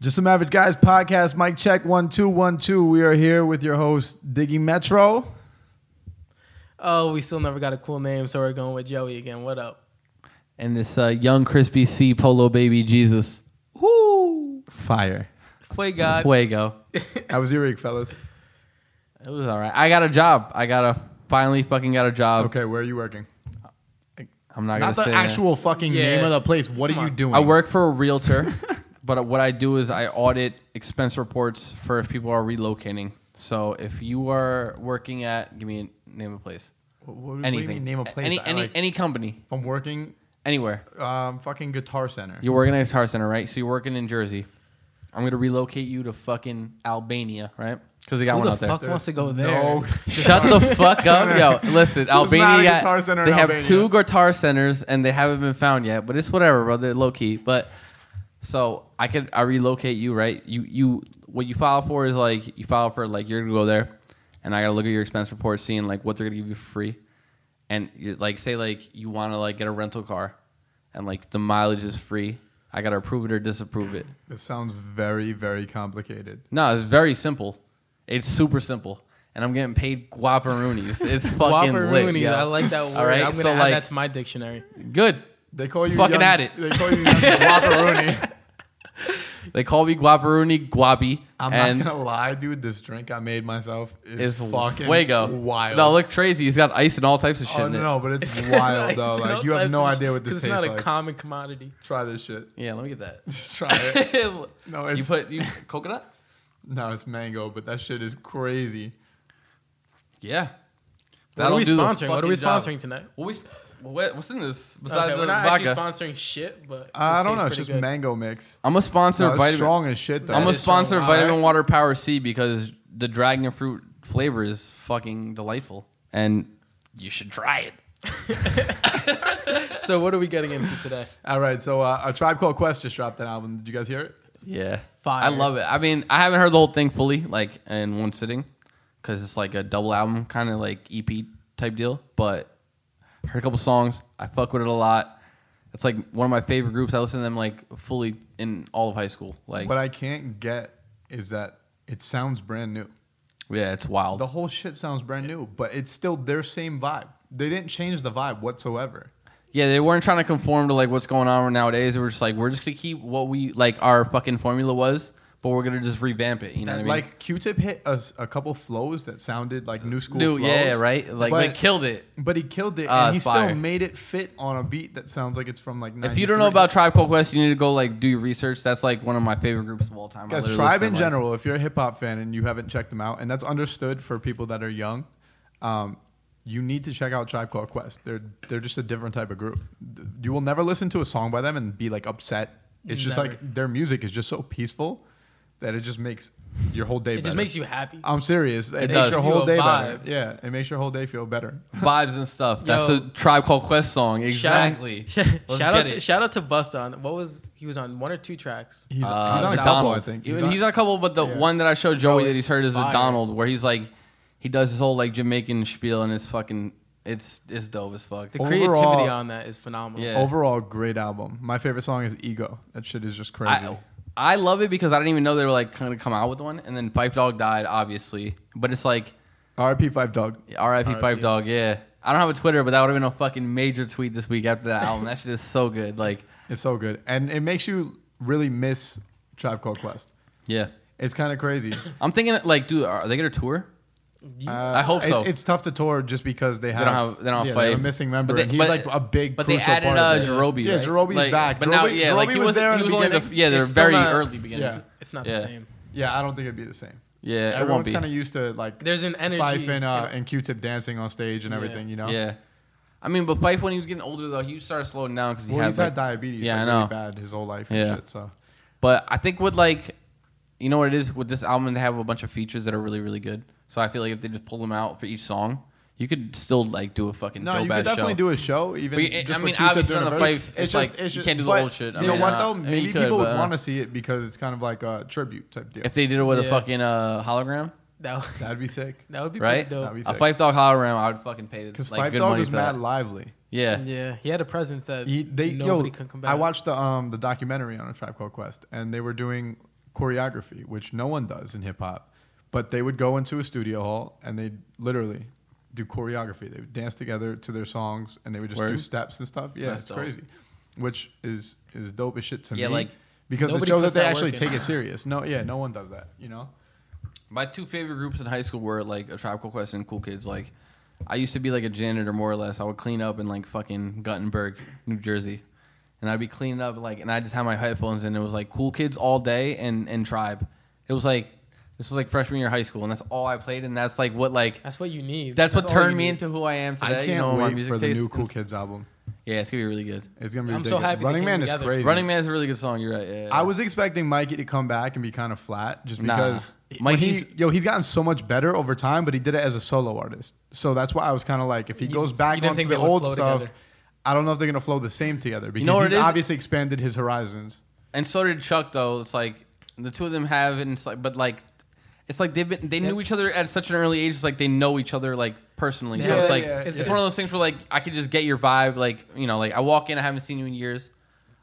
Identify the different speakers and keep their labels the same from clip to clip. Speaker 1: Just some average guys podcast. Mike check one two one two. We are here with your host Diggy Metro.
Speaker 2: Oh, we still never got a cool name, so we're going with Joey again. What up?
Speaker 3: and this uh, young crispy C polo baby Jesus
Speaker 2: Woo!
Speaker 3: fire
Speaker 2: Play God.
Speaker 3: fuego.
Speaker 1: How was your week, fellas?
Speaker 3: It was all right. I got a job. I got a finally fucking got a job.
Speaker 1: Okay, where are you working?
Speaker 3: I'm not,
Speaker 1: Not
Speaker 3: gonna
Speaker 1: the
Speaker 3: say uh, it.
Speaker 1: actual fucking
Speaker 2: Yeah.
Speaker 1: name of the place. What are you doing?
Speaker 3: I work for a realtor, but what I do is I audit expense reports for if people are relocating. So if you are working at, give me a name of place.
Speaker 1: What, what do you
Speaker 3: Anything.
Speaker 1: mean name a place?
Speaker 3: Any
Speaker 1: I
Speaker 3: any
Speaker 1: like-
Speaker 3: any company
Speaker 1: I'm working
Speaker 3: anywhere.
Speaker 1: um, fucking Guitar Center.
Speaker 3: You're working at a Guitar Center, right? So you're working in Jersey. I'm gonna relocate you to fucking Albania, right? Because they got
Speaker 2: Who
Speaker 3: one
Speaker 2: the
Speaker 3: out there.
Speaker 2: fuck wants to go there?
Speaker 1: No.
Speaker 3: Shut the fuck up, yo! Listen,
Speaker 1: not a
Speaker 3: Albania. got-
Speaker 1: guitar center
Speaker 3: they
Speaker 1: in
Speaker 3: have
Speaker 1: Albania.
Speaker 3: two guitar centers, and they haven't been found yet. But it's whatever, brother. Low key, but so I could I relocate you, right? You you what you file for is like you file for like you're gonna go there, and I gotta look at your expense report, seeing like what they're gonna give you for free, and you, like say like you want to like get a rental car, and like the mileage is free. I gotta approve it or disapprove it.
Speaker 1: This sounds very, very complicated.
Speaker 3: No, it's very simple. It's super simple. And I'm getting paid guaparoonies. It's fucking lit.
Speaker 2: Guaparoonies.
Speaker 3: yo.
Speaker 2: I like that word.
Speaker 3: All right,
Speaker 2: I'm gonna
Speaker 3: so
Speaker 2: add
Speaker 3: like,
Speaker 2: that to my dictionary.
Speaker 3: good.
Speaker 1: They call you
Speaker 3: Fucking
Speaker 1: young-
Speaker 3: at it.
Speaker 1: They call you young guaparoni.
Speaker 3: They call me guaparooni guabi,
Speaker 1: I'm
Speaker 3: and
Speaker 1: not gonna lie, dude. This drink I made myself is
Speaker 3: it's
Speaker 1: fucking
Speaker 3: fuego.
Speaker 1: wild.
Speaker 3: No, it looks crazy. He's got ice and all types of shit
Speaker 1: Oh
Speaker 3: in
Speaker 1: no,
Speaker 3: it.
Speaker 1: no, but it's wild though.
Speaker 2: It's all
Speaker 1: Like you have
Speaker 2: types
Speaker 1: no
Speaker 2: of
Speaker 1: idea
Speaker 2: shit,
Speaker 1: what
Speaker 2: 'cause
Speaker 1: this
Speaker 2: It's
Speaker 1: tastes
Speaker 2: not a
Speaker 1: like.
Speaker 2: common commodity.
Speaker 1: Try this shit.
Speaker 3: Yeah, let me get that.
Speaker 1: Just try it. No,
Speaker 3: you
Speaker 1: it's-
Speaker 3: put you, coconut.
Speaker 1: no, it's mango, but that shit is crazy.
Speaker 3: Yeah.
Speaker 2: What are we
Speaker 3: do the
Speaker 2: sponsoring? What are we
Speaker 3: fucking job.
Speaker 2: sponsoring tonight?
Speaker 3: What we? sp- What, what's in this besides
Speaker 2: Okay,
Speaker 3: the
Speaker 2: we're not
Speaker 3: vodka?
Speaker 2: actually sponsoring shit, but
Speaker 1: Uh, I don't
Speaker 2: this tastes
Speaker 1: know.
Speaker 2: pretty
Speaker 1: It's just
Speaker 2: good.
Speaker 1: mango mix.
Speaker 3: I'm a sponsor.
Speaker 1: No,
Speaker 3: of
Speaker 1: it's
Speaker 3: vitamin.
Speaker 1: strong as shit though.
Speaker 3: I'm
Speaker 2: That
Speaker 3: a
Speaker 2: is strong.
Speaker 3: sponsor of
Speaker 2: All right.
Speaker 3: Vitamin Water Power C because the dragon fruit flavor is fucking delightful, and you should try it.
Speaker 2: So what are we getting into today?
Speaker 1: All right, so uh, a tribe called Quest just dropped an album. Did you guys hear it?
Speaker 3: Yeah,
Speaker 2: Fire.
Speaker 3: I love it. I mean, I haven't heard the whole thing fully, like in one sitting, because it's like a double album, kind of like EP type deal. But heard a couple songs. I fuck with it a lot. It's like one of my favorite groups. I listened to them like fully in all of high school. Like,
Speaker 1: What I can't get is that it sounds brand new.
Speaker 3: yeah, it's wild.
Speaker 1: The whole shit sounds brand new, but it's still their same vibe. They didn't change the vibe whatsoever.
Speaker 3: Yeah, they weren't trying to conform to like what's going on nowadays. They were just like, we're just gonna keep what we like our fucking formula was, but we're gonna just revamp it. You know what I mean?
Speaker 1: Like Q-Tip hit us a couple flows that sounded like new school
Speaker 3: dude,
Speaker 1: flows.
Speaker 3: yeah, right. Like
Speaker 1: but,
Speaker 3: they killed it.
Speaker 1: But he killed it,
Speaker 3: Ah,
Speaker 1: and he
Speaker 3: it's
Speaker 1: still
Speaker 3: fire.
Speaker 1: made it fit on a beat that sounds like it's from like.
Speaker 3: If you don't know
Speaker 1: 93.
Speaker 3: about Tribe Called Quest, you need to go like do your research. That's like one of my favorite groups of all time. I
Speaker 1: Guys,
Speaker 3: literally
Speaker 1: Tribe
Speaker 3: listen,
Speaker 1: in
Speaker 3: like-
Speaker 1: general, if you're a hip hop fan and you haven't checked them out, and that's understood for people that are young, um, you need to check out Tribe Called Quest. They're they're just a different type of group. Th- You will never listen to a song by them and be like upset. It's just
Speaker 2: Never.
Speaker 1: like their music is just so peaceful that it just makes your whole day.
Speaker 2: It just
Speaker 1: better. Uh,
Speaker 2: makes you happy.
Speaker 1: I'm serious. It, makes
Speaker 3: does.
Speaker 1: your
Speaker 2: Gives you
Speaker 1: whole
Speaker 2: a
Speaker 1: day better.
Speaker 2: vibe.
Speaker 1: Yeah, it makes your whole day feel better.
Speaker 3: vibes and stuff. That's
Speaker 2: Yo.
Speaker 3: a Tribe Called Quest song.
Speaker 2: Shout-
Speaker 3: Exactly.
Speaker 2: Shout,
Speaker 3: Let's
Speaker 2: shout out
Speaker 3: get
Speaker 2: to
Speaker 3: it.
Speaker 2: shout out to Busta on what was he was on one or two tracks.
Speaker 1: He's,
Speaker 3: Uh,
Speaker 1: he's on a couple, I
Speaker 3: McDonald's.
Speaker 1: think.
Speaker 3: He's, on, a couple, but the
Speaker 1: yeah.
Speaker 3: one that I showed Joey that
Speaker 2: it's
Speaker 3: he's heard is a
Speaker 2: fire.
Speaker 3: Donald, where he's like, he does his whole like Jamaican spiel, and it's fucking, it's it's dope as fuck.
Speaker 2: The
Speaker 1: Overall-
Speaker 2: creativity on that is phenomenal.
Speaker 3: Yeah.
Speaker 1: Overall, great album. My favorite song is Ego. That shit is just crazy.
Speaker 3: I, I love it because I didn't even know they were like kind of come out with one, and then Fife Dog died, obviously. But it's like
Speaker 1: RP Five Dog.
Speaker 3: R.I.P. Fife Dog. Yeah, I don't have a Twitter, but that would have been a fucking major tweet this week after that album. that shit is so good. Like,
Speaker 1: It's so good, and it makes you really miss Tribe Called Quest.
Speaker 3: yeah,
Speaker 1: It's kind of crazy.
Speaker 3: I'm thinking like, dude, are they gonna tour?
Speaker 1: I
Speaker 3: hope so.
Speaker 1: Uh, It's, tough to tour just because they have
Speaker 3: They don't have they don't have
Speaker 1: yeah,
Speaker 3: Fife.
Speaker 1: have a missing member,
Speaker 3: But they-
Speaker 1: and he's like
Speaker 3: but-
Speaker 1: a big.
Speaker 3: But they
Speaker 1: crucial
Speaker 3: added
Speaker 1: part
Speaker 3: uh,
Speaker 1: of it.
Speaker 3: Jerobi.
Speaker 1: Yeah,
Speaker 3: right?
Speaker 1: Jerobi's
Speaker 3: Like,
Speaker 1: back.
Speaker 3: But
Speaker 1: Jerobi,
Speaker 3: now, yeah,
Speaker 1: Jerobi
Speaker 3: like he
Speaker 1: was,
Speaker 3: was,
Speaker 1: there in the
Speaker 3: he was only the
Speaker 1: beginning.
Speaker 3: yeah, they're
Speaker 2: It's still
Speaker 3: very
Speaker 2: not-
Speaker 3: early beginning.
Speaker 1: Yeah.
Speaker 2: It's not
Speaker 3: Yeah.
Speaker 2: the same.
Speaker 1: yeah, I don't think it'd be the same.
Speaker 3: Yeah, it won't
Speaker 1: everyone's
Speaker 3: be.
Speaker 1: kind of used to like
Speaker 2: There's an energy
Speaker 1: Fife and, uh, and Q-Tip dancing on stage and
Speaker 2: Yeah.
Speaker 1: everything. You know,
Speaker 3: Yeah. I mean, but Fife when he was getting older though, he started slowing down because he
Speaker 1: Well,
Speaker 3: had
Speaker 1: he's
Speaker 3: like,
Speaker 1: had diabetes.
Speaker 3: Yeah,
Speaker 1: like,
Speaker 3: I know.
Speaker 1: Really bad his whole life. And
Speaker 3: Yeah.
Speaker 1: shit, so
Speaker 3: But I think with like, you know what it is with this album, they have a bunch of features that are really really good. So I feel like if they just pull them out for each song, you could still like do a fucking
Speaker 1: No,
Speaker 3: dope
Speaker 1: you could
Speaker 3: ass
Speaker 1: definitely
Speaker 3: show.
Speaker 1: do a show. Even
Speaker 3: But you- I
Speaker 1: just
Speaker 3: mean,
Speaker 1: with Q-Tip
Speaker 3: obviously
Speaker 1: doing
Speaker 3: on
Speaker 1: a
Speaker 3: the
Speaker 1: verse.
Speaker 3: fight, it's like, you can't do the
Speaker 1: but
Speaker 3: whole shit. I
Speaker 1: You
Speaker 3: mean,
Speaker 1: know what
Speaker 3: uh,
Speaker 1: though?
Speaker 3: I mean,
Speaker 1: Maybe
Speaker 3: you could,
Speaker 1: people would
Speaker 3: but-
Speaker 1: want to see it because it's kind of like a tribute type deal.
Speaker 3: if they did it with a
Speaker 2: Yeah.
Speaker 3: fucking uh, hologram,
Speaker 2: That would,
Speaker 1: That'd be sick.
Speaker 2: that would be
Speaker 3: right?
Speaker 2: pretty dope.
Speaker 1: That'd be
Speaker 3: A
Speaker 1: sick.
Speaker 3: Fife Dog hologram, I would fucking pay
Speaker 1: Because
Speaker 3: like
Speaker 1: Five
Speaker 3: good
Speaker 1: Dog
Speaker 3: money
Speaker 1: was
Speaker 3: for that.
Speaker 1: mad lively.
Speaker 3: Yeah.
Speaker 2: Yeah, he had a presence that
Speaker 1: He, they,
Speaker 2: nobody
Speaker 1: yo,
Speaker 2: could combat.
Speaker 1: I watched the um the documentary on a Tribe Called Quest, and they were doing choreography, which no one does in hip hop. But they would go into a studio hall and they'd literally do choreography. They would dance together to their songs and they would just do
Speaker 3: Word.
Speaker 1: steps and stuff. Yeah,
Speaker 3: That's
Speaker 1: it's
Speaker 3: dope.
Speaker 1: crazy. Which is is dope as shit to
Speaker 3: Yeah,
Speaker 1: me.
Speaker 3: like,
Speaker 1: because it
Speaker 2: nobody
Speaker 1: shows that
Speaker 2: puts
Speaker 1: they
Speaker 2: that
Speaker 1: actually
Speaker 2: work in.
Speaker 1: take it serious. No, yeah, no one does that, you know?
Speaker 3: My two favorite groups in high school were like a Tribe Called Quest and Cool Kids. Like, I used to be like a janitor more or less. I would clean up in like fucking Guttenberg, New Jersey, and I'd be cleaning up like, and I just had my headphones and it was like Cool Kids all day and and Tribe. It was like this was like freshman year of high school, and that's all I played, and that's like what like
Speaker 2: That's what you need.
Speaker 3: that's, what
Speaker 2: all you
Speaker 3: turned me
Speaker 2: need.
Speaker 3: into who I am today.
Speaker 1: I can't
Speaker 3: you know, my
Speaker 1: wait
Speaker 3: music
Speaker 1: for the
Speaker 3: taste
Speaker 1: new
Speaker 3: and
Speaker 1: Cool
Speaker 3: s-
Speaker 1: Kids album.
Speaker 3: Yeah, it's gonna be really good.
Speaker 1: It's gonna be.
Speaker 2: I'm so
Speaker 1: ridiculous.
Speaker 2: happy they
Speaker 1: Running
Speaker 2: came
Speaker 1: Man is
Speaker 2: together.
Speaker 1: crazy.
Speaker 3: Running Man is a really good song. You're right. Yeah, yeah,
Speaker 1: I
Speaker 3: yeah.
Speaker 1: was expecting Mikey to come back and be kind of flat, just
Speaker 3: Nah.
Speaker 1: because when he,
Speaker 3: Mikey's-
Speaker 1: yo, he's gotten so much better over time, but he did it as a solo artist. So that's why I was kind of like, if he
Speaker 2: You-
Speaker 1: goes
Speaker 2: you
Speaker 1: back
Speaker 2: didn't
Speaker 1: onto
Speaker 2: think
Speaker 1: the
Speaker 2: they would
Speaker 1: old
Speaker 2: flow
Speaker 1: stuff,
Speaker 2: together.
Speaker 1: I don't know if they're gonna flow the same together because
Speaker 3: know what
Speaker 1: he's
Speaker 3: it is?
Speaker 1: obviously expanded his horizons.
Speaker 3: And so did Chuck though. It's like the two of them have and it's like but like it's like they've been they knew each other at such an early age, it's like they know each other like personally. so
Speaker 2: Yeah,
Speaker 3: it's like
Speaker 1: yeah,
Speaker 3: it's
Speaker 1: yeah.
Speaker 3: one of those things where like I could just get your vibe, like you know, like I walk in, I haven't seen you in years.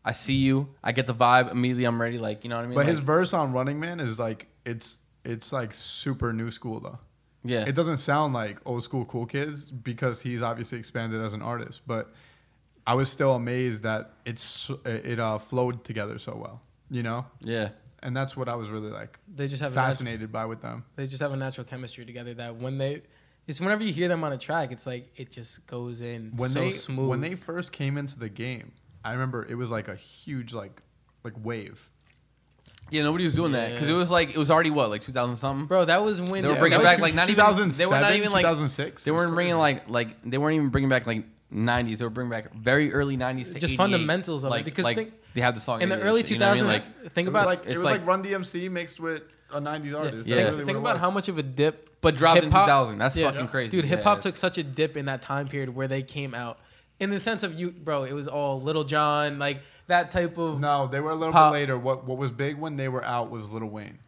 Speaker 3: I see you, I get the vibe, immediately I'm ready, like you know what I mean?
Speaker 1: But his
Speaker 3: Like,
Speaker 1: verse on Running Man is like, it's it's like super new school though.
Speaker 3: yeah.
Speaker 1: It doesn't sound like old school cool kids because he's obviously expanded as an artist. But I was still amazed that it's it uh, flowed together so well. You know,
Speaker 3: yeah.
Speaker 1: and that's what I was really like
Speaker 2: They just have a nice-
Speaker 1: fascinated by with them.
Speaker 2: they just have a natural chemistry together that when they it's whenever you hear them on a track it's like it just goes in
Speaker 1: When
Speaker 2: so
Speaker 1: they
Speaker 2: smooth
Speaker 1: when they first came into the game, I remember it was like a huge like like wave.
Speaker 3: Yeah, nobody was doing that. Because
Speaker 2: Yeah.
Speaker 3: it was like it was already what, like two thousand something?
Speaker 2: bro that was when
Speaker 3: They were
Speaker 2: yeah,
Speaker 3: bringing
Speaker 2: that
Speaker 3: back
Speaker 2: was-
Speaker 3: like not even they were not
Speaker 1: 2007,
Speaker 3: even like
Speaker 1: 2006.
Speaker 3: They
Speaker 1: It was
Speaker 3: weren't bringing like like they weren't even bringing back like 90s. They were bringing back very early 90s. To
Speaker 2: Just
Speaker 3: 88.
Speaker 2: fundamentals of it,
Speaker 3: like,
Speaker 2: because
Speaker 3: like
Speaker 2: think-
Speaker 3: they have the song
Speaker 2: in the
Speaker 3: 88,
Speaker 2: early
Speaker 3: you know what
Speaker 2: 2000s
Speaker 3: I mean? Like,
Speaker 2: think
Speaker 1: It was
Speaker 2: about
Speaker 1: like, it
Speaker 3: it's
Speaker 1: was like,
Speaker 3: like-
Speaker 1: Run DMC mixed with a 90s artist.
Speaker 3: Yeah.
Speaker 1: That's
Speaker 2: Think,
Speaker 1: really
Speaker 2: think
Speaker 1: what it
Speaker 2: about
Speaker 1: was.
Speaker 2: how much of a dip
Speaker 3: But dropped in
Speaker 2: hip-hop-
Speaker 3: 2000. That's fucking crazy.
Speaker 2: dude
Speaker 3: Yeah,
Speaker 2: hip hop
Speaker 3: it's-
Speaker 2: took such a dip in that time period where they came out in the sense of you bro it was all little john like that type of
Speaker 1: No, they were a little
Speaker 2: Pop.
Speaker 1: bit later. What what was big when they were out was Lil Wayne.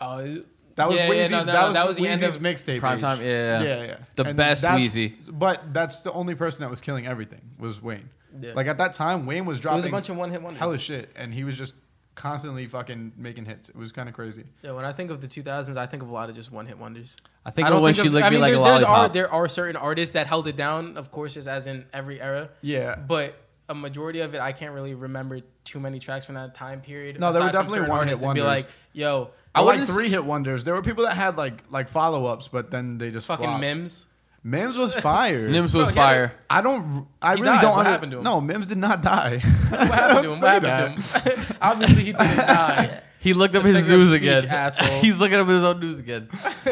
Speaker 2: oh, it-
Speaker 1: That was
Speaker 2: yeah, yeah,
Speaker 1: Weezy's,
Speaker 2: no, no,
Speaker 1: that
Speaker 2: no,
Speaker 1: was
Speaker 2: that was the end
Speaker 1: Weezy's
Speaker 2: of
Speaker 1: mixtape.
Speaker 3: Prime
Speaker 1: age.
Speaker 3: time, yeah, yeah.
Speaker 1: yeah, yeah.
Speaker 3: The best
Speaker 1: that's-
Speaker 3: Weezy.
Speaker 1: But that's the only person that was killing everything was Wayne.
Speaker 2: Yeah.
Speaker 1: Like at that time, Wayne was
Speaker 2: it
Speaker 1: dropping
Speaker 2: was a bunch of one hit wonders
Speaker 1: hella shit, and he was just constantly fucking making hits. It was kind of crazy.
Speaker 2: Yeah, when I think of the 2000s, I think of a lot of just one hit wonders.
Speaker 3: I think
Speaker 2: I
Speaker 3: of
Speaker 2: don't
Speaker 3: when
Speaker 2: think
Speaker 3: she
Speaker 2: of-
Speaker 3: licked
Speaker 2: I
Speaker 3: me
Speaker 2: mean,
Speaker 3: like
Speaker 2: there,
Speaker 3: a
Speaker 2: there's
Speaker 3: lollipop.
Speaker 2: are there are certain artists that held it down, of course, just as in every era.
Speaker 1: Yeah.
Speaker 2: But a majority of it, I can't really remember too many tracks from that time period.
Speaker 1: No, there were
Speaker 2: aside from
Speaker 1: definitely
Speaker 2: certain
Speaker 1: one-hit
Speaker 2: artists to Be
Speaker 1: wonders.
Speaker 2: like, yo,
Speaker 3: I
Speaker 1: I like
Speaker 3: wouldn't s-
Speaker 1: three hit wonders. There were people that had like like follow ups, but then they just
Speaker 2: fucking
Speaker 1: flopped.
Speaker 2: Mims.
Speaker 1: Mims was fire.
Speaker 3: Nims
Speaker 2: No,
Speaker 3: was
Speaker 2: he had
Speaker 3: fire.
Speaker 1: I don't. I
Speaker 2: He
Speaker 1: really
Speaker 2: died.
Speaker 1: don't.
Speaker 2: What
Speaker 1: under-
Speaker 2: happened to him?
Speaker 1: No, Mims did not die.
Speaker 2: What happened to him? What
Speaker 1: Don't
Speaker 2: happened to him? Obviously, he didn't die.
Speaker 3: He looked up
Speaker 2: a
Speaker 3: his
Speaker 2: figure of
Speaker 3: news
Speaker 2: speech,
Speaker 3: again.
Speaker 2: asshole.
Speaker 3: He's looking up his own news again.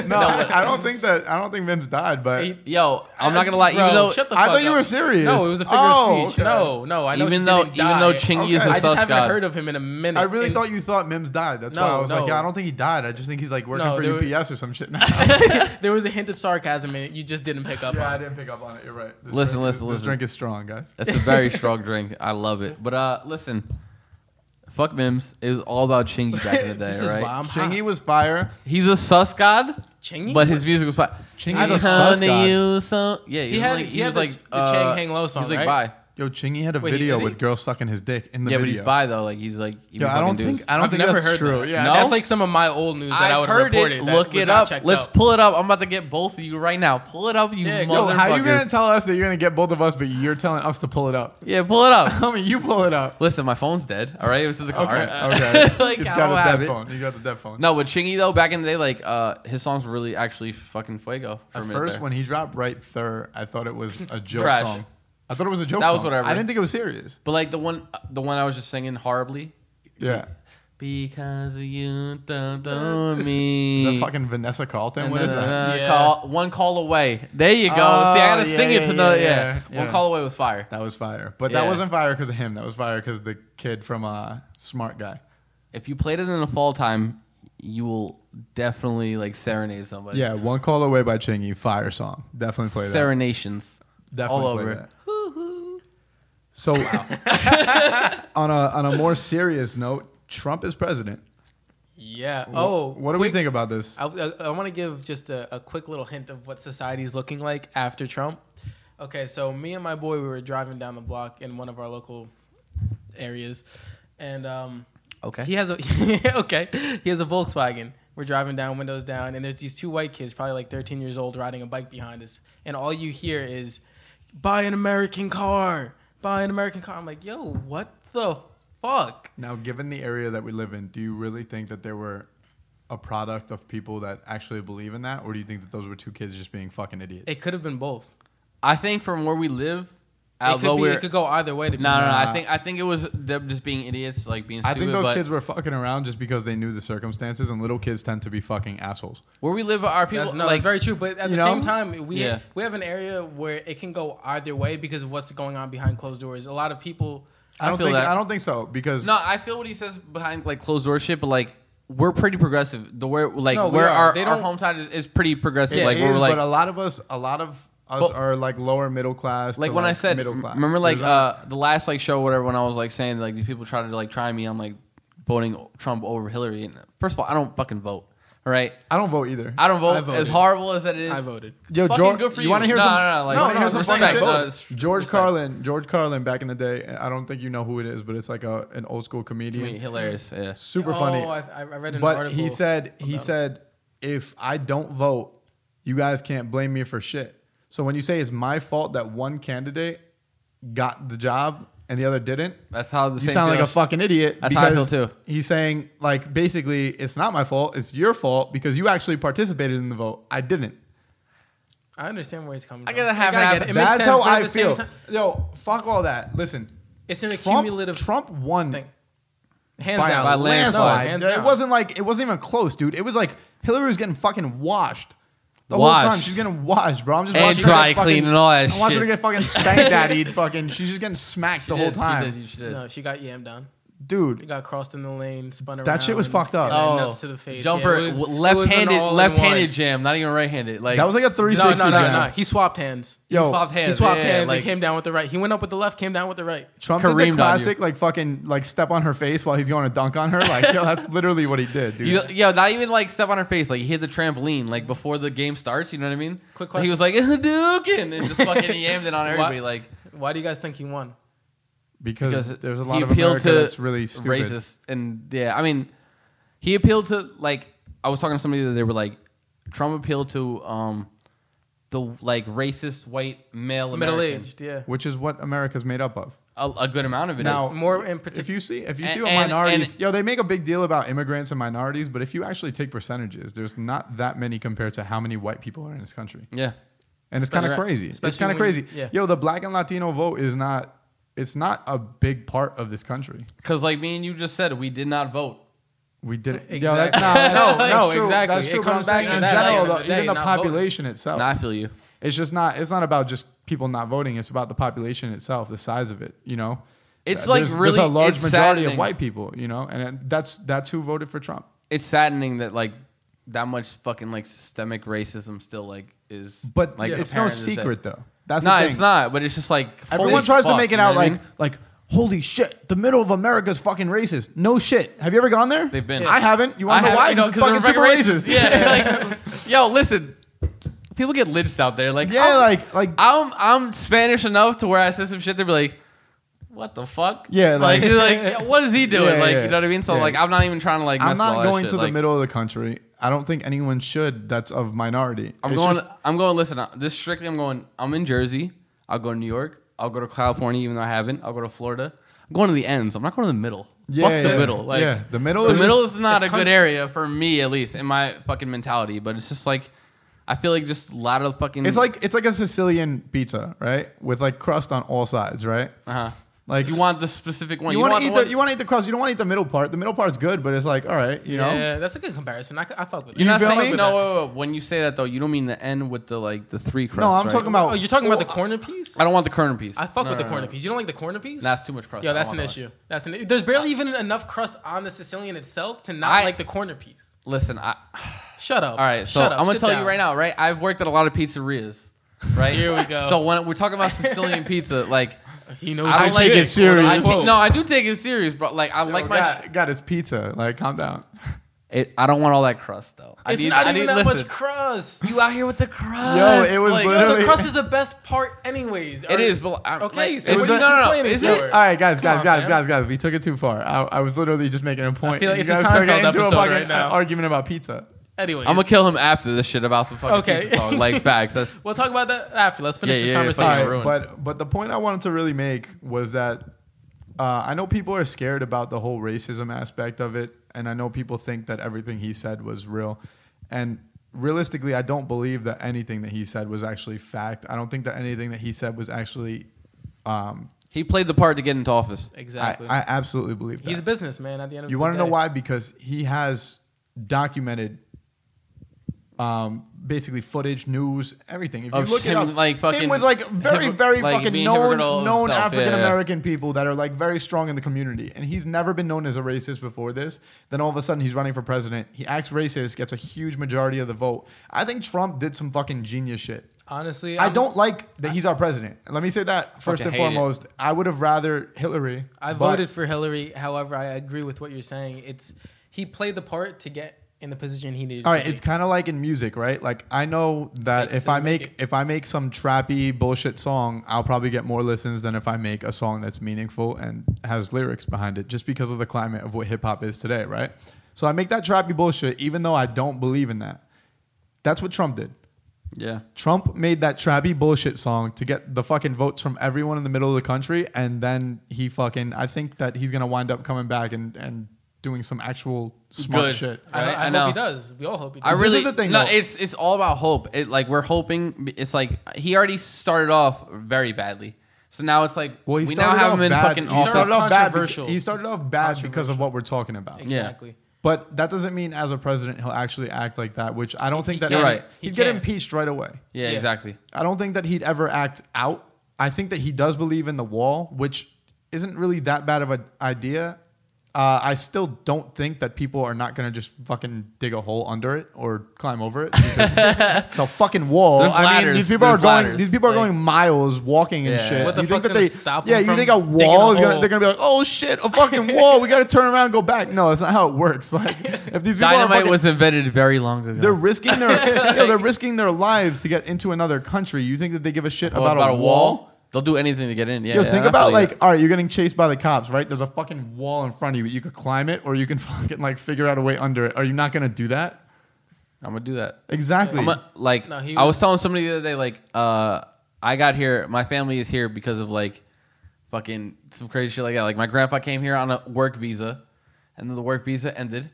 Speaker 1: No, I, I don't think that. I don't think Mims died, but
Speaker 2: He-
Speaker 3: Yo, I'm not gonna lie.
Speaker 2: Bro,
Speaker 3: even though,
Speaker 2: shut the
Speaker 1: I
Speaker 2: fuck
Speaker 1: thought you
Speaker 2: up.
Speaker 1: were serious.
Speaker 2: No, it was a figure
Speaker 1: Oh,
Speaker 2: of speech.
Speaker 1: okay.
Speaker 2: No, no, I know.
Speaker 3: even
Speaker 2: he
Speaker 3: though,
Speaker 2: didn't
Speaker 3: even though
Speaker 2: die.
Speaker 3: Chingy is
Speaker 1: Okay.
Speaker 3: a
Speaker 2: I
Speaker 1: was
Speaker 2: sus just haven't
Speaker 3: god.
Speaker 2: heard of him in a minute.
Speaker 1: I really
Speaker 2: And-
Speaker 1: thought you thought Mims died. That's why
Speaker 2: No,
Speaker 1: I was like,
Speaker 2: no.
Speaker 1: yeah, I don't think he died. I just think he's like working
Speaker 2: No,
Speaker 1: for
Speaker 2: there were-
Speaker 1: UPS or some shit now.
Speaker 2: there was a hint of sarcasm in it. You just didn't pick up
Speaker 1: yeah, I
Speaker 2: on it.
Speaker 1: didn't pick up on it. You're right. This
Speaker 3: Listen,
Speaker 1: drink,
Speaker 3: listen,
Speaker 1: this
Speaker 3: listen.
Speaker 1: drink is strong, guys.
Speaker 3: That's a very strong drink. I love it. But uh, listen, fuck Mims. It was all about Chingy back in the day,
Speaker 2: This is
Speaker 3: right?
Speaker 2: why I'm hot.
Speaker 1: Chingy was fire.
Speaker 3: He's a sus god,
Speaker 2: Chingy?
Speaker 3: but his music was fire.
Speaker 1: Chingy's
Speaker 2: a
Speaker 1: sus
Speaker 3: Honey,
Speaker 1: god.
Speaker 3: you so- yeah, he,
Speaker 2: He
Speaker 3: was
Speaker 2: had-
Speaker 3: like,
Speaker 2: he
Speaker 3: he,
Speaker 2: had
Speaker 3: was
Speaker 2: the-
Speaker 3: like
Speaker 2: the
Speaker 3: uh,
Speaker 2: Chang Hang Low song,
Speaker 3: He was like
Speaker 2: right?
Speaker 3: bye.
Speaker 1: Yo, Chingy had a
Speaker 2: Wait,
Speaker 1: video
Speaker 2: is he-
Speaker 1: with girls sucking his dick in the
Speaker 3: Yeah, but
Speaker 1: video.
Speaker 3: he's bi though. Like he's like, you
Speaker 1: Yo, I
Speaker 3: fucking
Speaker 1: don't
Speaker 3: dudes.
Speaker 1: think I don't
Speaker 2: I've
Speaker 1: think
Speaker 2: never
Speaker 1: that's
Speaker 2: heard
Speaker 1: true.
Speaker 2: that.
Speaker 1: Yeah,
Speaker 3: No?
Speaker 2: That's like some of my old news that I
Speaker 3: I've
Speaker 2: would
Speaker 3: heard
Speaker 2: report
Speaker 3: it.
Speaker 2: that
Speaker 3: Look
Speaker 2: was
Speaker 3: it
Speaker 2: not
Speaker 3: up.
Speaker 2: checked
Speaker 3: Let's
Speaker 2: out.
Speaker 3: pull it up. I'm about to get both of you right now. Pull it up, you
Speaker 2: Yeah,
Speaker 3: motherfuckers.
Speaker 2: yo,
Speaker 1: Yo, how you gonna tell us that you're gonna get both of us, but you're telling us to pull it up?
Speaker 3: yeah, pull it up.
Speaker 1: Homie, you pull it up.
Speaker 3: Listen, my phone's dead. All right, it was in the car.
Speaker 1: Okay,
Speaker 3: Uh,
Speaker 1: okay.
Speaker 3: like
Speaker 1: you
Speaker 3: I
Speaker 1: got
Speaker 3: don't
Speaker 1: a
Speaker 3: have
Speaker 1: dead
Speaker 3: it.
Speaker 1: phone. You got the dead phone.
Speaker 3: No, with Chingy though, back in the day, like uh, his songs were really actually fucking fuego. For
Speaker 1: At
Speaker 3: a minute
Speaker 1: first,
Speaker 3: there.
Speaker 1: when he dropped "Right Third, I thought it was a joke
Speaker 3: Trash.
Speaker 1: song. I thought it was a joke.
Speaker 3: That was
Speaker 1: song.
Speaker 3: whatever.
Speaker 1: I didn't think it was serious.
Speaker 3: but like the one, uh, the one I was just singing horribly.
Speaker 1: Yeah.
Speaker 3: Because you don't know me.
Speaker 1: The fucking Vanessa Carlton. What is that?
Speaker 3: Na-na-na-na,
Speaker 2: Yeah.
Speaker 3: Call, one call away. There you go.
Speaker 1: Oh,
Speaker 3: See, I gotta
Speaker 1: yeah,
Speaker 3: sing it
Speaker 1: yeah,
Speaker 3: to know.
Speaker 1: yeah,
Speaker 3: Yeah,
Speaker 1: yeah,
Speaker 3: one
Speaker 1: yeah.
Speaker 3: call away was fire.
Speaker 1: That was fire, but that
Speaker 3: Yeah.
Speaker 1: wasn't fire because of him. That was fire because the kid from uh, Smart Guy.
Speaker 3: If you played it in the fall time, you will definitely like serenade somebody.
Speaker 1: Yeah, one call away by Chingy, fire song. Definitely play that.
Speaker 3: serenations.
Speaker 1: Definitely
Speaker 3: all
Speaker 1: play
Speaker 3: over.
Speaker 1: that. So, on a on a more serious note, Trump is president.
Speaker 2: Yeah.
Speaker 1: Wh-
Speaker 2: Oh,
Speaker 1: what do we think about this?
Speaker 2: I, I, I want to give just a, a quick little hint of what society's looking like after Trump. Okay, so me and my boy, we were driving down the block in one of our local areas, and um,
Speaker 3: Okay.
Speaker 2: He has a okay. He has a Volkswagen. We're driving down, windows down, and there's these two white kids, probably like 13 years old, riding a bike behind us, and all you hear is, "Buy an American car, buy an American car." I'm like, yo, what the fuck?
Speaker 1: Now, given the area that we live in, do you really think that there were a product of people that actually believe in that, or do you think that those were two kids just being fucking idiots?
Speaker 2: It could have been both.
Speaker 3: I think from where we live,
Speaker 2: It
Speaker 3: although
Speaker 2: could, be,
Speaker 3: we're
Speaker 2: it could go either way. To be
Speaker 3: no, no, no. I
Speaker 1: Nah.
Speaker 3: think I think it was them just being idiots, like being
Speaker 1: I
Speaker 3: stupid.
Speaker 1: think those
Speaker 3: but
Speaker 1: kids were fucking around just because they knew the circumstances, and little kids tend to be fucking assholes.
Speaker 3: where we live, our people
Speaker 2: That's, no,
Speaker 3: like
Speaker 2: that's very true. But at the
Speaker 1: you know?
Speaker 2: same time, we
Speaker 3: Yeah.
Speaker 2: we have an area where it can go either way because of what's going on behind closed doors. A lot of people.
Speaker 1: I,
Speaker 3: I
Speaker 1: don't
Speaker 3: feel
Speaker 1: think
Speaker 3: that.
Speaker 1: I don't think so because
Speaker 3: No, I feel what he says behind like closed door shit, but like we're pretty progressive. The where like
Speaker 2: No, we
Speaker 3: where
Speaker 2: are.
Speaker 3: our,
Speaker 2: They
Speaker 3: our
Speaker 2: don't-
Speaker 3: hometown is, is pretty progressive.
Speaker 1: Yeah,
Speaker 3: like
Speaker 1: it
Speaker 3: we're
Speaker 1: is,
Speaker 3: like
Speaker 1: but a lot of us, a lot of us
Speaker 3: But-
Speaker 1: are like lower middle class. to,
Speaker 3: like when I said
Speaker 1: middle class.
Speaker 3: remember like
Speaker 1: There's not-
Speaker 3: uh the last like show whatever when I was like saying like these people try to like try me on like voting Trump over Hillary. And first of all, I don't fucking vote. All right,
Speaker 1: uh, I don't vote either.
Speaker 3: I don't vote.
Speaker 2: voted.
Speaker 3: as horrible as that is,
Speaker 2: I voted.
Speaker 1: Yo,
Speaker 3: fucking
Speaker 1: George,
Speaker 3: good for
Speaker 1: you,
Speaker 3: you.
Speaker 1: want to hear
Speaker 3: No,
Speaker 1: some?
Speaker 3: no, no, like- uh,
Speaker 1: you wanna
Speaker 2: No,
Speaker 1: hear some
Speaker 2: no,
Speaker 1: funny
Speaker 2: respect,
Speaker 1: shit?
Speaker 2: no,
Speaker 3: it's
Speaker 1: George
Speaker 3: respect.
Speaker 1: Carlin. George Carlin back in the day. I don't think you know who it is, but it's like a an old school
Speaker 3: I
Speaker 1: comedian.
Speaker 3: mean, hilarious. Yeah.
Speaker 1: Super
Speaker 2: oh,
Speaker 1: funny.
Speaker 2: I, I read an
Speaker 1: but
Speaker 2: article.
Speaker 1: he said he
Speaker 2: about it.
Speaker 1: said if I don't vote, you guys can't blame me for shit. So when you say it's my fault that one candidate got the job and the other didn't,
Speaker 3: That's how the
Speaker 1: you
Speaker 3: same
Speaker 1: sound like a
Speaker 3: feels.
Speaker 1: fucking idiot.
Speaker 3: That's how I feel
Speaker 1: because
Speaker 3: too.
Speaker 1: He's saying like basically it's not my fault, it's your fault because you actually participated in the vote. I didn't.
Speaker 2: I understand where he's coming
Speaker 3: I
Speaker 2: from.
Speaker 3: gotta
Speaker 2: You
Speaker 3: have
Speaker 2: gotta
Speaker 3: half-
Speaker 2: get it. It
Speaker 1: That's
Speaker 2: makes sense,
Speaker 1: how
Speaker 2: but at
Speaker 1: I
Speaker 2: the same
Speaker 1: feel.
Speaker 2: time-
Speaker 1: Yo, fuck all that. Listen,
Speaker 2: It's an
Speaker 1: Trump,
Speaker 2: accumulative
Speaker 1: Trump won
Speaker 2: thing. Hands
Speaker 1: by
Speaker 2: down.
Speaker 1: a
Speaker 3: By
Speaker 1: landslide.
Speaker 3: landslide.
Speaker 2: No, hands
Speaker 1: It
Speaker 2: down.
Speaker 1: wasn't like it wasn't even close, dude. It was like Hillary was getting fucking washed. The whole time
Speaker 3: Washed.
Speaker 1: she's getting washed, bro. I'm just
Speaker 3: And
Speaker 1: watching
Speaker 3: dry
Speaker 1: her get
Speaker 3: clean
Speaker 1: fucking,
Speaker 3: and all that
Speaker 1: I watched her
Speaker 3: shit.
Speaker 1: get fucking spanked at eat fucking. She's just getting smacked the
Speaker 3: You
Speaker 1: whole
Speaker 3: did, you
Speaker 1: time,
Speaker 3: did, you did.
Speaker 2: No, she got yammed on. She
Speaker 1: dude.
Speaker 2: got crossed in the lane, spun around.
Speaker 1: That shit was fucked up.
Speaker 2: and
Speaker 3: Oh,
Speaker 2: nuts to the face.
Speaker 3: jumper,
Speaker 2: Yeah, it was-
Speaker 3: w-
Speaker 2: it was an
Speaker 3: left-handed,
Speaker 2: all-in-one.
Speaker 3: left-handed jam, not even right-handed. Like
Speaker 1: That was like a
Speaker 2: No,
Speaker 1: 360
Speaker 2: no, no,
Speaker 1: jab.
Speaker 2: no. He swapped hands.
Speaker 1: Yo,
Speaker 3: he swapped hands.
Speaker 2: he swapped
Speaker 3: yeah,
Speaker 2: hands
Speaker 3: Like,
Speaker 2: and came down with the right. He went up with the left, came down with the right.
Speaker 1: Trump did
Speaker 3: Kareemed on
Speaker 1: the
Speaker 3: you.
Speaker 1: classic, like fucking, like step on her face while he's going to dunk on her. Like, yo, that's literally what he did, dude.
Speaker 3: You, yo, not even like step on her face. Like he hit the trampoline like before the game starts. You know what I mean?
Speaker 2: Quick
Speaker 3: He was like Hadouken and just fucking yammed it on everybody. Like
Speaker 2: Why do you guys think he won?
Speaker 1: because, there's a lot
Speaker 3: he
Speaker 1: of
Speaker 3: appealed
Speaker 1: America
Speaker 3: to
Speaker 1: that's really stupid.
Speaker 3: racist and yeah. I mean, he appealed to like I was talking to somebody that they were like Trump appealed to um the like racist white male
Speaker 2: Middle
Speaker 3: American.
Speaker 2: aged, yeah.
Speaker 1: which is what America's made up of.
Speaker 3: A, a good amount of it is.
Speaker 1: Now-
Speaker 2: More in
Speaker 1: If
Speaker 2: particular.
Speaker 1: you see, if you
Speaker 3: And-
Speaker 1: see what
Speaker 3: and-
Speaker 1: minorities,
Speaker 3: and-
Speaker 1: yo, they make a big deal about immigrants and minorities, but if you actually take percentages, there's not that many compared to how many white people are in this country,
Speaker 3: Yeah.
Speaker 1: and it's kind of
Speaker 3: Especially-
Speaker 1: crazy. It's
Speaker 2: especially
Speaker 1: kind of
Speaker 2: when-
Speaker 1: crazy.
Speaker 2: yeah.
Speaker 1: Yo, the black and Latino vote is not, it's not a big part of this country.
Speaker 3: Because like me and you just said, we did not vote.
Speaker 1: We didn't.
Speaker 2: Exactly.
Speaker 1: Yo, that, nah, that's,
Speaker 2: No,
Speaker 1: that's
Speaker 2: no,
Speaker 1: true.
Speaker 2: exactly.
Speaker 1: That's
Speaker 2: It
Speaker 1: true. But I'm
Speaker 2: comes back
Speaker 1: saying
Speaker 2: to
Speaker 1: in
Speaker 2: that
Speaker 1: general,
Speaker 2: at the end
Speaker 1: though,
Speaker 2: of the
Speaker 1: even the
Speaker 2: day, not voting.
Speaker 1: population itself.
Speaker 3: Nah, I feel you.
Speaker 1: It's just not. It's not about just people not voting. It's about the population itself, the size of it. You know,
Speaker 3: It's,
Speaker 1: Th-
Speaker 3: like,
Speaker 1: there's,
Speaker 3: really-
Speaker 1: there's a large
Speaker 3: it's
Speaker 1: majority of
Speaker 3: saddening.
Speaker 1: white people. You know, and it- that's that's who voted for Trump.
Speaker 3: It's saddening that like that much fucking like systemic racism still like is.
Speaker 1: But
Speaker 3: like
Speaker 1: it's no
Speaker 3: apparent as that.
Speaker 1: secret though. That's
Speaker 3: no,
Speaker 1: the thing.
Speaker 3: it's not. But it's just like
Speaker 1: Everyone
Speaker 3: holy
Speaker 1: tries to
Speaker 3: fuck,
Speaker 1: make
Speaker 3: you
Speaker 1: it
Speaker 3: know
Speaker 1: out
Speaker 3: what I
Speaker 1: like
Speaker 3: mean?
Speaker 1: like holy shit, the middle of America's fucking racist. No shit. Have you ever gone there?
Speaker 3: They've been.
Speaker 1: I haven't. You want
Speaker 3: I
Speaker 1: to know
Speaker 3: have-
Speaker 1: why?
Speaker 3: you know,
Speaker 1: Because
Speaker 3: they're
Speaker 1: it's fucking
Speaker 3: fucking
Speaker 1: super racist.
Speaker 3: Yeah, like, yo, listen. People get lynched out there. Like,
Speaker 1: Yeah,
Speaker 3: I'm,
Speaker 1: like like
Speaker 3: I'm I'm Spanish enough to where I say some shit. They're like, what the fuck?
Speaker 1: Yeah,
Speaker 3: like,
Speaker 1: like-
Speaker 3: like, yeah, what is he doing?
Speaker 1: Yeah,
Speaker 3: like,
Speaker 1: yeah,
Speaker 3: you know what I mean? So
Speaker 1: yeah.
Speaker 3: like, I'm not even trying to like.
Speaker 1: I'm
Speaker 3: mess with all
Speaker 1: not
Speaker 3: that
Speaker 1: going
Speaker 3: shit,
Speaker 1: to the
Speaker 3: like-
Speaker 1: middle of the country. I don't think anyone should. That's of minority.
Speaker 3: I'm
Speaker 1: It's
Speaker 3: going.
Speaker 1: just-
Speaker 3: I'm going. Listen, uh, this strictly. I'm going. I'm in Jersey. I'll go to New York. I'll go to California, even though I haven't. I'll go to Florida. I'm going to the ends. I'm not going to the middle.
Speaker 1: Yeah,
Speaker 3: Fuck the
Speaker 1: yeah.
Speaker 3: middle. Like
Speaker 1: Yeah, the middle
Speaker 3: The
Speaker 1: is
Speaker 3: middle
Speaker 1: just-
Speaker 3: is not a
Speaker 2: it's
Speaker 3: good
Speaker 2: country.
Speaker 3: area for me, at least in my fucking mentality. But it's just like, I feel like just a lot of fucking.
Speaker 1: It's like it's like a Sicilian pizza, right? With like crust on all sides, right?
Speaker 3: uh-huh.
Speaker 1: Like
Speaker 3: you want the specific one.
Speaker 1: you want to
Speaker 3: want
Speaker 1: eat
Speaker 3: one-
Speaker 1: the you want to eat the crust. You don't want to eat the middle part. The middle part's good, but it's like all right, you know.
Speaker 2: Yeah, that's a good comparison. I, c- I fuck with
Speaker 3: You're
Speaker 2: that.
Speaker 3: not
Speaker 1: feel me?
Speaker 3: saying no. Wait, wait, wait. When you say that though, you don't mean the end with the like the three crusts.
Speaker 1: No, I'm
Speaker 3: right?
Speaker 1: talking about.
Speaker 2: Oh, you're talking about the
Speaker 3: Well,
Speaker 2: corner piece?
Speaker 3: I don't want the corner piece.
Speaker 2: I fuck
Speaker 3: No,
Speaker 2: with
Speaker 3: no,
Speaker 2: the
Speaker 3: no,
Speaker 2: corner
Speaker 3: no.
Speaker 2: piece. You don't like the corner piece?
Speaker 3: That's too much crust.
Speaker 2: Yo,
Speaker 3: I don't
Speaker 2: that's
Speaker 3: want
Speaker 2: an
Speaker 3: that one.
Speaker 2: issue. That's an. There's barely even enough crust on the Sicilian itself to not
Speaker 3: I-
Speaker 2: like the corner piece.
Speaker 3: Listen, I,
Speaker 2: Shut up.
Speaker 3: All right, so
Speaker 2: Shut up.
Speaker 3: I'm gonna
Speaker 2: Sit
Speaker 3: tell
Speaker 2: down.
Speaker 3: you right now, right? I've worked at a lot of pizzerias, right?
Speaker 2: Here we
Speaker 1: Oh.
Speaker 2: go.
Speaker 3: So when we're talking about Sicilian pizza, like
Speaker 2: He knows.
Speaker 3: I
Speaker 1: I
Speaker 3: don't like
Speaker 1: take it serious.
Speaker 3: I
Speaker 1: Whoa. Oh,
Speaker 3: take, no, I do take it serious, bro. Like I
Speaker 1: Like
Speaker 3: like my,
Speaker 1: God, God, it's pizza. Like, calm down.
Speaker 3: It, I don't want all that crust though. I
Speaker 2: it's
Speaker 3: need-
Speaker 2: not
Speaker 3: I
Speaker 2: even
Speaker 3: need-
Speaker 2: that much
Speaker 3: listen.
Speaker 2: crust.
Speaker 3: You out here with the crust?
Speaker 1: Yo, it was
Speaker 3: Like,
Speaker 2: Yo,
Speaker 1: literally-
Speaker 2: the crust is the best part, anyways.
Speaker 3: It
Speaker 2: Or-
Speaker 3: is, but I'm,
Speaker 2: Okay,
Speaker 3: like,
Speaker 2: so
Speaker 3: it's-
Speaker 1: what are you
Speaker 3: no, no, no,
Speaker 2: complaining
Speaker 3: is
Speaker 2: for?
Speaker 3: it?
Speaker 1: All right, guys, guys,
Speaker 2: on,
Speaker 1: guys,
Speaker 2: man.
Speaker 1: guys, guys. We took it too far. I, I was literally just making a point.
Speaker 2: feel like
Speaker 1: you
Speaker 2: it's a
Speaker 1: guys took
Speaker 2: Seinfeld
Speaker 1: it into
Speaker 2: episode
Speaker 1: a fucking
Speaker 2: right now.
Speaker 1: argument about pizza.
Speaker 2: Anyways,
Speaker 3: I'm gonna kill him after this shit about some fucking
Speaker 2: Okay.
Speaker 3: pizza talk. Like facts. That's
Speaker 2: We'll talk about that after. Let's finish
Speaker 3: Yeah,
Speaker 2: this
Speaker 3: yeah, yeah,
Speaker 1: All
Speaker 3: fucking
Speaker 2: conversation.
Speaker 1: right,
Speaker 3: ruined.
Speaker 1: but but the point I wanted to really make was that uh, I know people are scared about the whole racism aspect of it, and I know people think that everything he said was real, and realistically, I don't believe that anything that he said was actually fact. I don't think that anything that he said was actually. Um,
Speaker 3: he played the part to get into office.
Speaker 1: I,
Speaker 2: Exactly.
Speaker 1: I absolutely believe that.
Speaker 2: He's a businessman at the end of
Speaker 1: You
Speaker 2: the
Speaker 1: want to know
Speaker 2: day.
Speaker 1: why? Because he has documented, um, basically footage, news, everything. If you
Speaker 3: Of
Speaker 1: look
Speaker 3: him,
Speaker 1: at up,
Speaker 3: like, fucking
Speaker 1: him with like very,
Speaker 3: hypo-
Speaker 1: very
Speaker 3: like,
Speaker 1: fucking
Speaker 3: being
Speaker 1: known,
Speaker 3: hypocritical
Speaker 1: known
Speaker 3: himself, yeah, yeah.
Speaker 1: African American people that are like very strong in the community, and he's never been known as a racist before this. Then all of a sudden, he's running for president. He acts racist, gets a huge majority of the vote. I think Trump did some fucking genius shit.
Speaker 2: Honestly,
Speaker 1: I
Speaker 2: I'm-
Speaker 1: don't like that he's our president. Let me say that first and
Speaker 3: Fucking hate it.
Speaker 1: foremost. I would have rather Hillary.
Speaker 2: I
Speaker 1: but-
Speaker 2: voted for Hillary. However, I agree with what you're saying. It's he played the part to get in the position he needed.
Speaker 1: All
Speaker 2: to
Speaker 1: right,
Speaker 2: be.
Speaker 1: it's kind of like in music, right? Like I know that
Speaker 2: Take it
Speaker 1: if
Speaker 2: to
Speaker 1: I
Speaker 2: the
Speaker 1: make
Speaker 2: bank.
Speaker 1: if I make some trappy bullshit song, I'll probably get more listens than if I make a song that's meaningful and has lyrics behind it, just because of the climate of what hip hop is today, right? So I make that trappy bullshit, even though I don't believe in that. That's what Trump did.
Speaker 3: Yeah.
Speaker 1: Trump made that trappy bullshit song to get the fucking votes from everyone in the middle of the country, and then he fucking. I think that he's gonna wind up coming back and and doing some actual smart
Speaker 3: Good.
Speaker 1: shit.
Speaker 2: I,
Speaker 3: Right,
Speaker 2: I,
Speaker 3: I
Speaker 2: hope
Speaker 3: know.
Speaker 2: he does. We all hope he does.
Speaker 3: I
Speaker 1: This
Speaker 3: really
Speaker 1: is the thing,
Speaker 3: no.
Speaker 1: though.
Speaker 3: It's it's all about hope. It like we're hoping. It's like he already started off very badly. So now it's like
Speaker 1: Well, he
Speaker 3: we now
Speaker 1: started
Speaker 3: have
Speaker 1: off
Speaker 3: him in
Speaker 1: bad.
Speaker 3: fucking
Speaker 1: he started
Speaker 3: office.
Speaker 1: off bad.
Speaker 2: Controversial.
Speaker 1: beca- He started off bad because of what we're talking about.
Speaker 3: Yeah.
Speaker 2: exactly.
Speaker 1: But that doesn't mean as a president he'll actually act like that, which I don't think that
Speaker 3: can't.
Speaker 1: any-
Speaker 3: You're right.
Speaker 2: He
Speaker 1: he'd get
Speaker 2: can't.
Speaker 1: impeached right away.
Speaker 3: Yeah,
Speaker 2: Yeah.
Speaker 3: exactly.
Speaker 1: I don't think that he'd ever act out. I think that he does believe in the wall, which isn't really that bad of an idea. Uh, I still don't think that people are not going to just fucking dig a hole under it or climb over it. because it's a fucking wall.
Speaker 3: There's
Speaker 1: I mean,
Speaker 3: ladders.
Speaker 1: these people
Speaker 3: There's
Speaker 1: are going.
Speaker 3: ladders.
Speaker 1: These people are
Speaker 3: Like-
Speaker 1: going miles walking and
Speaker 3: Yeah.
Speaker 1: shit.
Speaker 2: What the
Speaker 1: you think that
Speaker 2: fuck's gonna
Speaker 1: they?
Speaker 2: stop 'em
Speaker 1: yeah, you
Speaker 2: from
Speaker 1: think a
Speaker 2: digging
Speaker 1: wall
Speaker 2: a
Speaker 1: is gonna?
Speaker 2: hole?
Speaker 1: They're gonna be like, oh shit, a fucking wall. We got to turn around, and go back. No, that's not how it works. Like if these people are
Speaker 3: Dynamite
Speaker 1: fucking-
Speaker 3: was invented very long ago.
Speaker 1: they're risking their yeah, they're risking their lives to get into another country. You think that they give a shit
Speaker 3: Oh,
Speaker 1: about, a, wall?
Speaker 3: They'll do anything to get in. Yeah.
Speaker 1: Yo,
Speaker 3: yeah,
Speaker 1: think
Speaker 3: I
Speaker 1: about
Speaker 3: feel you.
Speaker 1: like, all right, you're getting chased by the cops, right? There's a fucking wall in front of you. You could climb it, or you can fucking like figure out a way under it. Are you not gonna do that?
Speaker 3: I'm gonna do that.
Speaker 1: Exactly.
Speaker 3: I'm a, like
Speaker 2: No, he
Speaker 3: I
Speaker 2: was-
Speaker 3: was telling somebody the other day, like uh, I got here. My family is here because of like fucking some crazy shit like that. Like my grandpa came here on a work visa, and then the work visa ended,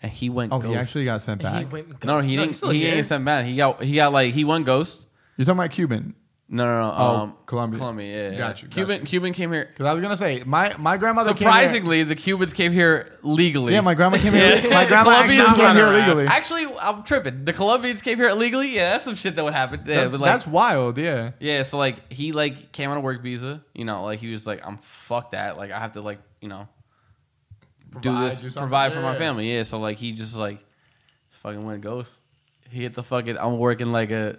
Speaker 3: and he went.
Speaker 1: oh,
Speaker 3: ghost.
Speaker 1: he actually got sent
Speaker 2: He
Speaker 1: back.
Speaker 2: went
Speaker 3: No, he
Speaker 2: he's
Speaker 3: didn't.
Speaker 2: still
Speaker 3: he
Speaker 2: here.
Speaker 3: ain't sent back. He got. He got like he won ghost.
Speaker 1: You're talking about Cuban.
Speaker 3: No, no, no.
Speaker 1: Oh,
Speaker 3: um,
Speaker 1: Colombia.
Speaker 3: Colombia. Yeah, yeah.
Speaker 1: Got you, got
Speaker 3: Cuban. Cuban came here.
Speaker 1: Because I was gonna say, my my grandmother came here-
Speaker 3: Surprisingly, the Cubans came here legally.
Speaker 1: yeah, my grandma came here. my grandma
Speaker 3: Colombians
Speaker 1: actually came
Speaker 2: run
Speaker 1: here
Speaker 2: around.
Speaker 1: illegally.
Speaker 3: Actually, I'm tripping. The Colombians came here illegally. Yeah, that's some shit that would happen. Yeah,
Speaker 1: That's,
Speaker 3: but like,
Speaker 1: that's wild. Yeah.
Speaker 3: Yeah, so like he like came on a work visa, you know, like he was like, I'm fuck that, like I have to like you know do
Speaker 1: Provide, do
Speaker 3: this,
Speaker 1: something.
Speaker 3: provide for my
Speaker 1: Yeah.
Speaker 3: family. Yeah, so like he just like fucking went ghost. He hit the fucking I'm working like a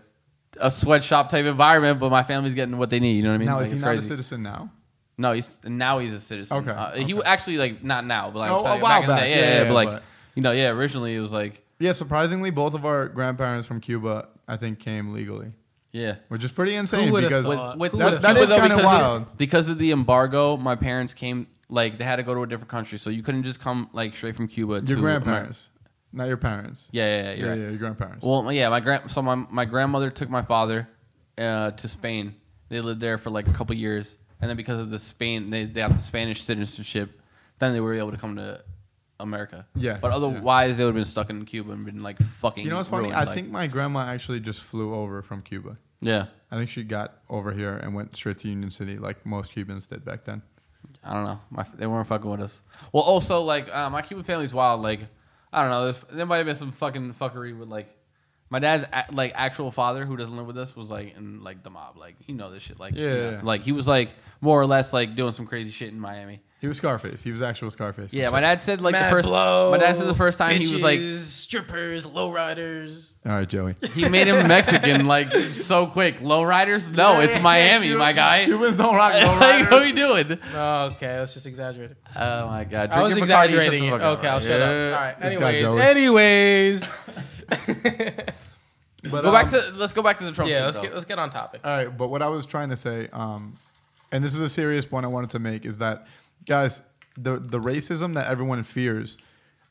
Speaker 3: a sweatshop type environment, but my family's getting what they need. You know what I mean?
Speaker 1: Now
Speaker 3: like,
Speaker 1: is he
Speaker 3: it's
Speaker 1: not a
Speaker 3: crazy.
Speaker 1: citizen now?
Speaker 3: No, he's now he's a citizen.
Speaker 1: Okay,
Speaker 3: uh,
Speaker 1: okay.
Speaker 3: he w- actually like not now, but like
Speaker 1: Oh,
Speaker 3: I'm
Speaker 1: a
Speaker 3: saying
Speaker 1: while
Speaker 3: back, in the
Speaker 1: back.
Speaker 3: day. Yeah,
Speaker 1: Yeah,
Speaker 3: yeah,
Speaker 1: yeah,
Speaker 3: but like
Speaker 1: but-
Speaker 3: you know, yeah. Originally it was like
Speaker 1: Yeah. Surprisingly, both of our grandparents from Cuba, I think, came legally.
Speaker 3: yeah.
Speaker 1: Which is pretty insane
Speaker 2: would've
Speaker 1: because
Speaker 2: thought?
Speaker 3: with
Speaker 2: Who
Speaker 1: that's-
Speaker 2: would've
Speaker 1: that
Speaker 2: thought?
Speaker 1: is
Speaker 3: Cuba,
Speaker 1: kinda
Speaker 3: though, because
Speaker 1: wild.
Speaker 3: because of the embargo. My parents came like they had to go to a different country, so you couldn't just come like straight from Cuba. to
Speaker 1: your
Speaker 3: America.
Speaker 1: grandparents, not your parents.
Speaker 3: Yeah, yeah, yeah. You're
Speaker 1: yeah,
Speaker 3: right.
Speaker 1: yeah, your grandparents.
Speaker 3: Well, yeah, my grand. So my my grandmother took my father uh, to Spain. They lived there for like a couple years, and then because of the Spain, they they got the Spanish citizenship. Then they were able to come to America.
Speaker 1: Yeah,
Speaker 3: but otherwise they would have been stuck in Cuba and been like fucking.
Speaker 1: you know what's funny?
Speaker 3: ruined,
Speaker 1: I
Speaker 3: like-
Speaker 1: think my grandma actually just flew over from Cuba.
Speaker 3: Yeah,
Speaker 1: I think she got over here and went straight to Union City, like most Cubans did back then.
Speaker 3: I don't know. My, they weren't fucking with us. Well, oh, also like uh, my Cuban family's wild. Like I don't know. There's, there might have been some fucking fuckery with like My dad's a- like actual father who doesn't live with us was like in like the mob, like you know this shit, like
Speaker 1: Yeah,
Speaker 3: you
Speaker 1: yeah,
Speaker 3: know,
Speaker 1: yeah.
Speaker 3: like he was like more or less like doing some crazy shit in Miami.
Speaker 1: He was Scarface. He was actual Scarface.
Speaker 3: Yeah, my dad said like
Speaker 2: Mad
Speaker 3: the first.
Speaker 2: blow,
Speaker 3: my dad said the first time he was like
Speaker 2: bitches, strippers, lowriders.
Speaker 1: All right, Joey.
Speaker 3: he made him Mexican like so quick. Lowriders, no, it's Miami, my guy.
Speaker 1: Cubans don't rock
Speaker 3: like, what are we doing?
Speaker 2: Oh, okay, that's just exaggerated.
Speaker 3: Oh my god!
Speaker 2: I was
Speaker 3: Drinking Bacardi, shut the
Speaker 2: exaggerating. It.
Speaker 3: fuck
Speaker 2: Okay,
Speaker 3: up.
Speaker 2: I'll shut
Speaker 3: Yeah.
Speaker 2: up. All right.
Speaker 1: This guy
Speaker 2: Anyways,
Speaker 1: Joey.
Speaker 2: anyways.
Speaker 1: But,
Speaker 3: Go back
Speaker 1: um,
Speaker 3: to let's go back to the Trump.
Speaker 2: yeah,
Speaker 3: shit,
Speaker 2: let's
Speaker 3: though.
Speaker 2: get let's get on topic.
Speaker 1: All right, but what I was trying to say, um, and this is a serious point I wanted to make, is that guys, the the racism that everyone fears,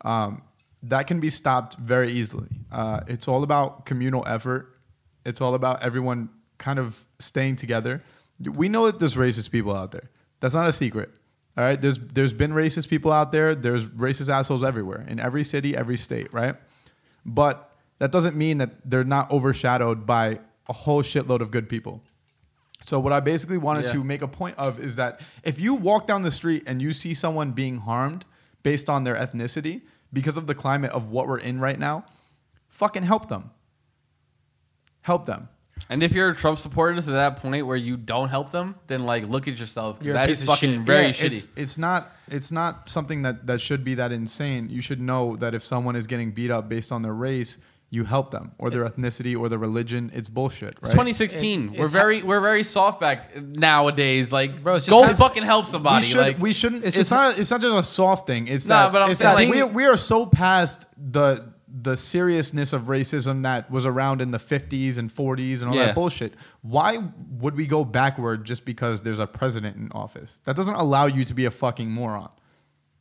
Speaker 1: um, that can be stopped very easily. Uh, it's all about communal effort. It's all about everyone kind of staying together. We know that there's racist people out there. That's not a secret. All right, there's there's been racist people out there. There's racist assholes everywhere in every city, every state, right? But that doesn't mean that they're not overshadowed by a whole shitload of good people. So what I basically wanted
Speaker 3: Yeah.
Speaker 1: to make a point of is that if you walk down the street and you see someone being harmed based on their ethnicity because of the climate of what we're in right now, fucking help them. Help them.
Speaker 3: And if you're a Trump supporter to that point where you don't help them, then like look at yourself. 'cause
Speaker 2: You're a piece
Speaker 3: That's
Speaker 2: of
Speaker 3: fucking
Speaker 2: shit.
Speaker 3: very
Speaker 1: Yeah,
Speaker 3: shitty.
Speaker 1: It's, it's not it's not something that that should be that insane. You should know that if someone is getting beat up based on their race, you help them or their ethnicity or their religion. It's bullshit, right?
Speaker 3: It's 2016.
Speaker 2: It-
Speaker 3: we're
Speaker 2: it's
Speaker 3: very we're very soft back nowadays. Like,
Speaker 2: Bro, it's just
Speaker 3: go
Speaker 2: has-
Speaker 3: fucking help somebody.
Speaker 1: We should.
Speaker 3: like,
Speaker 1: we shouldn't. It's,
Speaker 2: it's just-
Speaker 1: not. It's not just a soft thing. It's
Speaker 3: No,
Speaker 1: that.
Speaker 3: but I'm
Speaker 1: it's
Speaker 3: saying,
Speaker 1: that
Speaker 3: like-
Speaker 1: we, we are so past the the seriousness of racism that was around in the 50s and 40s and all
Speaker 3: Yeah.
Speaker 1: that bullshit. Why would we go backward just because there's a president in office? That doesn't allow you to be a fucking moron.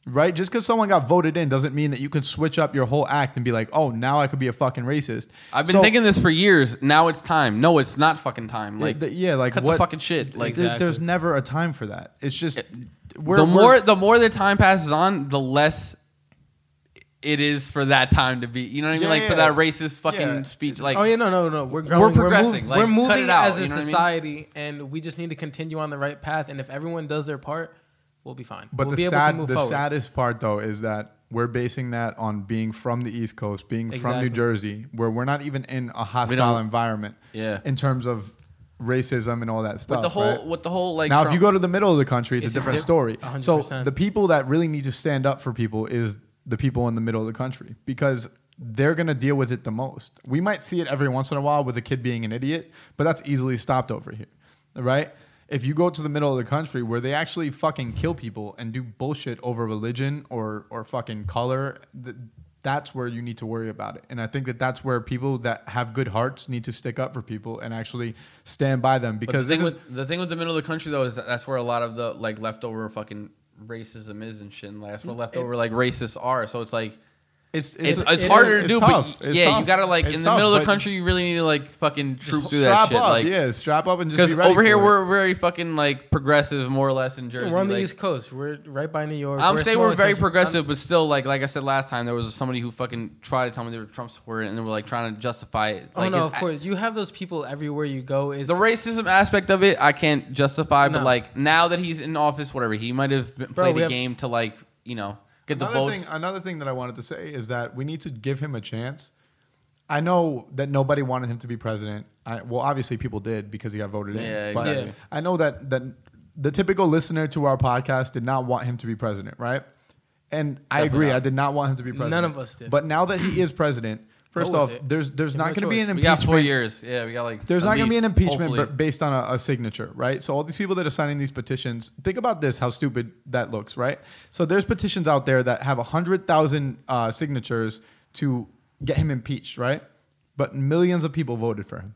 Speaker 1: Right? Just because someone got voted in doesn't mean that you can switch up your whole act and be like, oh, now I could be a fucking racist.
Speaker 3: I've been
Speaker 1: So-
Speaker 3: thinking this for years. Now it's time. No, it's not fucking time. Like,
Speaker 1: Yeah, th- yeah, like
Speaker 3: cut
Speaker 1: what-
Speaker 3: the fucking shit. Like,
Speaker 1: There- there's never a time for that. It's just we're, we're-
Speaker 3: the more the more the time passes on, the less it is for that time to be. You know what I mean?
Speaker 1: Yeah,
Speaker 3: like for
Speaker 1: yeah.
Speaker 3: that racist fucking
Speaker 1: Yeah.
Speaker 3: speech. Like,
Speaker 2: oh yeah, no, no, no. We're growing.
Speaker 3: progressing,
Speaker 2: We're,
Speaker 3: like,
Speaker 2: mov- we're
Speaker 3: cut it
Speaker 2: moving
Speaker 3: out,
Speaker 2: as a
Speaker 3: you know what I mean?
Speaker 2: society, and we just need to continue on the right path. And if everyone does their part, we'll be fine.
Speaker 1: But
Speaker 2: we'll
Speaker 1: the
Speaker 2: be
Speaker 1: sad,
Speaker 2: able to move
Speaker 1: the
Speaker 2: forward.
Speaker 1: saddest part though is that we're basing that on being from the East Coast, being from New
Speaker 2: Exactly.
Speaker 1: Jersey, where we're not even in a hostile
Speaker 3: don't-
Speaker 1: environment.
Speaker 3: Yeah.
Speaker 1: In terms of racism and all that stuff.
Speaker 3: with the whole
Speaker 1: right?
Speaker 3: with the whole like
Speaker 1: now, if
Speaker 3: Trump-
Speaker 1: you go to the middle of the country, it's,
Speaker 2: It's
Speaker 1: a different
Speaker 2: diff-
Speaker 1: story. So
Speaker 2: 100%.
Speaker 1: the people that really need to stand up for people is the people in the middle of the country because they're going to deal with it the most. We might see it every once in a while with a kid being an idiot, but that's easily stopped over here, right? If you go to the middle of the country where they actually fucking kill people and do bullshit over religion or or fucking color, th- that's where you need to worry about it. And I think that that's where people that have good hearts need to stick up for people and actually stand by them
Speaker 3: But
Speaker 1: because
Speaker 3: the
Speaker 1: this
Speaker 3: thing,
Speaker 1: is,
Speaker 3: with, the thing with the middle of the country though is that that's where a lot of the like leftover fucking racism is and shit. And that's
Speaker 2: Mm.
Speaker 3: where leftover like racists are. So it's like
Speaker 1: It's
Speaker 3: it's, it's,
Speaker 1: it
Speaker 3: harder
Speaker 1: is- it's
Speaker 3: to do.
Speaker 1: tough.
Speaker 3: But
Speaker 1: It's
Speaker 3: yeah, you
Speaker 1: tough.
Speaker 3: gotta like
Speaker 1: It's
Speaker 3: in the
Speaker 1: tough,
Speaker 3: middle of the
Speaker 1: but
Speaker 3: country, you really need to like fucking troop through
Speaker 1: strap
Speaker 3: that shit.
Speaker 1: up,
Speaker 3: like
Speaker 1: yeah, strap up and just
Speaker 3: because
Speaker 1: be ready
Speaker 3: over here
Speaker 1: for it.
Speaker 3: we're very fucking like progressive, more or less in Jersey.
Speaker 2: we're on the
Speaker 3: like-
Speaker 2: East Coast. We're right by New York.
Speaker 3: I'm
Speaker 2: a
Speaker 3: saying
Speaker 2: small
Speaker 3: we're very
Speaker 2: exception.
Speaker 3: progressive, but still, like like I said last time, there was somebody who fucking tried to tell me they were Trump supporter, and they were like trying to justify it.
Speaker 2: Oh
Speaker 3: Like,
Speaker 2: no,
Speaker 3: it's-
Speaker 2: of course. You have those people everywhere you go. Is
Speaker 3: the racism aspect of it, I can't justify. But
Speaker 2: No.
Speaker 3: like now that he's in office, whatever, he might have been, played
Speaker 2: we
Speaker 3: a
Speaker 2: have-
Speaker 3: game to like you know get the
Speaker 1: another
Speaker 3: votes.
Speaker 1: thing, another thing that I wanted to say is that we need to give him a chance. I know that nobody wanted him to be president. I, well, obviously people did because he got voted
Speaker 3: Yeah,
Speaker 1: in. But
Speaker 2: exactly.
Speaker 1: I know that that the typical listener to our podcast did not want him to be president, right? And I
Speaker 3: Definitely
Speaker 1: agree.
Speaker 3: not.
Speaker 1: I did not want him to be president.
Speaker 2: of us did.
Speaker 1: But now that he is president, first
Speaker 2: Go with
Speaker 1: off,
Speaker 2: it.
Speaker 1: there's there's
Speaker 2: Give him
Speaker 1: not
Speaker 2: a
Speaker 1: going to be
Speaker 2: choice.
Speaker 1: an
Speaker 3: we got four
Speaker 1: impeachment
Speaker 3: years. Yeah, we got like
Speaker 1: There's
Speaker 3: at
Speaker 1: not going to be an
Speaker 3: least,
Speaker 1: impeachment
Speaker 3: hopefully.
Speaker 1: b- based on a, a signature, right? So all these people that are signing these petitions, think about this: how stupid that looks, right? So there's petitions out there that have hundred thousand uh, signatures to get him impeached, right? But millions of people voted for him.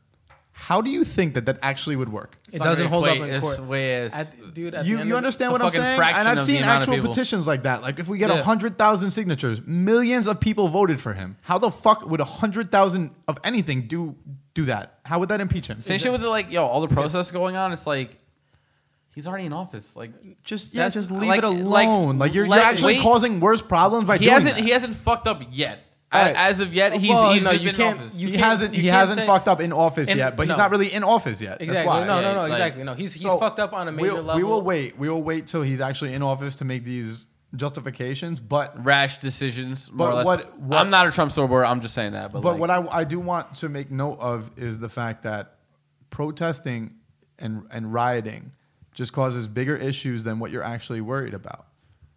Speaker 1: How do you think that that actually would work?
Speaker 2: It doesn't hold up
Speaker 3: Wait,
Speaker 2: in
Speaker 3: it's
Speaker 2: court.
Speaker 3: way as-
Speaker 2: At- dude, at the
Speaker 1: You, you
Speaker 2: end of the-
Speaker 1: understand
Speaker 3: it's a
Speaker 1: what I'm
Speaker 3: fucking
Speaker 1: saying?
Speaker 3: fraction
Speaker 1: And I've
Speaker 3: of the
Speaker 1: seen
Speaker 3: amount of
Speaker 1: actual
Speaker 3: people.
Speaker 1: petitions like that. Like if we get
Speaker 2: Yeah.
Speaker 1: a 100,000 signatures, millions of people voted for him. How the fuck would a 100,000 of anything do do that? How would that impeach him?
Speaker 3: Same shit with the, like yo, all the process going on. It's like he's already in office. Like
Speaker 1: Just yeah,
Speaker 3: That's-
Speaker 1: just leave
Speaker 3: like-
Speaker 1: it alone.
Speaker 3: like,
Speaker 1: Like, you're,
Speaker 3: let-
Speaker 1: you're actually
Speaker 3: wait.
Speaker 1: causing worse problems by
Speaker 3: he
Speaker 1: doing
Speaker 3: hasn't
Speaker 1: that.
Speaker 3: he hasn't fucked up yet. A-
Speaker 1: Alright.
Speaker 3: As of yet, he's,
Speaker 2: Well,
Speaker 3: he's
Speaker 2: no,
Speaker 3: just
Speaker 2: you
Speaker 3: been in
Speaker 2: can't-
Speaker 3: office.
Speaker 2: you
Speaker 1: he
Speaker 2: can't-
Speaker 1: hasn't
Speaker 2: you
Speaker 1: he
Speaker 2: can't
Speaker 1: hasn't
Speaker 2: say-
Speaker 1: fucked up in office
Speaker 2: And-
Speaker 1: yet, but
Speaker 2: no.
Speaker 1: he's not really in office yet. That's
Speaker 2: Exactly.
Speaker 1: why.
Speaker 2: No, no, no.
Speaker 3: Like-
Speaker 2: Exactly. No, he's he's
Speaker 1: So,
Speaker 2: fucked up on a major
Speaker 1: we'll,
Speaker 2: level.
Speaker 1: We will wait. We will wait till he's actually in office to make these justifications, but
Speaker 3: rash decisions. more
Speaker 1: But
Speaker 3: or less.
Speaker 1: what- what-
Speaker 3: I'm not a Trump supporter. I'm just saying that. But,
Speaker 1: but
Speaker 3: like,
Speaker 1: what I, I do want to make note of is the fact that protesting and and rioting just causes bigger issues than what you're actually worried about.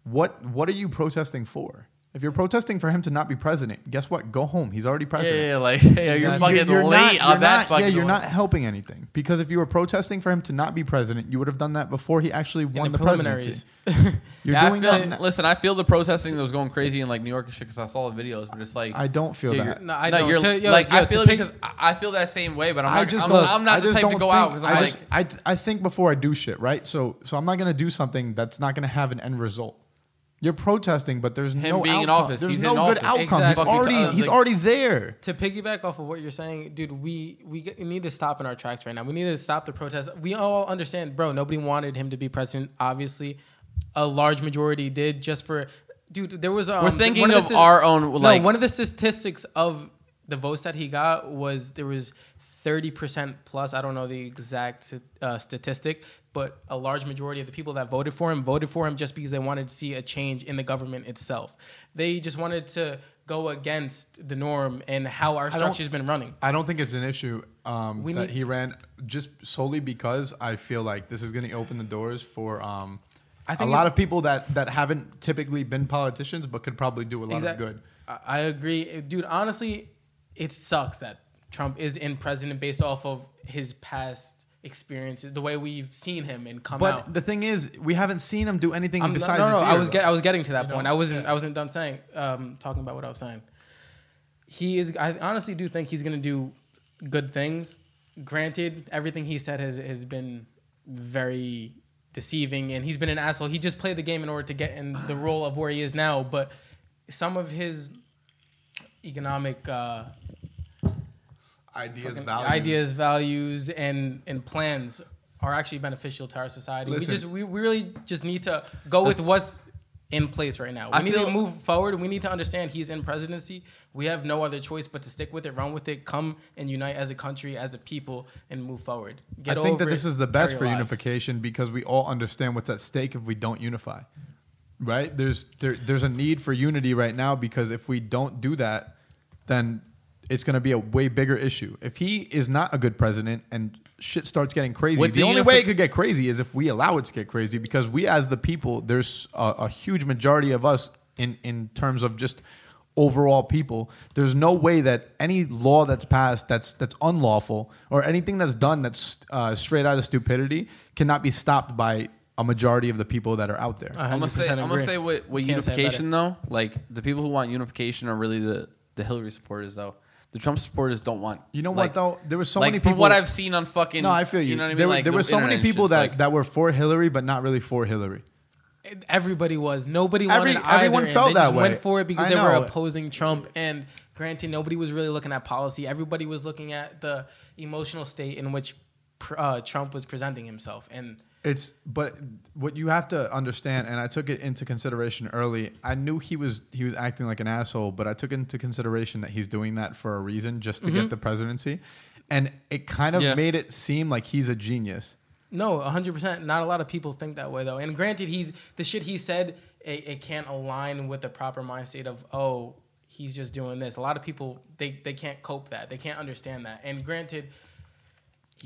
Speaker 1: What what are you protesting for? If you're protesting for him to not be president, guess what? Go home. He's already
Speaker 3: yeah,
Speaker 1: president.
Speaker 3: yeah, like yeah, you're
Speaker 2: Exactly.
Speaker 3: fucking
Speaker 1: You're- you're not-
Speaker 3: late on
Speaker 1: you're
Speaker 3: that
Speaker 1: not-
Speaker 3: fucking.
Speaker 1: Yeah, you're
Speaker 3: one.
Speaker 1: not helping anything because if you were protesting for him to not be president, you would have done that before he actually won
Speaker 2: the
Speaker 1: the, presidency. You're
Speaker 3: Yeah, I
Speaker 1: doing
Speaker 3: feel-
Speaker 1: that. now.
Speaker 3: Listen, I feel the protesting that was going crazy in like New York and shit because I saw the videos, but it's like
Speaker 1: I don't feel
Speaker 3: Yeah,
Speaker 1: that.
Speaker 2: No, I
Speaker 3: no,
Speaker 2: don't.
Speaker 3: you're
Speaker 2: To- yo,
Speaker 3: like
Speaker 2: yo,
Speaker 3: I
Speaker 2: to
Speaker 3: feel it
Speaker 2: pick-
Speaker 3: because I I feel that same way, but I'm not,
Speaker 1: I just
Speaker 3: I'm,
Speaker 1: don't.
Speaker 3: I'm not
Speaker 1: I
Speaker 3: the
Speaker 1: just
Speaker 3: type
Speaker 1: don't
Speaker 3: to go
Speaker 1: think,
Speaker 3: out because I'm
Speaker 1: I
Speaker 3: like,
Speaker 1: just I, I think before I do shit, right? So so I'm not gonna do something that's not gonna have an end result. You're protesting, but there's
Speaker 3: Him
Speaker 1: no
Speaker 3: being in
Speaker 1: outcome.
Speaker 3: office,
Speaker 1: There's
Speaker 3: he's
Speaker 1: no
Speaker 3: in
Speaker 1: good
Speaker 3: office.
Speaker 1: outcome. He's
Speaker 2: Exactly.
Speaker 1: already
Speaker 2: Like-
Speaker 1: he's already there.
Speaker 2: to piggyback off of what you're saying, dude, we we g- need to stop in our tracks right now. We need to stop the protest. We all understand, bro. Nobody wanted him to be president. Obviously, a large majority did just for, dude. There was um,
Speaker 3: we're thinking
Speaker 2: one
Speaker 3: of,
Speaker 2: the sti-
Speaker 3: our own like
Speaker 2: no, one of the statistics of the votes that he got was there was 30% plus. I don't know the exact uh, statistic, but a large majority of the people that voted for him voted for him just because they wanted to see a change in the government itself. They just wanted to go against the norm and how our
Speaker 1: don't-
Speaker 2: structure's been running.
Speaker 1: I don't think it's an issue um,
Speaker 2: We
Speaker 1: that
Speaker 2: need-
Speaker 1: he ran just solely because I feel like this is going to open the doors for um,
Speaker 2: I
Speaker 1: a
Speaker 2: think
Speaker 1: lot
Speaker 2: it's-
Speaker 1: of people that, that haven't typically been politicians but could probably do a lot
Speaker 2: Exact-
Speaker 1: of good.
Speaker 2: I I agree, dude. Honestly, it sucks that Trump is in president based off of his past experiences, the way we've seen him and come
Speaker 1: But
Speaker 2: out.
Speaker 1: the thing is, we haven't seen him do anything
Speaker 2: I'm
Speaker 1: besides.
Speaker 2: no, no,
Speaker 1: this
Speaker 2: no.
Speaker 1: year,
Speaker 2: I was
Speaker 1: though.
Speaker 2: get, I was getting to that point.
Speaker 1: know?
Speaker 2: I wasn't I wasn't done saying um, talking about what I was saying. He is. I honestly do think he's gonna do good things. Granted, everything he said has has been very deceiving, and he's been an asshole. He just played the game in order to get in the role of where he is now. But some of his economic. Uh,
Speaker 1: ideas,
Speaker 2: fucking
Speaker 1: values.
Speaker 2: ideas, values, and and plans are actually beneficial to our society.
Speaker 1: Listen.
Speaker 2: we just we we really just need to go with what's in place right now. We
Speaker 3: I
Speaker 2: need
Speaker 3: feel-
Speaker 2: to move forward. We need to understand he's in presidency. We have no other choice but to stick with it, run with it, come and unite as a country, as a people, and move forward.
Speaker 1: I
Speaker 2: Get
Speaker 1: think that
Speaker 2: over
Speaker 1: this
Speaker 2: it,
Speaker 1: is the best for
Speaker 2: carry lives.
Speaker 1: unification because we all understand what's at stake if we don't unify. Right? There's there, there's a need for unity right now because if we don't do that, then it's going to be a way bigger issue. If he is not a good president and shit starts getting crazy,
Speaker 3: With
Speaker 1: the,
Speaker 3: the
Speaker 1: only
Speaker 3: unifi-
Speaker 1: way it could get crazy is if we allow it to get crazy because we as the people, there's a, a huge majority of us in in terms of just overall people. There's no way that any law that's passed that's that's unlawful or anything that's done that's uh, straight out of stupidity cannot be stopped by a majority of the people that are out there.
Speaker 3: I'm gonna say
Speaker 2: 100%
Speaker 3: I'm gonna
Speaker 2: agree.
Speaker 3: say what, what
Speaker 2: Can't say it
Speaker 3: unification though. Like the people who want unification are really the the Hillary supporters though. The Trump supporters don't want.
Speaker 1: You know what
Speaker 3: like-
Speaker 1: though? There were so
Speaker 3: like
Speaker 1: many
Speaker 3: from
Speaker 1: people.
Speaker 3: what I've seen on fucking.
Speaker 1: no, I feel you.
Speaker 3: know what I mean?
Speaker 1: There, were-
Speaker 3: like,
Speaker 1: there
Speaker 3: the
Speaker 1: were so many
Speaker 3: internet and
Speaker 1: people
Speaker 3: shit,
Speaker 1: that,
Speaker 3: it's like-
Speaker 1: that were for Hillary but not really for Hillary.
Speaker 2: Everybody was. Nobody
Speaker 1: Every-
Speaker 2: wanted either,
Speaker 1: everyone
Speaker 2: and
Speaker 1: felt
Speaker 2: they just
Speaker 1: that way.
Speaker 2: went for it because
Speaker 1: I
Speaker 2: they were
Speaker 1: know.
Speaker 2: opposing Trump. And granted, nobody was really looking at policy. Everybody was looking at the emotional state in which pr- uh, Trump was presenting himself. And
Speaker 1: It's but what you have to understand, and I took it into consideration early. I knew he was he was acting like an asshole, but I took into consideration that he's doing that for a reason, just to get the presidency, and it kind of
Speaker 3: Yeah.
Speaker 1: made it seem like he's a genius.
Speaker 2: no, 100%. Not a lot of people think that way, though. And granted, he's the shit he said, it, it can't align with the proper mindset of, oh, he's just doing this. A lot of people, they, they can't cope that. They can't understand that. And granted,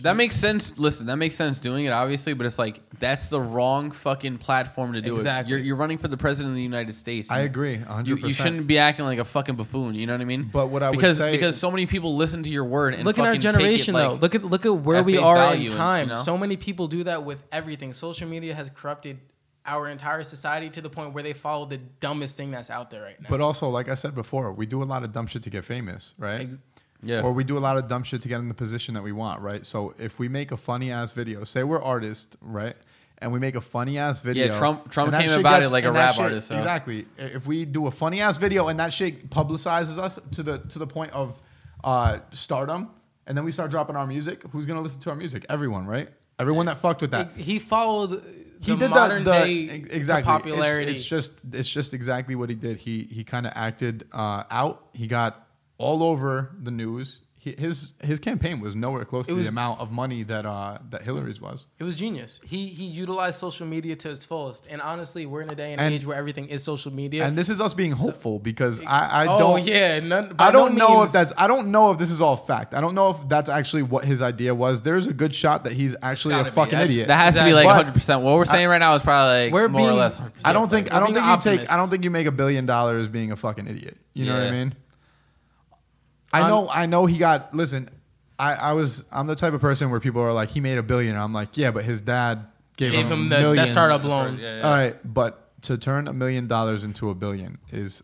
Speaker 3: That makes sense. Listen, that makes sense doing it, obviously, but it's like that's the wrong fucking platform to do
Speaker 2: Exactly.
Speaker 3: it. You're, you're running for the president of the United States.
Speaker 1: I
Speaker 3: You-
Speaker 1: agree, a hundred
Speaker 3: You, you
Speaker 1: percent.
Speaker 3: shouldn't be acting like a fucking buffoon. You know what I mean?
Speaker 1: But what I would
Speaker 3: because
Speaker 1: say-
Speaker 3: because so many people listen to your word and
Speaker 2: look at our
Speaker 3: fucking take it
Speaker 2: generation
Speaker 3: like-
Speaker 2: though. Look at look at where
Speaker 3: at
Speaker 2: we
Speaker 3: face
Speaker 2: are
Speaker 3: value
Speaker 2: in
Speaker 3: and, you
Speaker 2: time.
Speaker 3: know?
Speaker 2: So many people do that with everything. Social media has corrupted our entire society to the point where they follow the dumbest thing that's out there right now.
Speaker 1: But also, like I said before, we do a lot of dumb shit to get famous, right?
Speaker 2: Ex-
Speaker 3: Yeah.
Speaker 1: Or we do a lot of dumb shit to get in the position that we want, right? So if we make a funny ass video, say we're artists, right? And we make a funny ass video.
Speaker 3: Trump- Trump
Speaker 1: and that
Speaker 3: came
Speaker 1: shit
Speaker 3: about it like a
Speaker 1: and that
Speaker 3: rap
Speaker 1: shit-
Speaker 3: artist, so.
Speaker 1: Exactly. I- If we do a funny ass video and that shit publicizes us to the to the point of uh, stardom, and then we start dropping our music, who's gonna listen to our music? Everyone, right? Everyone that fucked with that
Speaker 2: he followed the
Speaker 1: he did
Speaker 2: modern
Speaker 1: that the,
Speaker 2: day
Speaker 1: ex-
Speaker 2: to
Speaker 1: exactly It's-
Speaker 2: e, popularity.
Speaker 1: It's, just it's just exactly what he did. He he kind of acted uh, out. He got all over the news. he, his his campaign was nowhere close to
Speaker 2: was-
Speaker 1: the amount of money that uh, that Hillary's was.
Speaker 2: It was genius. He he utilized social media to its fullest. And honestly, we're in a day and,
Speaker 1: And-
Speaker 2: age where everything is social media.
Speaker 1: And this is us being hopeful because I, I
Speaker 2: oh
Speaker 1: don't
Speaker 2: yeah, none, by
Speaker 1: I don't
Speaker 2: no
Speaker 1: know
Speaker 2: means-
Speaker 1: if that's I don't know if this is all fact. I don't know if that's actually what his idea was. There's a good shot that he's actually a
Speaker 2: gotta be.
Speaker 1: fucking
Speaker 2: That's-
Speaker 1: idiot.
Speaker 3: That has to be like
Speaker 1: But-
Speaker 3: 100. percent What we're saying right now is probably like
Speaker 2: We're
Speaker 3: more or
Speaker 2: being-
Speaker 3: less. 100%.
Speaker 1: I don't think
Speaker 2: We're
Speaker 1: I don't think you take
Speaker 2: being
Speaker 1: I don't
Speaker 2: optimists.
Speaker 1: think you make a billion dollars being a fucking idiot. You know what I
Speaker 3: Yeah.
Speaker 1: mean? I
Speaker 2: I'm-
Speaker 1: know I know he got listen, I, I was I'm the type of person where people are like, he made a billion. I'm like, yeah, but his dad gave,
Speaker 2: gave him the,
Speaker 1: millions.
Speaker 2: that startup loan.
Speaker 3: Yeah,
Speaker 1: All right, but to turn a million dollars into a billion is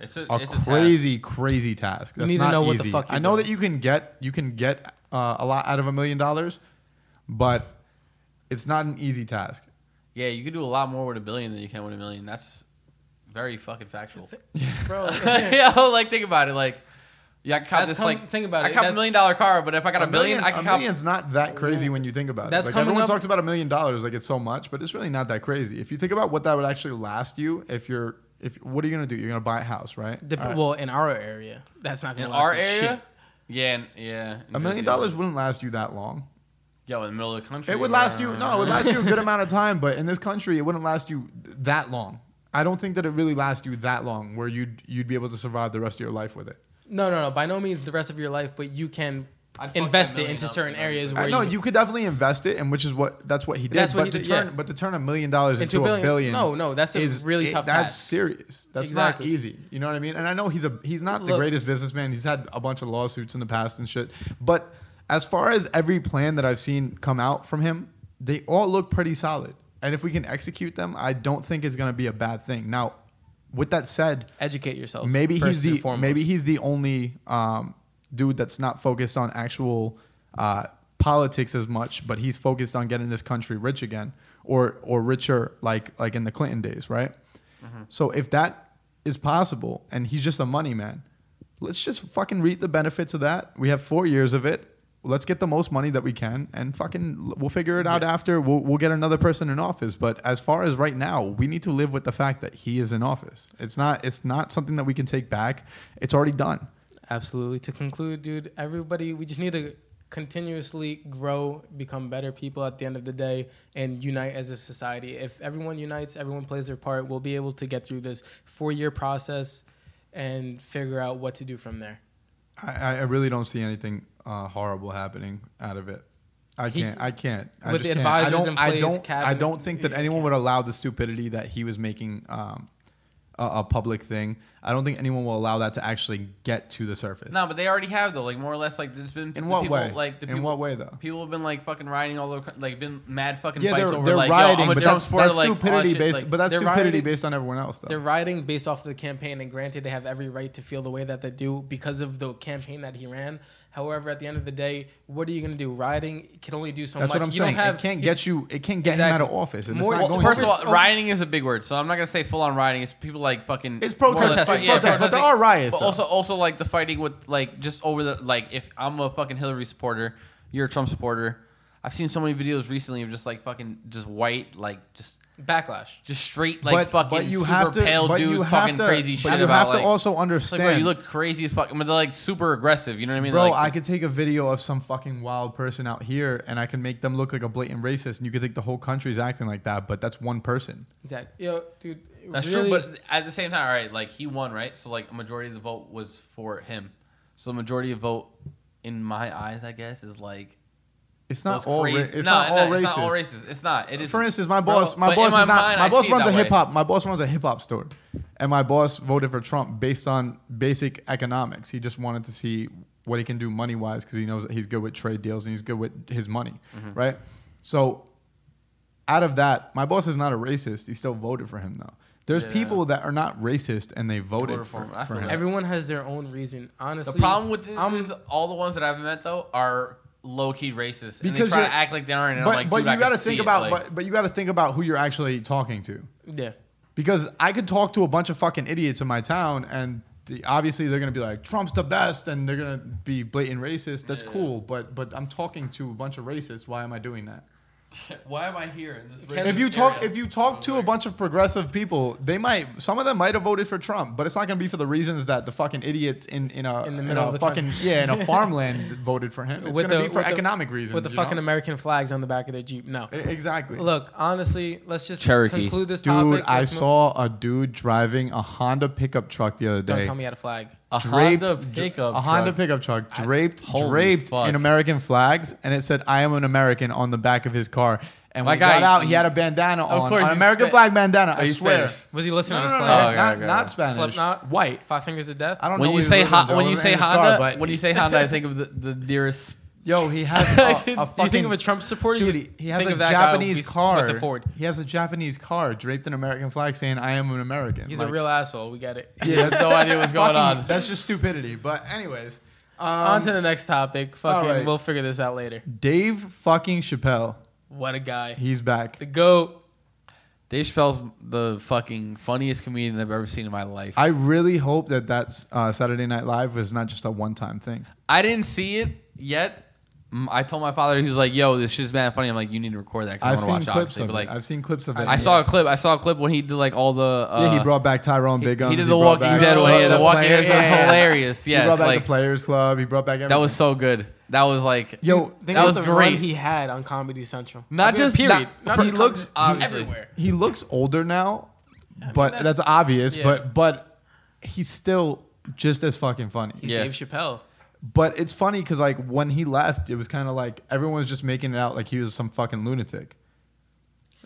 Speaker 3: It's a,
Speaker 1: a
Speaker 3: it's a task.
Speaker 1: crazy, crazy task. That's
Speaker 2: need to
Speaker 1: not
Speaker 2: know
Speaker 1: easy.
Speaker 2: what the fuck you're
Speaker 1: I know
Speaker 2: doing.
Speaker 1: that you can get you can get uh, a lot out of a million dollars, but it's not an easy task.
Speaker 3: Yeah, you could do a lot more with a billion than you can with a million. That's very fucking factual.
Speaker 2: Bro,
Speaker 3: Yo, like think about it. Like, yeah, I cop
Speaker 2: That's
Speaker 3: this
Speaker 2: come-
Speaker 3: like
Speaker 2: think about
Speaker 3: I
Speaker 2: it.
Speaker 3: cop a
Speaker 2: That's-
Speaker 3: million dollar car, but if I got a, billion, I
Speaker 1: a
Speaker 3: can cop.
Speaker 1: million's not that crazy when you think about
Speaker 2: That's
Speaker 1: it. Like
Speaker 2: coming
Speaker 1: everyone
Speaker 2: up-
Speaker 1: talks about a million dollars like it's so much, but it's really not that crazy. If you think about what that would actually last you, if you're if what are you gonna do? You're gonna buy a house, right?
Speaker 2: Dep-
Speaker 1: All right.
Speaker 2: Well, in our area, that's not
Speaker 3: in
Speaker 2: gonna last
Speaker 3: our
Speaker 2: us
Speaker 3: area.
Speaker 2: Shit.
Speaker 3: Yeah, in- yeah. in
Speaker 1: A million
Speaker 3: Jersey.
Speaker 1: dollars wouldn't last you that long.
Speaker 3: Yo, in the middle of the country. uh,
Speaker 1: It would last you no, it would last you a good amount of time, but in this country, it wouldn't last you th- that long. I don't think that it really lasts you that long where you'd you'd be able to survive the rest of your life with it.
Speaker 2: No, no, no. By no means the rest of your life, but you can
Speaker 3: I'd fuck
Speaker 2: invest
Speaker 3: that
Speaker 2: it
Speaker 3: million
Speaker 2: into
Speaker 3: up
Speaker 2: certain
Speaker 3: and then-
Speaker 2: areas
Speaker 1: I
Speaker 2: where
Speaker 1: know
Speaker 2: you,
Speaker 1: you could definitely invest it, and which is what that's what he did.
Speaker 2: That's what
Speaker 1: but
Speaker 2: he
Speaker 1: to
Speaker 2: did,
Speaker 1: turn
Speaker 2: yeah.
Speaker 1: but to turn a million dollars into, a billion,
Speaker 2: No, no, that's a really tough
Speaker 1: That's
Speaker 2: task.
Speaker 1: serious. That's
Speaker 2: Exactly.
Speaker 1: not easy. You know what I mean? And I know he's a he's not the
Speaker 2: Look-
Speaker 1: greatest businessman. He's had a bunch of lawsuits in the past and shit. But as far as every plan that I've seen come out from him, they all look pretty solid. And if we can execute them, I don't think it's going to be a bad thing. Now, with that said,
Speaker 2: educate yourself.
Speaker 1: maybe
Speaker 2: first
Speaker 1: he's
Speaker 2: and
Speaker 1: the
Speaker 2: foremost.
Speaker 1: maybe he's the only um, dude that's not focused on actual uh, politics as much, but he's focused on getting this country rich again or or richer like like in the Clinton days, right? So if that is possible, and he's just a money man, let's just fucking reap the benefits of that. We have four years of it. Let's get the most money that we can, and fucking, we'll figure it out after. We'll, we'll get another person in office. But as far as right now, we need to live with the fact that he is in office. It's not, it's not something that we can take back. It's already done.
Speaker 2: Absolutely. To conclude, dude, everybody, we just need to continuously grow, become better people at the end of the day, and unite as a society. If everyone unites, everyone plays their part, we'll be able to get through this four year process and figure out what to do from there.
Speaker 1: I, I- I really don't see anything uh, horrible happening out of it. I
Speaker 2: He-
Speaker 1: can't. I can't. I
Speaker 2: with
Speaker 1: just
Speaker 2: the
Speaker 1: can't. I
Speaker 2: advisors
Speaker 1: don't.
Speaker 2: in
Speaker 1: I
Speaker 2: place,
Speaker 1: don't. I
Speaker 2: cabinet-
Speaker 1: don't think that anyone would allow the stupidity that he was making um, a, a public thing. I don't think anyone will allow that to actually get to the surface.
Speaker 3: No, but they already have though. Like more or less, like there's been
Speaker 1: In
Speaker 3: the
Speaker 1: what
Speaker 3: people,
Speaker 1: way?
Speaker 3: Like the
Speaker 1: In
Speaker 3: people,
Speaker 1: what way, though?
Speaker 3: People have been like fucking rioting all over, like been mad fucking
Speaker 1: yeah,
Speaker 3: fights
Speaker 1: they're,
Speaker 3: over
Speaker 1: they're
Speaker 3: like yo,
Speaker 1: rioting,
Speaker 3: I'm a
Speaker 1: but
Speaker 3: Trump
Speaker 1: that's,
Speaker 3: supporter.
Speaker 1: that's
Speaker 3: like, all that
Speaker 1: stupidity
Speaker 3: shit,
Speaker 1: based.
Speaker 3: like,
Speaker 1: but that's
Speaker 2: they're
Speaker 1: stupidity
Speaker 2: rioting-
Speaker 1: based on everyone else, though.
Speaker 2: They're rioting based off the campaign, and granted, they have every right to feel the way that they do because of the campaign that he ran. However, at the end of the day, what are you going to do? Rioting can only do so
Speaker 1: That's
Speaker 2: much.
Speaker 1: what I'm
Speaker 2: you
Speaker 1: saying.
Speaker 2: Don't have,
Speaker 1: it can't get you. It can't get him
Speaker 2: Exactly.
Speaker 1: out of office. And
Speaker 2: More-
Speaker 1: it's not
Speaker 2: well,
Speaker 1: going
Speaker 3: First of
Speaker 1: to.
Speaker 2: Over-
Speaker 3: all, rioting is a big word, so I'm not gonna say full on rioting. It's people like fucking.
Speaker 1: It's
Speaker 3: more or less
Speaker 1: protesting,
Speaker 3: fight-
Speaker 1: it's protesting, but there
Speaker 3: protesting.
Speaker 1: are riots,
Speaker 3: But
Speaker 1: though.
Speaker 3: also, also like the fighting with like just over the like if I'm a fucking Hillary supporter, you're a Trump supporter. I've seen so many videos recently of just like fucking just white like just
Speaker 2: backlash.
Speaker 3: just straight like fucking super pale
Speaker 1: but
Speaker 3: dude
Speaker 1: you have
Speaker 3: talking
Speaker 1: to-
Speaker 3: crazy
Speaker 1: but
Speaker 3: shit
Speaker 1: you
Speaker 3: about
Speaker 1: have
Speaker 3: like,
Speaker 1: to also
Speaker 3: it's like, bro,
Speaker 1: understand.
Speaker 3: you look crazy as fuck. I mean, they're like super aggressive. You know what I mean?
Speaker 1: Bro,
Speaker 3: like,
Speaker 1: I could take a video of some fucking wild person out here and I can make them look like a blatant racist and you could think the whole country's acting like that, but that's one person.
Speaker 2: Exactly. Yo, dude.
Speaker 3: That's
Speaker 2: really-
Speaker 3: true, but at the same time, all right, like he won, right? So like a majority of the vote was for him. So the majority of vote, in my eyes, I guess, is like
Speaker 1: It's not
Speaker 3: those
Speaker 1: all ra-
Speaker 3: crazy-
Speaker 1: it's
Speaker 3: No,
Speaker 1: not all
Speaker 3: It's
Speaker 1: racist.
Speaker 3: not all racist. It's not. It is.
Speaker 1: For instance, my
Speaker 3: Bro,
Speaker 1: boss, my
Speaker 3: but
Speaker 1: boss
Speaker 3: in my
Speaker 1: is not.
Speaker 3: mind,
Speaker 1: my
Speaker 3: I
Speaker 1: boss
Speaker 3: see it
Speaker 1: runs a
Speaker 3: that way.
Speaker 1: hip hop. My boss runs a hip hop store, and my boss voted for Trump based on basic economics. He just wanted to see what he can do money wise because he knows that he's good with trade deals and he's good with his money,
Speaker 3: Mm-hmm.
Speaker 1: right? So, out of that, my boss is not a racist. He still voted for him though. There's
Speaker 3: Yeah.
Speaker 1: people that are not racist and they voted,
Speaker 3: Voted for
Speaker 1: for,
Speaker 3: him. I
Speaker 1: for
Speaker 3: feel
Speaker 1: him.
Speaker 3: that.
Speaker 2: Everyone has their own reason. Honestly,
Speaker 3: The problem with this
Speaker 2: I'm-
Speaker 3: is all the ones that I've met though are low key racist, and they
Speaker 1: Because
Speaker 3: try to
Speaker 1: you're-
Speaker 3: act like they aren't. And
Speaker 1: but
Speaker 3: I'm like,
Speaker 1: but
Speaker 3: dude, I
Speaker 1: you
Speaker 3: can
Speaker 1: got to
Speaker 3: see
Speaker 1: think
Speaker 3: it,
Speaker 1: about
Speaker 3: like-
Speaker 1: but, but you got to think about who you're actually talking to.
Speaker 2: yeah,
Speaker 1: because I could talk to a bunch of fucking idiots in my town, and the, obviously they're gonna be like Trump's the best, and they're gonna be blatant racist. That's cool, but but I'm talking to a bunch of racists. Why am I doing that?
Speaker 3: Why am I here in this?
Speaker 2: Ken-
Speaker 1: if
Speaker 2: racist
Speaker 1: you talk,
Speaker 2: area.
Speaker 1: if you talk to a bunch of progressive people, they might. Some of them might have voted for Trump, but it's not going to be for the reasons that the fucking idiots in in a
Speaker 2: In the middle
Speaker 1: a
Speaker 2: of the
Speaker 1: fucking
Speaker 2: country.
Speaker 1: yeah in a farmland voted for him. It's going
Speaker 2: With
Speaker 1: to
Speaker 2: the-
Speaker 1: be for
Speaker 2: with the-
Speaker 1: economic reasons.
Speaker 2: with the
Speaker 1: you know?
Speaker 2: fucking American flags on the back of their jeep. No,
Speaker 1: E- exactly.
Speaker 2: look, honestly, let's just
Speaker 3: Cherokee.
Speaker 2: conclude this topic.
Speaker 1: Dude, I
Speaker 2: Let's move-
Speaker 1: saw a dude driving a Honda pickup truck the other
Speaker 2: Don't
Speaker 1: day.
Speaker 2: tell me you had a flag.
Speaker 3: a
Speaker 1: draped,
Speaker 3: Honda pickup.
Speaker 1: a Honda
Speaker 3: truck.
Speaker 1: pickup truck draped,
Speaker 3: holy
Speaker 1: draped
Speaker 3: fuck.
Speaker 1: in American flags, and it said "I am an American" on the back of his car. And when
Speaker 3: My
Speaker 1: he got
Speaker 3: guy-
Speaker 1: out, he had a bandana on,
Speaker 3: course,
Speaker 1: an
Speaker 3: he's
Speaker 1: American
Speaker 3: Spa-
Speaker 1: flag bandana. I
Speaker 3: he's
Speaker 1: swear,
Speaker 3: Spanish. "Oh,
Speaker 2: Was he listening to
Speaker 1: no, no, no,
Speaker 2: Slang?
Speaker 3: okay,
Speaker 1: not,
Speaker 3: okay,
Speaker 1: not
Speaker 3: okay.
Speaker 1: Spanish.
Speaker 2: Slipknot,
Speaker 1: white.
Speaker 2: Five Fingers to Death.
Speaker 1: I don't
Speaker 3: When
Speaker 1: know.
Speaker 3: you
Speaker 1: what he
Speaker 3: say
Speaker 1: was listening
Speaker 3: Honda,
Speaker 1: to. I
Speaker 3: when you
Speaker 1: wasn't
Speaker 3: say
Speaker 1: in his car,
Speaker 3: Honda,
Speaker 1: but
Speaker 3: when you say Honda, I think of the, the dearest.
Speaker 1: yo, he has a, a
Speaker 2: you think
Speaker 1: fucking
Speaker 2: of a Trump supporter?
Speaker 1: dude.
Speaker 2: you
Speaker 1: He, he has
Speaker 2: think
Speaker 1: a
Speaker 2: of that guy
Speaker 1: Japanese
Speaker 2: with-
Speaker 1: car.
Speaker 2: with the Ford.
Speaker 1: He has a Japanese car draped in American flag, saying "I am an American."
Speaker 2: He's
Speaker 1: Like,
Speaker 2: a real asshole. We get it.
Speaker 1: Yeah, that's
Speaker 3: no idea what's going
Speaker 1: fucking-
Speaker 3: on.
Speaker 1: That's just stupidity. But anyways,
Speaker 2: on
Speaker 1: um,
Speaker 2: to the next topic. Fucking,
Speaker 1: right.
Speaker 2: we'll figure this out later.
Speaker 1: Dave fucking Chappelle.
Speaker 2: What a guy.
Speaker 1: He's back.
Speaker 2: The goat.
Speaker 3: Dave Chappelle's the fucking funniest comedian I've ever seen in my life.
Speaker 1: I really hope that that's uh, Saturday Night Live was not just a one-time thing.
Speaker 3: I didn't see it yet. Mm, I told my father, he was like, "Yo, this shit's mad funny." I'm like, "You need to record that."
Speaker 1: I've
Speaker 3: Cause I
Speaker 1: seen
Speaker 3: want to watch
Speaker 1: clips
Speaker 3: it, obviously."
Speaker 1: of it.
Speaker 3: But like,
Speaker 1: I've seen clips of it.
Speaker 3: I saw a clip. I saw a clip when he did like all the. Uh,
Speaker 1: yeah, he brought back Tyrone Big
Speaker 3: he,
Speaker 1: Guns.
Speaker 3: did the
Speaker 1: brought
Speaker 3: Walking
Speaker 1: back-
Speaker 3: Dead one.
Speaker 1: he
Speaker 3: Yeah,
Speaker 1: brought
Speaker 3: the Walking
Speaker 1: player-
Speaker 3: Dead was
Speaker 1: yeah, yeah.
Speaker 3: hilarious.
Speaker 1: he
Speaker 3: Yeah,
Speaker 1: brought
Speaker 3: it's
Speaker 1: back
Speaker 3: like
Speaker 1: the Players Club. He brought back everything.
Speaker 3: that was so good. That was like
Speaker 1: yo.
Speaker 2: Think
Speaker 3: That
Speaker 2: about
Speaker 3: was
Speaker 2: the
Speaker 3: great.
Speaker 2: run he had on Comedy Central.
Speaker 3: Not
Speaker 2: I mean,
Speaker 3: just
Speaker 2: period.
Speaker 3: that-
Speaker 2: Not
Speaker 3: for-
Speaker 2: just
Speaker 1: he looks-
Speaker 2: Comedy Central,
Speaker 3: obviously.
Speaker 2: everywhere.
Speaker 1: He looks older now, but
Speaker 2: that's-
Speaker 1: that's, obvious.
Speaker 2: yeah.
Speaker 1: But but he's still just as fucking funny.
Speaker 2: He's
Speaker 3: Yeah.
Speaker 2: Dave Chappelle.
Speaker 1: But it's funny because like when he left, it was kind of like everyone was just making it out like he was some fucking lunatic,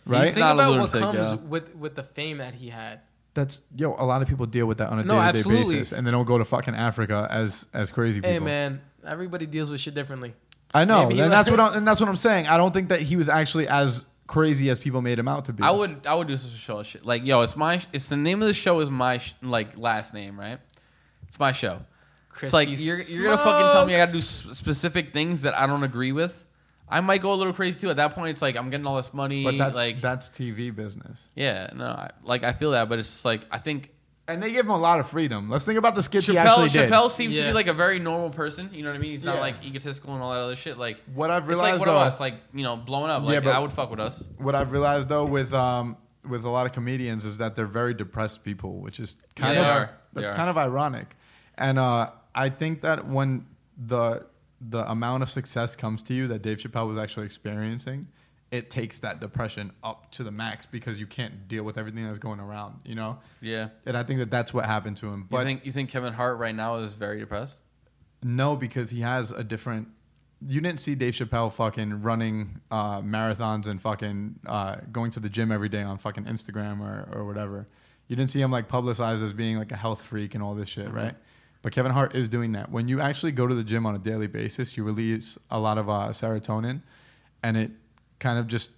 Speaker 1: right?
Speaker 2: Think
Speaker 3: not a
Speaker 2: about what
Speaker 3: lunatic,
Speaker 2: comes
Speaker 3: yeah.
Speaker 2: with with the fame that he had.
Speaker 1: That's yo. A lot of people deal with that on a
Speaker 2: No,
Speaker 1: day to day
Speaker 2: absolutely.
Speaker 1: basis, and they don't go to fucking Africa as as crazy people.
Speaker 2: Hey man, everybody deals with shit differently.
Speaker 1: I know,
Speaker 2: Maybe
Speaker 1: and
Speaker 2: he
Speaker 1: that's
Speaker 2: was-
Speaker 1: what I'm, and that's what I'm saying. I don't think that he was actually as crazy as people made him out to be.
Speaker 3: I would I would do some show shit. Like yo, it's my it's the name of the show is my sh- like last name right? It's my show. it's like
Speaker 2: Crispy
Speaker 3: you're you're gonna fucking tell me I gotta do
Speaker 2: smokes.
Speaker 3: s- specific things that I don't agree with. I might go a little crazy too. At that point, it's like I'm getting all this money.
Speaker 1: but that's
Speaker 3: like
Speaker 1: that's TV business,
Speaker 3: yeah, no, I, like I feel that, but it's just like I think
Speaker 1: and they give him a lot of freedom. Let's think about the skits he
Speaker 3: Chappelle
Speaker 1: actually did.
Speaker 3: Chappelle seems to
Speaker 2: Yeah.
Speaker 3: be like a very normal person. You know what I mean? He's not
Speaker 1: Yeah.
Speaker 3: like egotistical and all that other shit. Like
Speaker 1: What I've
Speaker 3: it's like
Speaker 1: realized,
Speaker 3: one of
Speaker 1: though-
Speaker 3: us, like you know, blowing up. Like
Speaker 1: Yeah, but-
Speaker 3: I would fuck with us.
Speaker 1: what I've realized though with um with a lot of comedians is that they're very depressed people, which is kind
Speaker 3: Yeah, they
Speaker 1: of
Speaker 3: are.
Speaker 1: that's
Speaker 3: They are.
Speaker 1: kind of ironic. And uh, I think that when the the amount of success comes to you that Dave Chappelle was actually experiencing, it takes that depression up to the max because you can't deal with everything that's going around, you know.
Speaker 3: Yeah.
Speaker 1: And I think that that's what happened to him.
Speaker 3: You
Speaker 1: But
Speaker 3: think you think Kevin Hart right now is very depressed?
Speaker 1: no, because he has a different. You didn't see Dave Chappelle fucking running uh, marathons and fucking uh, going to the gym every day on fucking Instagram or, or whatever. You didn't see him like publicized as being like a health freak and all this shit, right? But Kevin Hart is doing that. When you actually go to the gym on a daily basis, you release a lot of uh, serotonin, and it kind of just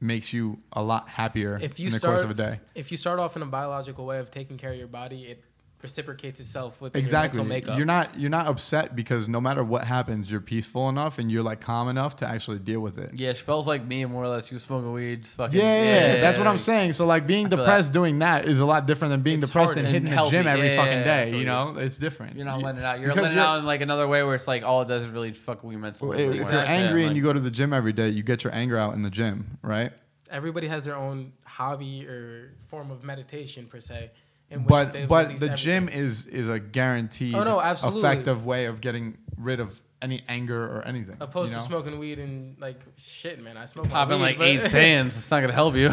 Speaker 1: makes you a lot happier
Speaker 2: If you
Speaker 1: in the
Speaker 2: start
Speaker 1: course of a day.
Speaker 2: if you start off in a biological way of taking care of your body, it reciprocates itself with
Speaker 1: exactly
Speaker 2: your mental makeup.
Speaker 1: you're not you're not upset because no matter what happens you're peaceful enough and you're like calm enough to actually deal with it
Speaker 3: Yeah, Chappelle's like me, more or less. You was smoking weed, just fucking.
Speaker 1: yeah, that's what i'm
Speaker 3: like-
Speaker 1: saying so like being
Speaker 3: I feel
Speaker 1: depressed doing that is a lot different than being
Speaker 2: It's
Speaker 1: depressed
Speaker 2: hard
Speaker 1: and
Speaker 3: and
Speaker 1: hitting the
Speaker 3: healthy.
Speaker 1: gym every
Speaker 3: Yeah,
Speaker 1: fucking
Speaker 3: yeah,
Speaker 1: day
Speaker 3: yeah.
Speaker 1: you know it's different
Speaker 3: You're not
Speaker 1: You-
Speaker 3: letting it out. You're
Speaker 1: because
Speaker 3: letting it out in like another way where it's like, oh, it doesn't really fuck with your mental.
Speaker 1: if you're angry and you go to the gym every day you get your anger out in the gym right
Speaker 2: Everybody has their own hobby or form of meditation per se. In which
Speaker 1: but
Speaker 2: they
Speaker 1: but
Speaker 2: release
Speaker 1: the
Speaker 2: everything.
Speaker 1: gym is is a guaranteed
Speaker 2: Oh, no, absolutely.
Speaker 1: effective way of getting rid of any anger or anything
Speaker 2: opposed
Speaker 1: you know?
Speaker 2: to smoking weed and like shit, man. I smoke my
Speaker 3: popping
Speaker 2: weed,
Speaker 3: like
Speaker 2: but-
Speaker 3: eight sands, it's not gonna help you.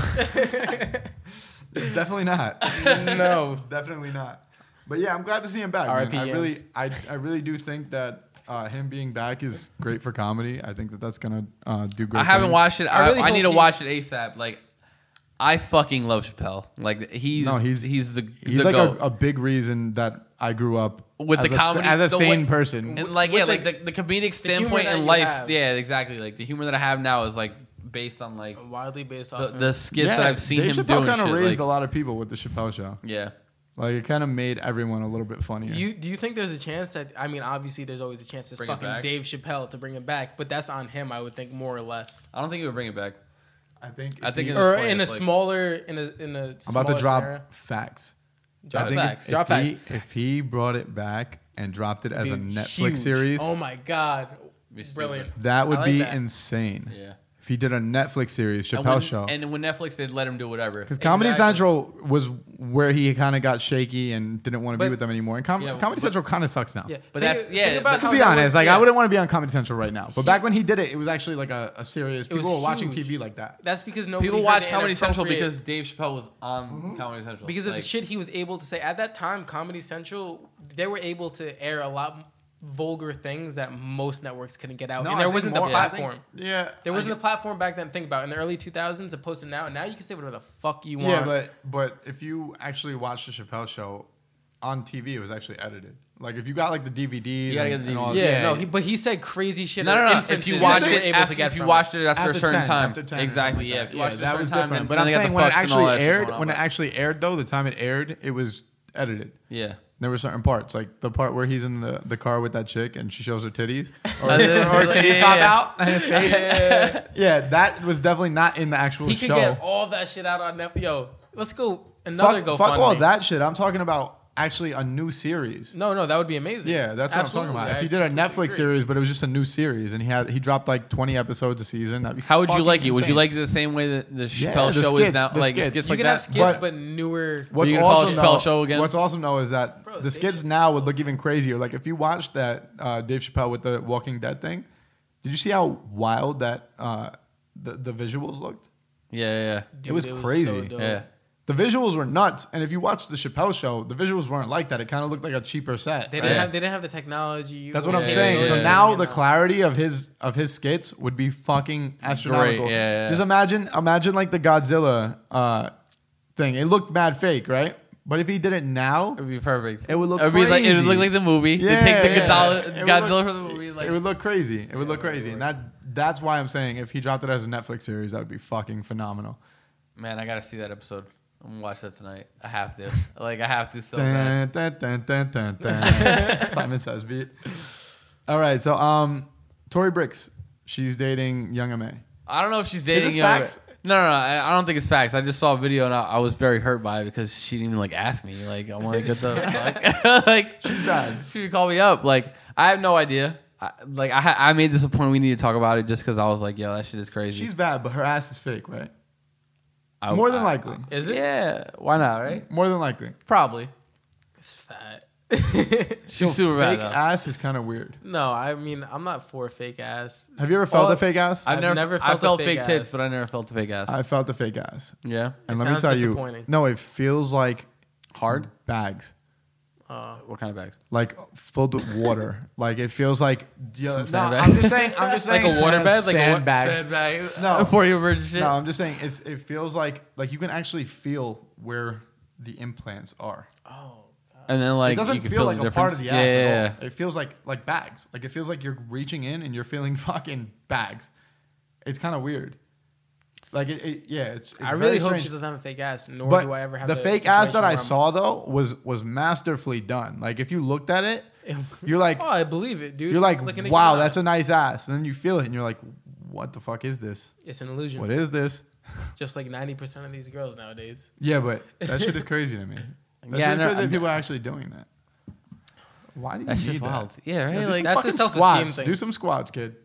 Speaker 1: definitely not
Speaker 2: no,
Speaker 1: Definitely not. But yeah, I'm glad to see him back.
Speaker 2: R.I.P.
Speaker 1: man. I really,
Speaker 2: Yams.
Speaker 1: I, I really do think that uh, him being back is great for comedy. I think that that's gonna uh, do great.
Speaker 3: I haven't
Speaker 1: things.
Speaker 3: watched it. I,
Speaker 2: really
Speaker 3: I need to
Speaker 2: hope he-
Speaker 3: watch it asap. Like, I fucking love Chappelle. Like he's
Speaker 1: No,
Speaker 3: he's
Speaker 1: he's-
Speaker 3: he's the
Speaker 1: He's
Speaker 3: the
Speaker 1: like
Speaker 3: goat.
Speaker 1: a, a big reason that I grew up
Speaker 3: With
Speaker 1: as
Speaker 3: the
Speaker 1: a, sa-
Speaker 3: comedy-
Speaker 1: as a
Speaker 3: the
Speaker 1: sane
Speaker 3: way-
Speaker 1: person.
Speaker 3: and like
Speaker 2: with
Speaker 3: yeah,
Speaker 2: the-
Speaker 3: like the, the comedic
Speaker 2: humor
Speaker 3: standpoint
Speaker 2: that
Speaker 3: in
Speaker 2: you
Speaker 3: life.
Speaker 2: have.
Speaker 3: Yeah, exactly. Like the humor that I have now is like based on like
Speaker 2: wildly based
Speaker 3: the,
Speaker 2: off
Speaker 3: the
Speaker 2: of
Speaker 3: skits that I've seen
Speaker 1: Dave
Speaker 3: him
Speaker 1: Chappelle
Speaker 3: doing.
Speaker 1: kind of
Speaker 3: shit,
Speaker 1: raised a
Speaker 3: like-
Speaker 1: lot of people with the Chappelle show.
Speaker 3: Yeah,
Speaker 1: Like it kind of made everyone a little bit funnier.
Speaker 2: You do you think there's a chance that I mean obviously there's always a chance it's
Speaker 3: Bring it
Speaker 2: fucking
Speaker 3: back.
Speaker 2: Dave Chappelle to bring it back, but that's on him I would think more or less.
Speaker 3: I don't think he would bring it back.
Speaker 1: I think.
Speaker 3: I
Speaker 1: if
Speaker 3: think
Speaker 1: you-
Speaker 3: it-
Speaker 2: Or
Speaker 3: point,
Speaker 2: in a
Speaker 3: it's like-
Speaker 2: smaller in a in a
Speaker 1: I'm about to
Speaker 2: smaller
Speaker 1: drop
Speaker 2: scenario.
Speaker 1: facts.
Speaker 2: drop
Speaker 1: I think
Speaker 2: facts.
Speaker 1: If,
Speaker 2: drop
Speaker 1: if he,
Speaker 2: facts.
Speaker 1: If he brought it back and dropped it as a
Speaker 2: Dude,
Speaker 1: Netflix
Speaker 2: huge.
Speaker 1: series,
Speaker 2: Oh my god.
Speaker 3: Be stupid.
Speaker 2: Brilliant.
Speaker 1: that would
Speaker 2: I like
Speaker 1: be
Speaker 2: that.
Speaker 1: insane.
Speaker 3: Yeah,
Speaker 1: If he did a Netflix series,
Speaker 3: And
Speaker 1: Chappelle
Speaker 3: when,
Speaker 1: Show,
Speaker 3: and when Netflix did let him do whatever.
Speaker 1: because Comedy
Speaker 2: Exactly.
Speaker 1: Central was where he kind of got shaky and didn't want to be
Speaker 3: But-
Speaker 1: with them anymore. And Com-
Speaker 3: yeah,
Speaker 1: Comedy
Speaker 3: but-
Speaker 1: Central kind of sucks now.
Speaker 2: Yeah,
Speaker 3: But
Speaker 2: think-
Speaker 3: that's- yeah,
Speaker 2: Think about
Speaker 3: but-
Speaker 2: how
Speaker 1: To be
Speaker 2: that would-
Speaker 1: honest, like
Speaker 2: yeah.
Speaker 1: I wouldn't want to be on Comedy Central right now. But
Speaker 2: He-
Speaker 1: back when he did it, it was actually like a, a serious.
Speaker 2: was
Speaker 1: People were watching
Speaker 2: huge.
Speaker 1: TV like that.
Speaker 2: That's because nobody
Speaker 3: People
Speaker 2: heard
Speaker 3: watch
Speaker 2: the
Speaker 3: Comedy Central
Speaker 2: inappropriate-
Speaker 3: because Dave Chappelle was on Comedy Central.
Speaker 2: because of
Speaker 3: Like,
Speaker 2: the shit he was able to say at that time. Comedy Central, they were able to air a lot m- vulgar things that most networks couldn't get out,
Speaker 1: No,
Speaker 2: and
Speaker 1: I
Speaker 2: there
Speaker 1: think
Speaker 2: wasn't
Speaker 1: more-
Speaker 2: the
Speaker 1: I think-
Speaker 2: platform.
Speaker 1: yeah,
Speaker 2: There wasn't
Speaker 1: I-
Speaker 2: a platform back then. Think about it. in the early 2000s, opposed to now. Now you can say whatever the fuck you want.
Speaker 1: Yeah, but but if you actually watched the Chappelle show on TV, it was actually edited. Like if you got like the DVDs,
Speaker 3: gotta
Speaker 1: and,
Speaker 3: get the
Speaker 1: and all
Speaker 3: DVDs.
Speaker 1: that-
Speaker 2: Yeah,
Speaker 3: Yeah.
Speaker 2: no, he, but he said crazy shit.
Speaker 3: No,
Speaker 2: or
Speaker 3: no, no. If
Speaker 2: inferences
Speaker 3: you
Speaker 2: that
Speaker 3: watched
Speaker 2: they were
Speaker 3: it,
Speaker 2: able to
Speaker 3: after,
Speaker 2: get
Speaker 3: if you
Speaker 2: from
Speaker 3: watched it after,
Speaker 1: After
Speaker 3: a certain
Speaker 1: 10,
Speaker 3: time,
Speaker 1: after 10 or
Speaker 3: exactly.
Speaker 1: something
Speaker 3: Yeah,
Speaker 1: like
Speaker 3: if
Speaker 1: that.
Speaker 3: you watched it
Speaker 1: that
Speaker 3: at a
Speaker 1: was
Speaker 3: certain time, then,
Speaker 1: different. But
Speaker 3: then
Speaker 1: I'm
Speaker 3: they got the
Speaker 1: saying when it
Speaker 3: fucks and all
Speaker 1: actually
Speaker 3: that shit
Speaker 1: aired,
Speaker 3: going on,
Speaker 1: when it
Speaker 3: but-
Speaker 1: actually aired though, the time it aired, it was edited.
Speaker 3: yeah.
Speaker 1: There were certain parts, like the part where he's in the, the car with that chick and she shows her titties, or,
Speaker 3: And then
Speaker 1: or her
Speaker 3: like,
Speaker 1: titties
Speaker 3: yeah,
Speaker 1: pop
Speaker 3: yeah.
Speaker 1: out. and his face. yeah, that was definitely not in the actual
Speaker 2: He
Speaker 1: show.
Speaker 2: could get all that shit out on Netflix. Yo, let's go another
Speaker 1: fuck
Speaker 2: GoFundMe.
Speaker 1: fuck all that shit. I'm talking about actually a new series.
Speaker 2: No, no, that would be amazing.
Speaker 1: Yeah, that's what
Speaker 2: Absolutely.
Speaker 1: I'm talking
Speaker 2: I
Speaker 1: about. If he did a
Speaker 2: completely
Speaker 1: Netflix
Speaker 2: agree.
Speaker 1: series, but it was just a new series, and he had he dropped like 20 episodes a season, that'd be
Speaker 3: How would you
Speaker 1: fucking
Speaker 3: like it? Would
Speaker 1: insane.
Speaker 3: you like it the same way that the
Speaker 1: Yeah,
Speaker 3: Chappelle
Speaker 1: the
Speaker 3: show is
Speaker 1: skits,
Speaker 3: now?
Speaker 1: the
Speaker 3: Like
Speaker 1: skits.
Speaker 3: skits
Speaker 2: you
Speaker 3: like
Speaker 2: could have
Speaker 3: that.
Speaker 2: skits,
Speaker 1: But-
Speaker 2: but, newer.
Speaker 1: What's
Speaker 3: you gonna call it
Speaker 1: awesome,
Speaker 3: Chappelle
Speaker 1: though,
Speaker 3: Show again?
Speaker 1: what's awesome though is that
Speaker 2: Bro,
Speaker 1: the
Speaker 2: Dave
Speaker 1: skits now would look even crazier. Like if you watched that uh, Dave Chappelle with the Walking Dead thing, did you see how wild that uh, the the visuals looked?
Speaker 3: yeah, yeah,
Speaker 2: Dude,
Speaker 1: it was
Speaker 2: so
Speaker 1: crazy.
Speaker 2: dope.
Speaker 3: yeah. yeah.
Speaker 1: The visuals were nuts, and if you watched the Chappelle show, the visuals weren't like that. It kind of looked like a cheaper set.
Speaker 2: They
Speaker 1: right?
Speaker 2: didn't
Speaker 3: Yeah.
Speaker 2: have. They didn't have the technology.
Speaker 1: That's what
Speaker 2: or
Speaker 1: I'm
Speaker 2: the-
Speaker 1: saying.
Speaker 3: yeah,
Speaker 1: so
Speaker 3: yeah.
Speaker 1: now
Speaker 2: you
Speaker 1: the
Speaker 2: know.
Speaker 1: clarity of his of his skits would be fucking astronomical.
Speaker 3: Great, yeah, yeah.
Speaker 1: Just imagine imagine like the Godzilla uh, thing. It looked mad fake, right? But if he did it now,
Speaker 3: It would be perfect.
Speaker 1: It would look
Speaker 3: It'd be like it would look
Speaker 1: crazy.
Speaker 3: like the movie.
Speaker 1: Yeah,
Speaker 3: they take the
Speaker 1: yeah.
Speaker 3: Godzilla,
Speaker 1: It would
Speaker 3: Godzilla
Speaker 1: look-
Speaker 3: from the movie. Like
Speaker 1: it would look crazy. It would look crazy, and that that's why I'm saying if he dropped it as a Netflix series, that would be fucking phenomenal.
Speaker 3: Man, I gotta see that episode. I'm gonna watch that tonight. I have to. Like I have to so bad.
Speaker 1: Dun, dun, dun, dun, dun, dun. Simon Says beat. All right, so um, Tori Bricks, she's dating Young Ma.
Speaker 3: I don't know if she's dating.
Speaker 1: this
Speaker 3: you know,
Speaker 1: facts?
Speaker 3: No, no, no. I, I don't think it's facts. I just saw a video and I, I was very hurt by it because she didn't even like ask me. Like I want to get the fuck. like she's
Speaker 1: bad.
Speaker 3: She would call me up. Like I have no idea. I, like I, ha- I made this a point. We need to talk about it just because I was like, yo, that shit is crazy.
Speaker 1: She's bad, but her ass is fake, right?
Speaker 3: I-
Speaker 1: More than
Speaker 3: I-
Speaker 1: likely.
Speaker 3: Is it? Yeah. Why not? Right?
Speaker 1: More than likely.
Speaker 3: Probably.
Speaker 2: It's fat.
Speaker 3: She's super bad.
Speaker 1: fake
Speaker 3: though.
Speaker 1: ass is kind of weird.
Speaker 2: no, I mean I'm not for fake ass.
Speaker 1: Have you ever felt
Speaker 2: All-
Speaker 1: a fake ass?
Speaker 3: I've,
Speaker 1: I,
Speaker 2: I've
Speaker 3: never,
Speaker 2: never
Speaker 3: I
Speaker 2: felt a
Speaker 3: felt
Speaker 2: fake
Speaker 3: fake tits,
Speaker 2: ass.
Speaker 3: but I never felt a fake ass.
Speaker 1: felt a fake ass,
Speaker 3: yeah.
Speaker 1: and
Speaker 2: It
Speaker 1: let me
Speaker 2: sounds
Speaker 1: tell you,
Speaker 2: disappointing.
Speaker 1: no, it feels like
Speaker 3: Hard?
Speaker 1: bags,
Speaker 2: Uh,
Speaker 3: What kind of bags?
Speaker 1: like filled with water. like it feels like. Yeah,
Speaker 3: Some
Speaker 1: no,
Speaker 3: sandbag.
Speaker 1: I'm just saying. I'm just
Speaker 3: Like
Speaker 1: saying.
Speaker 3: a water
Speaker 1: uh,
Speaker 3: bed? Like a wa-
Speaker 1: sandbags.
Speaker 2: sandbags.
Speaker 1: No.
Speaker 3: For your virgin shit?
Speaker 1: No, I'm just saying. It's it feels like like you can actually feel where the implants are.
Speaker 2: Oh,
Speaker 3: And then like
Speaker 1: it doesn't
Speaker 3: you can
Speaker 1: feel like
Speaker 3: the
Speaker 1: a part
Speaker 3: difference.
Speaker 1: of the ass
Speaker 3: yeah, yeah, yeah.
Speaker 1: at all. It feels like like bags. Like it feels like you're reaching in and you're feeling fucking bags. It's kind of weird. Like it, it yeah. It's, it's
Speaker 2: I
Speaker 1: very
Speaker 2: really hope
Speaker 1: strange.
Speaker 2: she doesn't have a fake ass. Nor
Speaker 1: But
Speaker 2: do I ever have
Speaker 1: the,
Speaker 2: a
Speaker 1: fake ass
Speaker 2: situation
Speaker 1: that I
Speaker 2: where I'm-
Speaker 1: saw though was was masterfully done. Like if you looked at it, you're like
Speaker 2: Oh, I believe it, dude.
Speaker 1: you're like
Speaker 2: Looking at
Speaker 1: wow,
Speaker 2: Ghana.
Speaker 1: that's a nice ass. And then you feel it and you're like, what the fuck is this?
Speaker 2: it's an illusion.
Speaker 1: What is this?
Speaker 2: Just like ninety percent of these girls nowadays.
Speaker 1: Yeah, but that shit is crazy to me. That
Speaker 3: Yeah,
Speaker 1: shit is
Speaker 3: I know.
Speaker 1: crazy that
Speaker 3: I'm-
Speaker 1: people are actually doing that. Why do you
Speaker 3: That's
Speaker 1: need
Speaker 3: just
Speaker 1: that?
Speaker 3: wild. Yeah, right?
Speaker 1: Yeah, do
Speaker 3: like
Speaker 1: some
Speaker 2: that's the
Speaker 1: fucking
Speaker 2: self-esteem
Speaker 1: squats.
Speaker 2: thing.
Speaker 1: Do some squats, kid.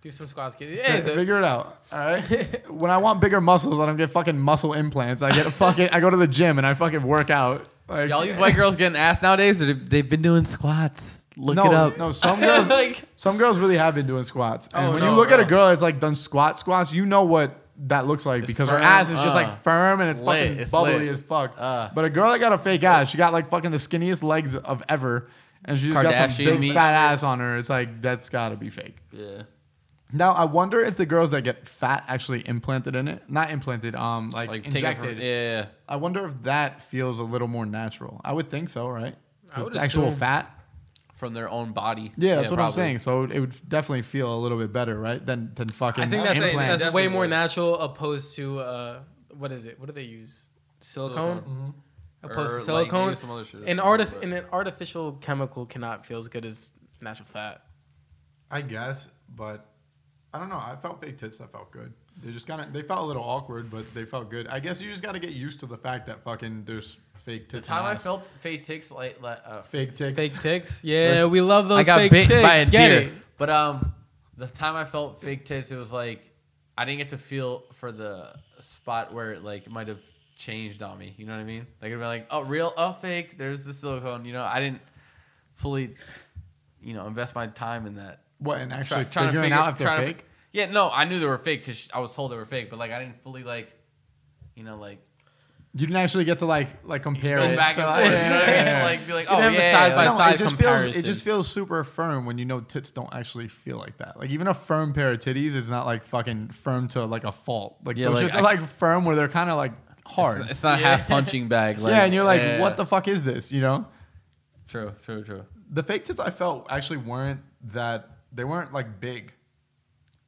Speaker 2: Do some squats, kid. Hey,
Speaker 1: Fi-
Speaker 2: the-
Speaker 1: figure it out. All right. when I want bigger muscles, I don't get fucking muscle implants. I get fucking. I go to the gym and I fucking work out. Like,
Speaker 3: Y'all, these white girls getting ass nowadays, or they've, they've been doing squats. Look
Speaker 1: no,
Speaker 3: it up.
Speaker 1: no. Some girls,
Speaker 3: Like-
Speaker 1: some girls really have been doing squats. And
Speaker 2: Oh,
Speaker 1: when
Speaker 2: no,
Speaker 1: you look at a
Speaker 2: no.
Speaker 1: girl that's like done squat squats, you know what that looks like because her
Speaker 3: firm,
Speaker 1: ass is just
Speaker 3: uh,
Speaker 1: like firm and it's
Speaker 3: lit,
Speaker 1: fucking
Speaker 3: it's
Speaker 1: bubbly
Speaker 3: lit.
Speaker 1: as fuck.
Speaker 3: Uh.
Speaker 1: but a girl that got a fake ass, she got like fucking the skinniest legs of ever, and she just got some
Speaker 3: Kardashian
Speaker 1: big
Speaker 3: meat.
Speaker 1: fat ass on her. It's like that's gotta be fake.
Speaker 3: Yeah.
Speaker 1: Now I wonder if the girls that get fat actually implanted in it, not implanted, um, like,
Speaker 3: Like take it
Speaker 1: injected.
Speaker 3: from, yeah, yeah.
Speaker 1: I wonder if that feels a little more natural. I would think so, right? 'Cause
Speaker 2: I would
Speaker 1: it's actual
Speaker 2: assume-
Speaker 1: fat.
Speaker 3: from their own body.
Speaker 1: Yeah, that's what I'm
Speaker 3: probably.
Speaker 1: saying. So it would definitely feel a little bit better, right? Than than fucking.
Speaker 2: I think that's,
Speaker 1: implants.
Speaker 2: that's way more
Speaker 3: Definitely.
Speaker 2: natural opposed to uh, what is it? What do they use? Silicone.
Speaker 1: Mm-hmm.
Speaker 2: Opposed
Speaker 3: Or,
Speaker 2: to
Speaker 3: like, they
Speaker 2: silicone.
Speaker 3: use some other shit or
Speaker 2: an
Speaker 3: something,
Speaker 2: artif-
Speaker 3: but-
Speaker 2: and an artificial chemical cannot feel as good as natural fat.
Speaker 1: I guess, but I don't know. I felt fake tits that felt good. They just kind of they felt a little awkward, but they felt good. I guess you just got to get used to the fact that fucking there's fake
Speaker 3: The
Speaker 1: tits.
Speaker 3: time I felt fake ticks, like, like uh,
Speaker 1: fake tits.
Speaker 2: Fake ticks. Yeah,
Speaker 3: Listen,
Speaker 2: we love those
Speaker 3: I got
Speaker 2: fake
Speaker 3: bit
Speaker 2: ticks.
Speaker 3: by a
Speaker 2: Get
Speaker 3: deer.
Speaker 2: it.
Speaker 3: But um, the time I felt fake tits, it was like I didn't get to feel for the spot where it like might have changed on me. You know what I mean? Like it'd be like, oh, real, oh, fake. There's the silicone. You know, I didn't fully, you know, invest my time in that.
Speaker 1: What and
Speaker 3: Try-
Speaker 1: actually figuring out if they're
Speaker 3: trying to-
Speaker 1: fake?
Speaker 3: yeah, no, I knew they were fake because I was told they were fake, but like I didn't fully like, you know, like
Speaker 1: you didn't actually get to like like compare
Speaker 3: go
Speaker 1: it.
Speaker 3: back and
Speaker 1: Yeah,
Speaker 3: forth. You know
Speaker 1: yeah,
Speaker 3: what I mean?
Speaker 1: yeah.
Speaker 3: Like be like,
Speaker 2: You
Speaker 3: oh yeah,
Speaker 2: have a side
Speaker 3: yeah,
Speaker 2: by
Speaker 3: like-
Speaker 1: No,
Speaker 2: side
Speaker 1: it just feels
Speaker 2: comparison.
Speaker 1: it just feels super firm when you know tits don't actually feel like that. Like even a firm pair of titties is not like fucking firm to like a fault. Like
Speaker 3: Yeah,
Speaker 1: those
Speaker 3: like,
Speaker 1: shits
Speaker 3: I-
Speaker 1: are like firm where they're kind of like hard.
Speaker 3: It's, it's not
Speaker 2: Yeah.
Speaker 3: half punching bag. Like,
Speaker 1: yeah, and you're like,
Speaker 3: yeah,
Speaker 1: what the fuck is this? You know,
Speaker 3: True, true, true.
Speaker 1: the fake tits I felt actually weren't that they weren't like big.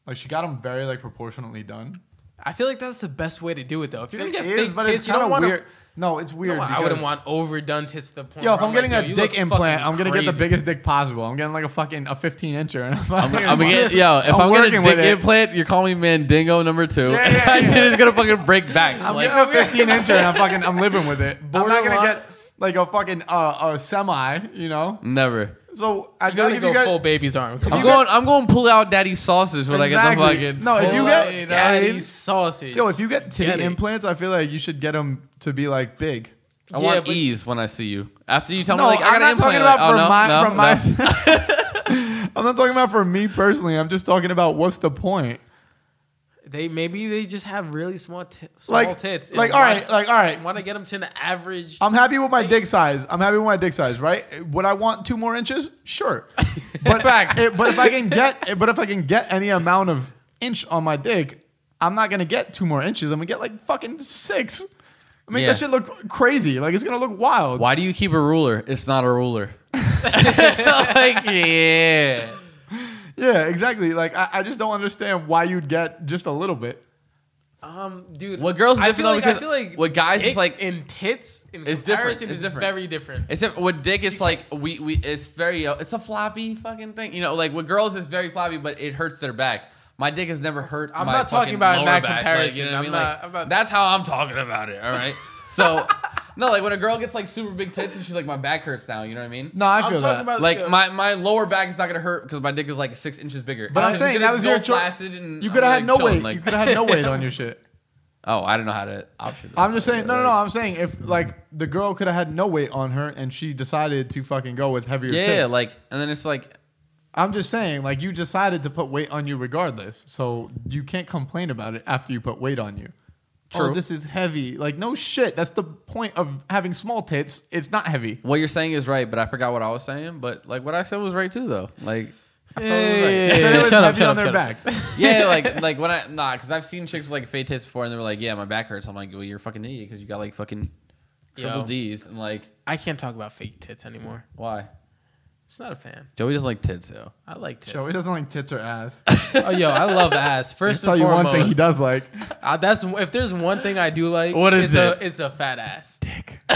Speaker 1: Like she got them very like proportionately done.
Speaker 2: I feel like that's the best way to do it though. If you're gonna
Speaker 1: It
Speaker 2: get
Speaker 1: is,
Speaker 2: fake
Speaker 1: but
Speaker 2: tits,
Speaker 1: it's
Speaker 2: you
Speaker 1: kinda
Speaker 2: don't want
Speaker 1: weird. No, it's
Speaker 2: No,
Speaker 1: weird.
Speaker 2: I wouldn't
Speaker 1: because-
Speaker 2: want overdone tits to the point.
Speaker 1: Yo,
Speaker 2: where
Speaker 1: if I'm getting
Speaker 2: like, yo,
Speaker 1: a
Speaker 2: you
Speaker 1: dick
Speaker 2: look
Speaker 1: implant,
Speaker 2: fucking
Speaker 1: I'm gonna get the
Speaker 2: crazy.
Speaker 1: biggest dick possible. I'm getting like a fucking a 15 incher. And I'm,
Speaker 3: I'm,
Speaker 1: fucking-
Speaker 3: I'm gonna get, yo, if I'm,
Speaker 1: working
Speaker 3: gonna
Speaker 1: with
Speaker 3: dick
Speaker 1: it.
Speaker 3: implant, you're calling me Mandingo number two.
Speaker 1: Yeah, yeah,
Speaker 3: That shit
Speaker 1: yeah.
Speaker 3: is gonna fucking break back.
Speaker 1: I'm
Speaker 3: like,
Speaker 1: getting a 15 incher and I'm fucking I'm living with it. I'm not gonna
Speaker 2: Borderline-
Speaker 1: get like a fucking uh, a semi, you know.
Speaker 3: never.
Speaker 1: So I
Speaker 2: I'm
Speaker 1: feel
Speaker 2: gonna
Speaker 1: like if
Speaker 2: go
Speaker 1: you guys,
Speaker 2: full baby's arm. Come
Speaker 3: I'm
Speaker 2: on.
Speaker 1: you
Speaker 3: going. I'm going pull out daddy's sausage when I
Speaker 1: Exactly.
Speaker 3: get the fucking.
Speaker 1: No, if you
Speaker 3: pull
Speaker 1: get-
Speaker 3: out, know what I mean?
Speaker 2: daddy's sausage.
Speaker 1: yo, if you get titty
Speaker 2: Get it.
Speaker 1: implants, I feel like you should get them to be like big.
Speaker 3: I
Speaker 2: Yeah,
Speaker 3: want
Speaker 2: but-
Speaker 3: ease when I see you. After you tell
Speaker 1: No,
Speaker 3: me, like, I
Speaker 1: I'm
Speaker 3: got an
Speaker 1: not
Speaker 3: implant.
Speaker 1: talking about
Speaker 3: like, oh,
Speaker 1: for
Speaker 3: no,
Speaker 1: my
Speaker 3: no,
Speaker 1: from
Speaker 3: no.
Speaker 1: my. I'm not talking about for me personally. I'm just talking about what's the point.
Speaker 2: They maybe they just have really small, t- small
Speaker 1: Like,
Speaker 2: tits.
Speaker 1: like all right, uh, like all right.
Speaker 2: want to get them to an average.
Speaker 1: I'm happy with my dick size. I'm happy with my dick size, right? Would I want two more inches? Sure. But
Speaker 3: Facts.
Speaker 1: eh, but if I can get but if I can get any amount of inch on my dick, I'm not gonna get two more inches. I'm gonna get like fucking six. I mean
Speaker 3: Yeah.
Speaker 1: that shit look crazy. Like it's gonna look wild.
Speaker 3: Why do you keep a ruler? It's not a ruler. like, yeah.
Speaker 1: Yeah, exactly. Like I, I just don't understand why you'd get just a little bit.
Speaker 2: Um, dude,
Speaker 3: What girls is
Speaker 2: I
Speaker 3: different
Speaker 2: feel
Speaker 3: though
Speaker 2: like I
Speaker 3: because
Speaker 2: feel like
Speaker 3: what guys is
Speaker 2: dick
Speaker 3: like-
Speaker 2: in tits in
Speaker 3: It's different.
Speaker 2: comparison
Speaker 3: It's
Speaker 2: is
Speaker 3: different.
Speaker 2: very different.
Speaker 3: Except with dick, it's like we we it's very uh, it's a floppy fucking thing. You know, like with girls, it's very floppy, but it hurts their back. My dick has never hurt.
Speaker 2: I'm
Speaker 3: my
Speaker 2: not talking
Speaker 3: fucking
Speaker 2: about in
Speaker 3: lower
Speaker 2: that
Speaker 3: back, like,
Speaker 2: comparison.
Speaker 3: you know what I
Speaker 2: I'm
Speaker 3: mean?
Speaker 2: not-
Speaker 3: Like,
Speaker 2: I'm not-
Speaker 3: That's how I'm talking about it. All right. So, no, like when a girl gets like super big tits and she's like, my back hurts now. You know what I mean?
Speaker 1: No, I
Speaker 2: I'm
Speaker 1: feel
Speaker 2: talking
Speaker 1: that.
Speaker 2: about
Speaker 3: Like
Speaker 2: the-
Speaker 3: my, my lower back is not gonna hurt because my dick is like six inches bigger.
Speaker 1: but I'm
Speaker 3: just
Speaker 1: saying
Speaker 3: gonna
Speaker 1: that was
Speaker 3: go
Speaker 1: your choice.
Speaker 3: flaccid and
Speaker 1: You
Speaker 3: I'm
Speaker 1: could have
Speaker 3: gonna
Speaker 1: had no
Speaker 3: chilling,
Speaker 1: weight.
Speaker 3: like-
Speaker 1: you could have had no weight on your shit.
Speaker 3: oh, I don't know how to option.
Speaker 1: I'm just saying, no, no, no. I'm saying if like the girl could have had no weight on her and she decided to fucking go with heavier.
Speaker 3: Yeah,
Speaker 1: tits.
Speaker 3: like, and then it's like,
Speaker 1: I'm just saying, like you decided to put weight on you regardless, so you can't complain about it after you put weight on you. Oh,
Speaker 3: True.
Speaker 1: this is heavy. Like no shit. That's the point of having small tits. It's not heavy.
Speaker 3: What you're saying is right, but I forgot what I was saying. But like what I said was right too, though. Like, I felt it was right.
Speaker 1: They said it was
Speaker 2: shut up,
Speaker 1: heavy
Speaker 2: shut
Speaker 1: on
Speaker 2: up,
Speaker 1: their
Speaker 2: shut up.
Speaker 1: back.
Speaker 3: yeah, like like when I nah, because I've seen chicks with, like fake tits before, and they were like, "Yeah, my back hurts." I'm like, "Well, you're a fucking idiot because you got like fucking triple
Speaker 2: Yo.
Speaker 3: D's." And like,
Speaker 2: I can't talk about fake tits anymore.
Speaker 3: why?
Speaker 2: It's not a fan.
Speaker 3: Joey doesn't like tits though.
Speaker 2: I like tits.
Speaker 1: Joey doesn't like tits or ass.
Speaker 2: oh, yo, I love ass.
Speaker 1: I
Speaker 2: First
Speaker 1: tell
Speaker 2: and
Speaker 1: you
Speaker 2: foremost,
Speaker 1: one thing he does like.
Speaker 2: Uh, that's if there's one thing I do like.
Speaker 3: What is
Speaker 2: it's
Speaker 3: it?
Speaker 2: A, it's a fat ass. Dick.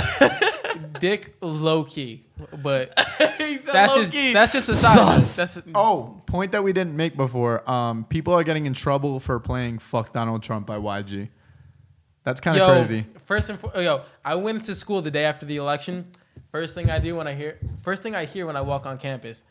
Speaker 2: Dick low key, but that's just that's just a side. note.
Speaker 3: Sus.
Speaker 2: That's
Speaker 1: Oh, point that we didn't make before. Um, people are getting in trouble for playing "Fuck Donald Trump" by YG. That's kind of
Speaker 2: yo.
Speaker 1: crazy.
Speaker 2: First and fo- yo, I went to school the day after the election. First thing I do when I hear first thing I hear when I walk on campus,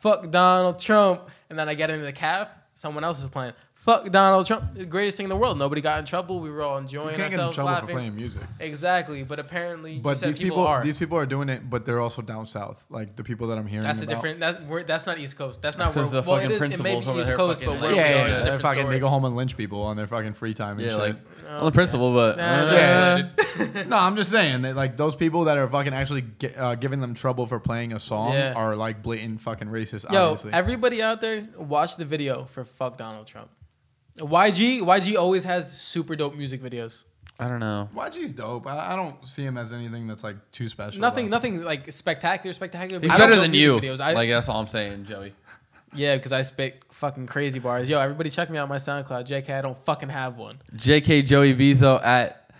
Speaker 2: fuck Donald Trump, and then I get into the caf. Someone else is playing. Fuck Donald Trump, the greatest thing in the world. Nobody got in trouble. We were all enjoying
Speaker 1: You can't get in
Speaker 2: ourselves,
Speaker 1: trouble for
Speaker 2: laughing.
Speaker 1: playing music.
Speaker 2: Exactly, but apparently,
Speaker 1: But
Speaker 2: said
Speaker 1: these
Speaker 2: people,
Speaker 1: people,
Speaker 2: are.
Speaker 1: these people are doing it, but they're also down south. Like the people that I'm hearing.
Speaker 2: That's a
Speaker 1: about.
Speaker 2: different. That's we're, that's not East Coast. That's not
Speaker 3: Because
Speaker 2: where.
Speaker 3: the
Speaker 2: Well, it
Speaker 3: fucking
Speaker 2: is. It may
Speaker 3: principals
Speaker 2: be
Speaker 3: over
Speaker 2: East
Speaker 3: there
Speaker 2: Coast,
Speaker 3: fucking
Speaker 2: but where
Speaker 3: like-
Speaker 1: Yeah, yeah,
Speaker 2: we are is
Speaker 1: yeah.
Speaker 2: a
Speaker 1: They
Speaker 2: different
Speaker 1: fucking
Speaker 2: story.
Speaker 1: they go home and lynch people on their fucking free time and
Speaker 3: Yeah,
Speaker 1: shit.
Speaker 3: like I'm the principal, but
Speaker 2: Nah,
Speaker 3: uh,
Speaker 2: that's
Speaker 1: Yeah.
Speaker 2: related.
Speaker 1: no, I'm just saying that like those people that are fucking actually gi- uh, giving them trouble for playing a song
Speaker 2: Yeah.
Speaker 1: are like blatant fucking racist.
Speaker 2: Yo,
Speaker 1: obviously.
Speaker 2: everybody out there, watch the video for "Fuck Donald Trump." YG YG always has super dope music videos.
Speaker 3: I don't know.
Speaker 1: YG's dope. I, I don't see him as anything that's like too special.
Speaker 2: Nothing,
Speaker 1: about
Speaker 2: nothing like spectacular, spectacular.
Speaker 3: He's
Speaker 2: but
Speaker 3: better
Speaker 2: dope
Speaker 3: than you.
Speaker 2: music Videos. I,
Speaker 3: like that's all I'm saying, Joey.
Speaker 2: yeah, because I spit fucking crazy bars. Yo, everybody, check me out on my SoundCloud. JK, I don't fucking have one.
Speaker 3: J.K. Joey Vizo at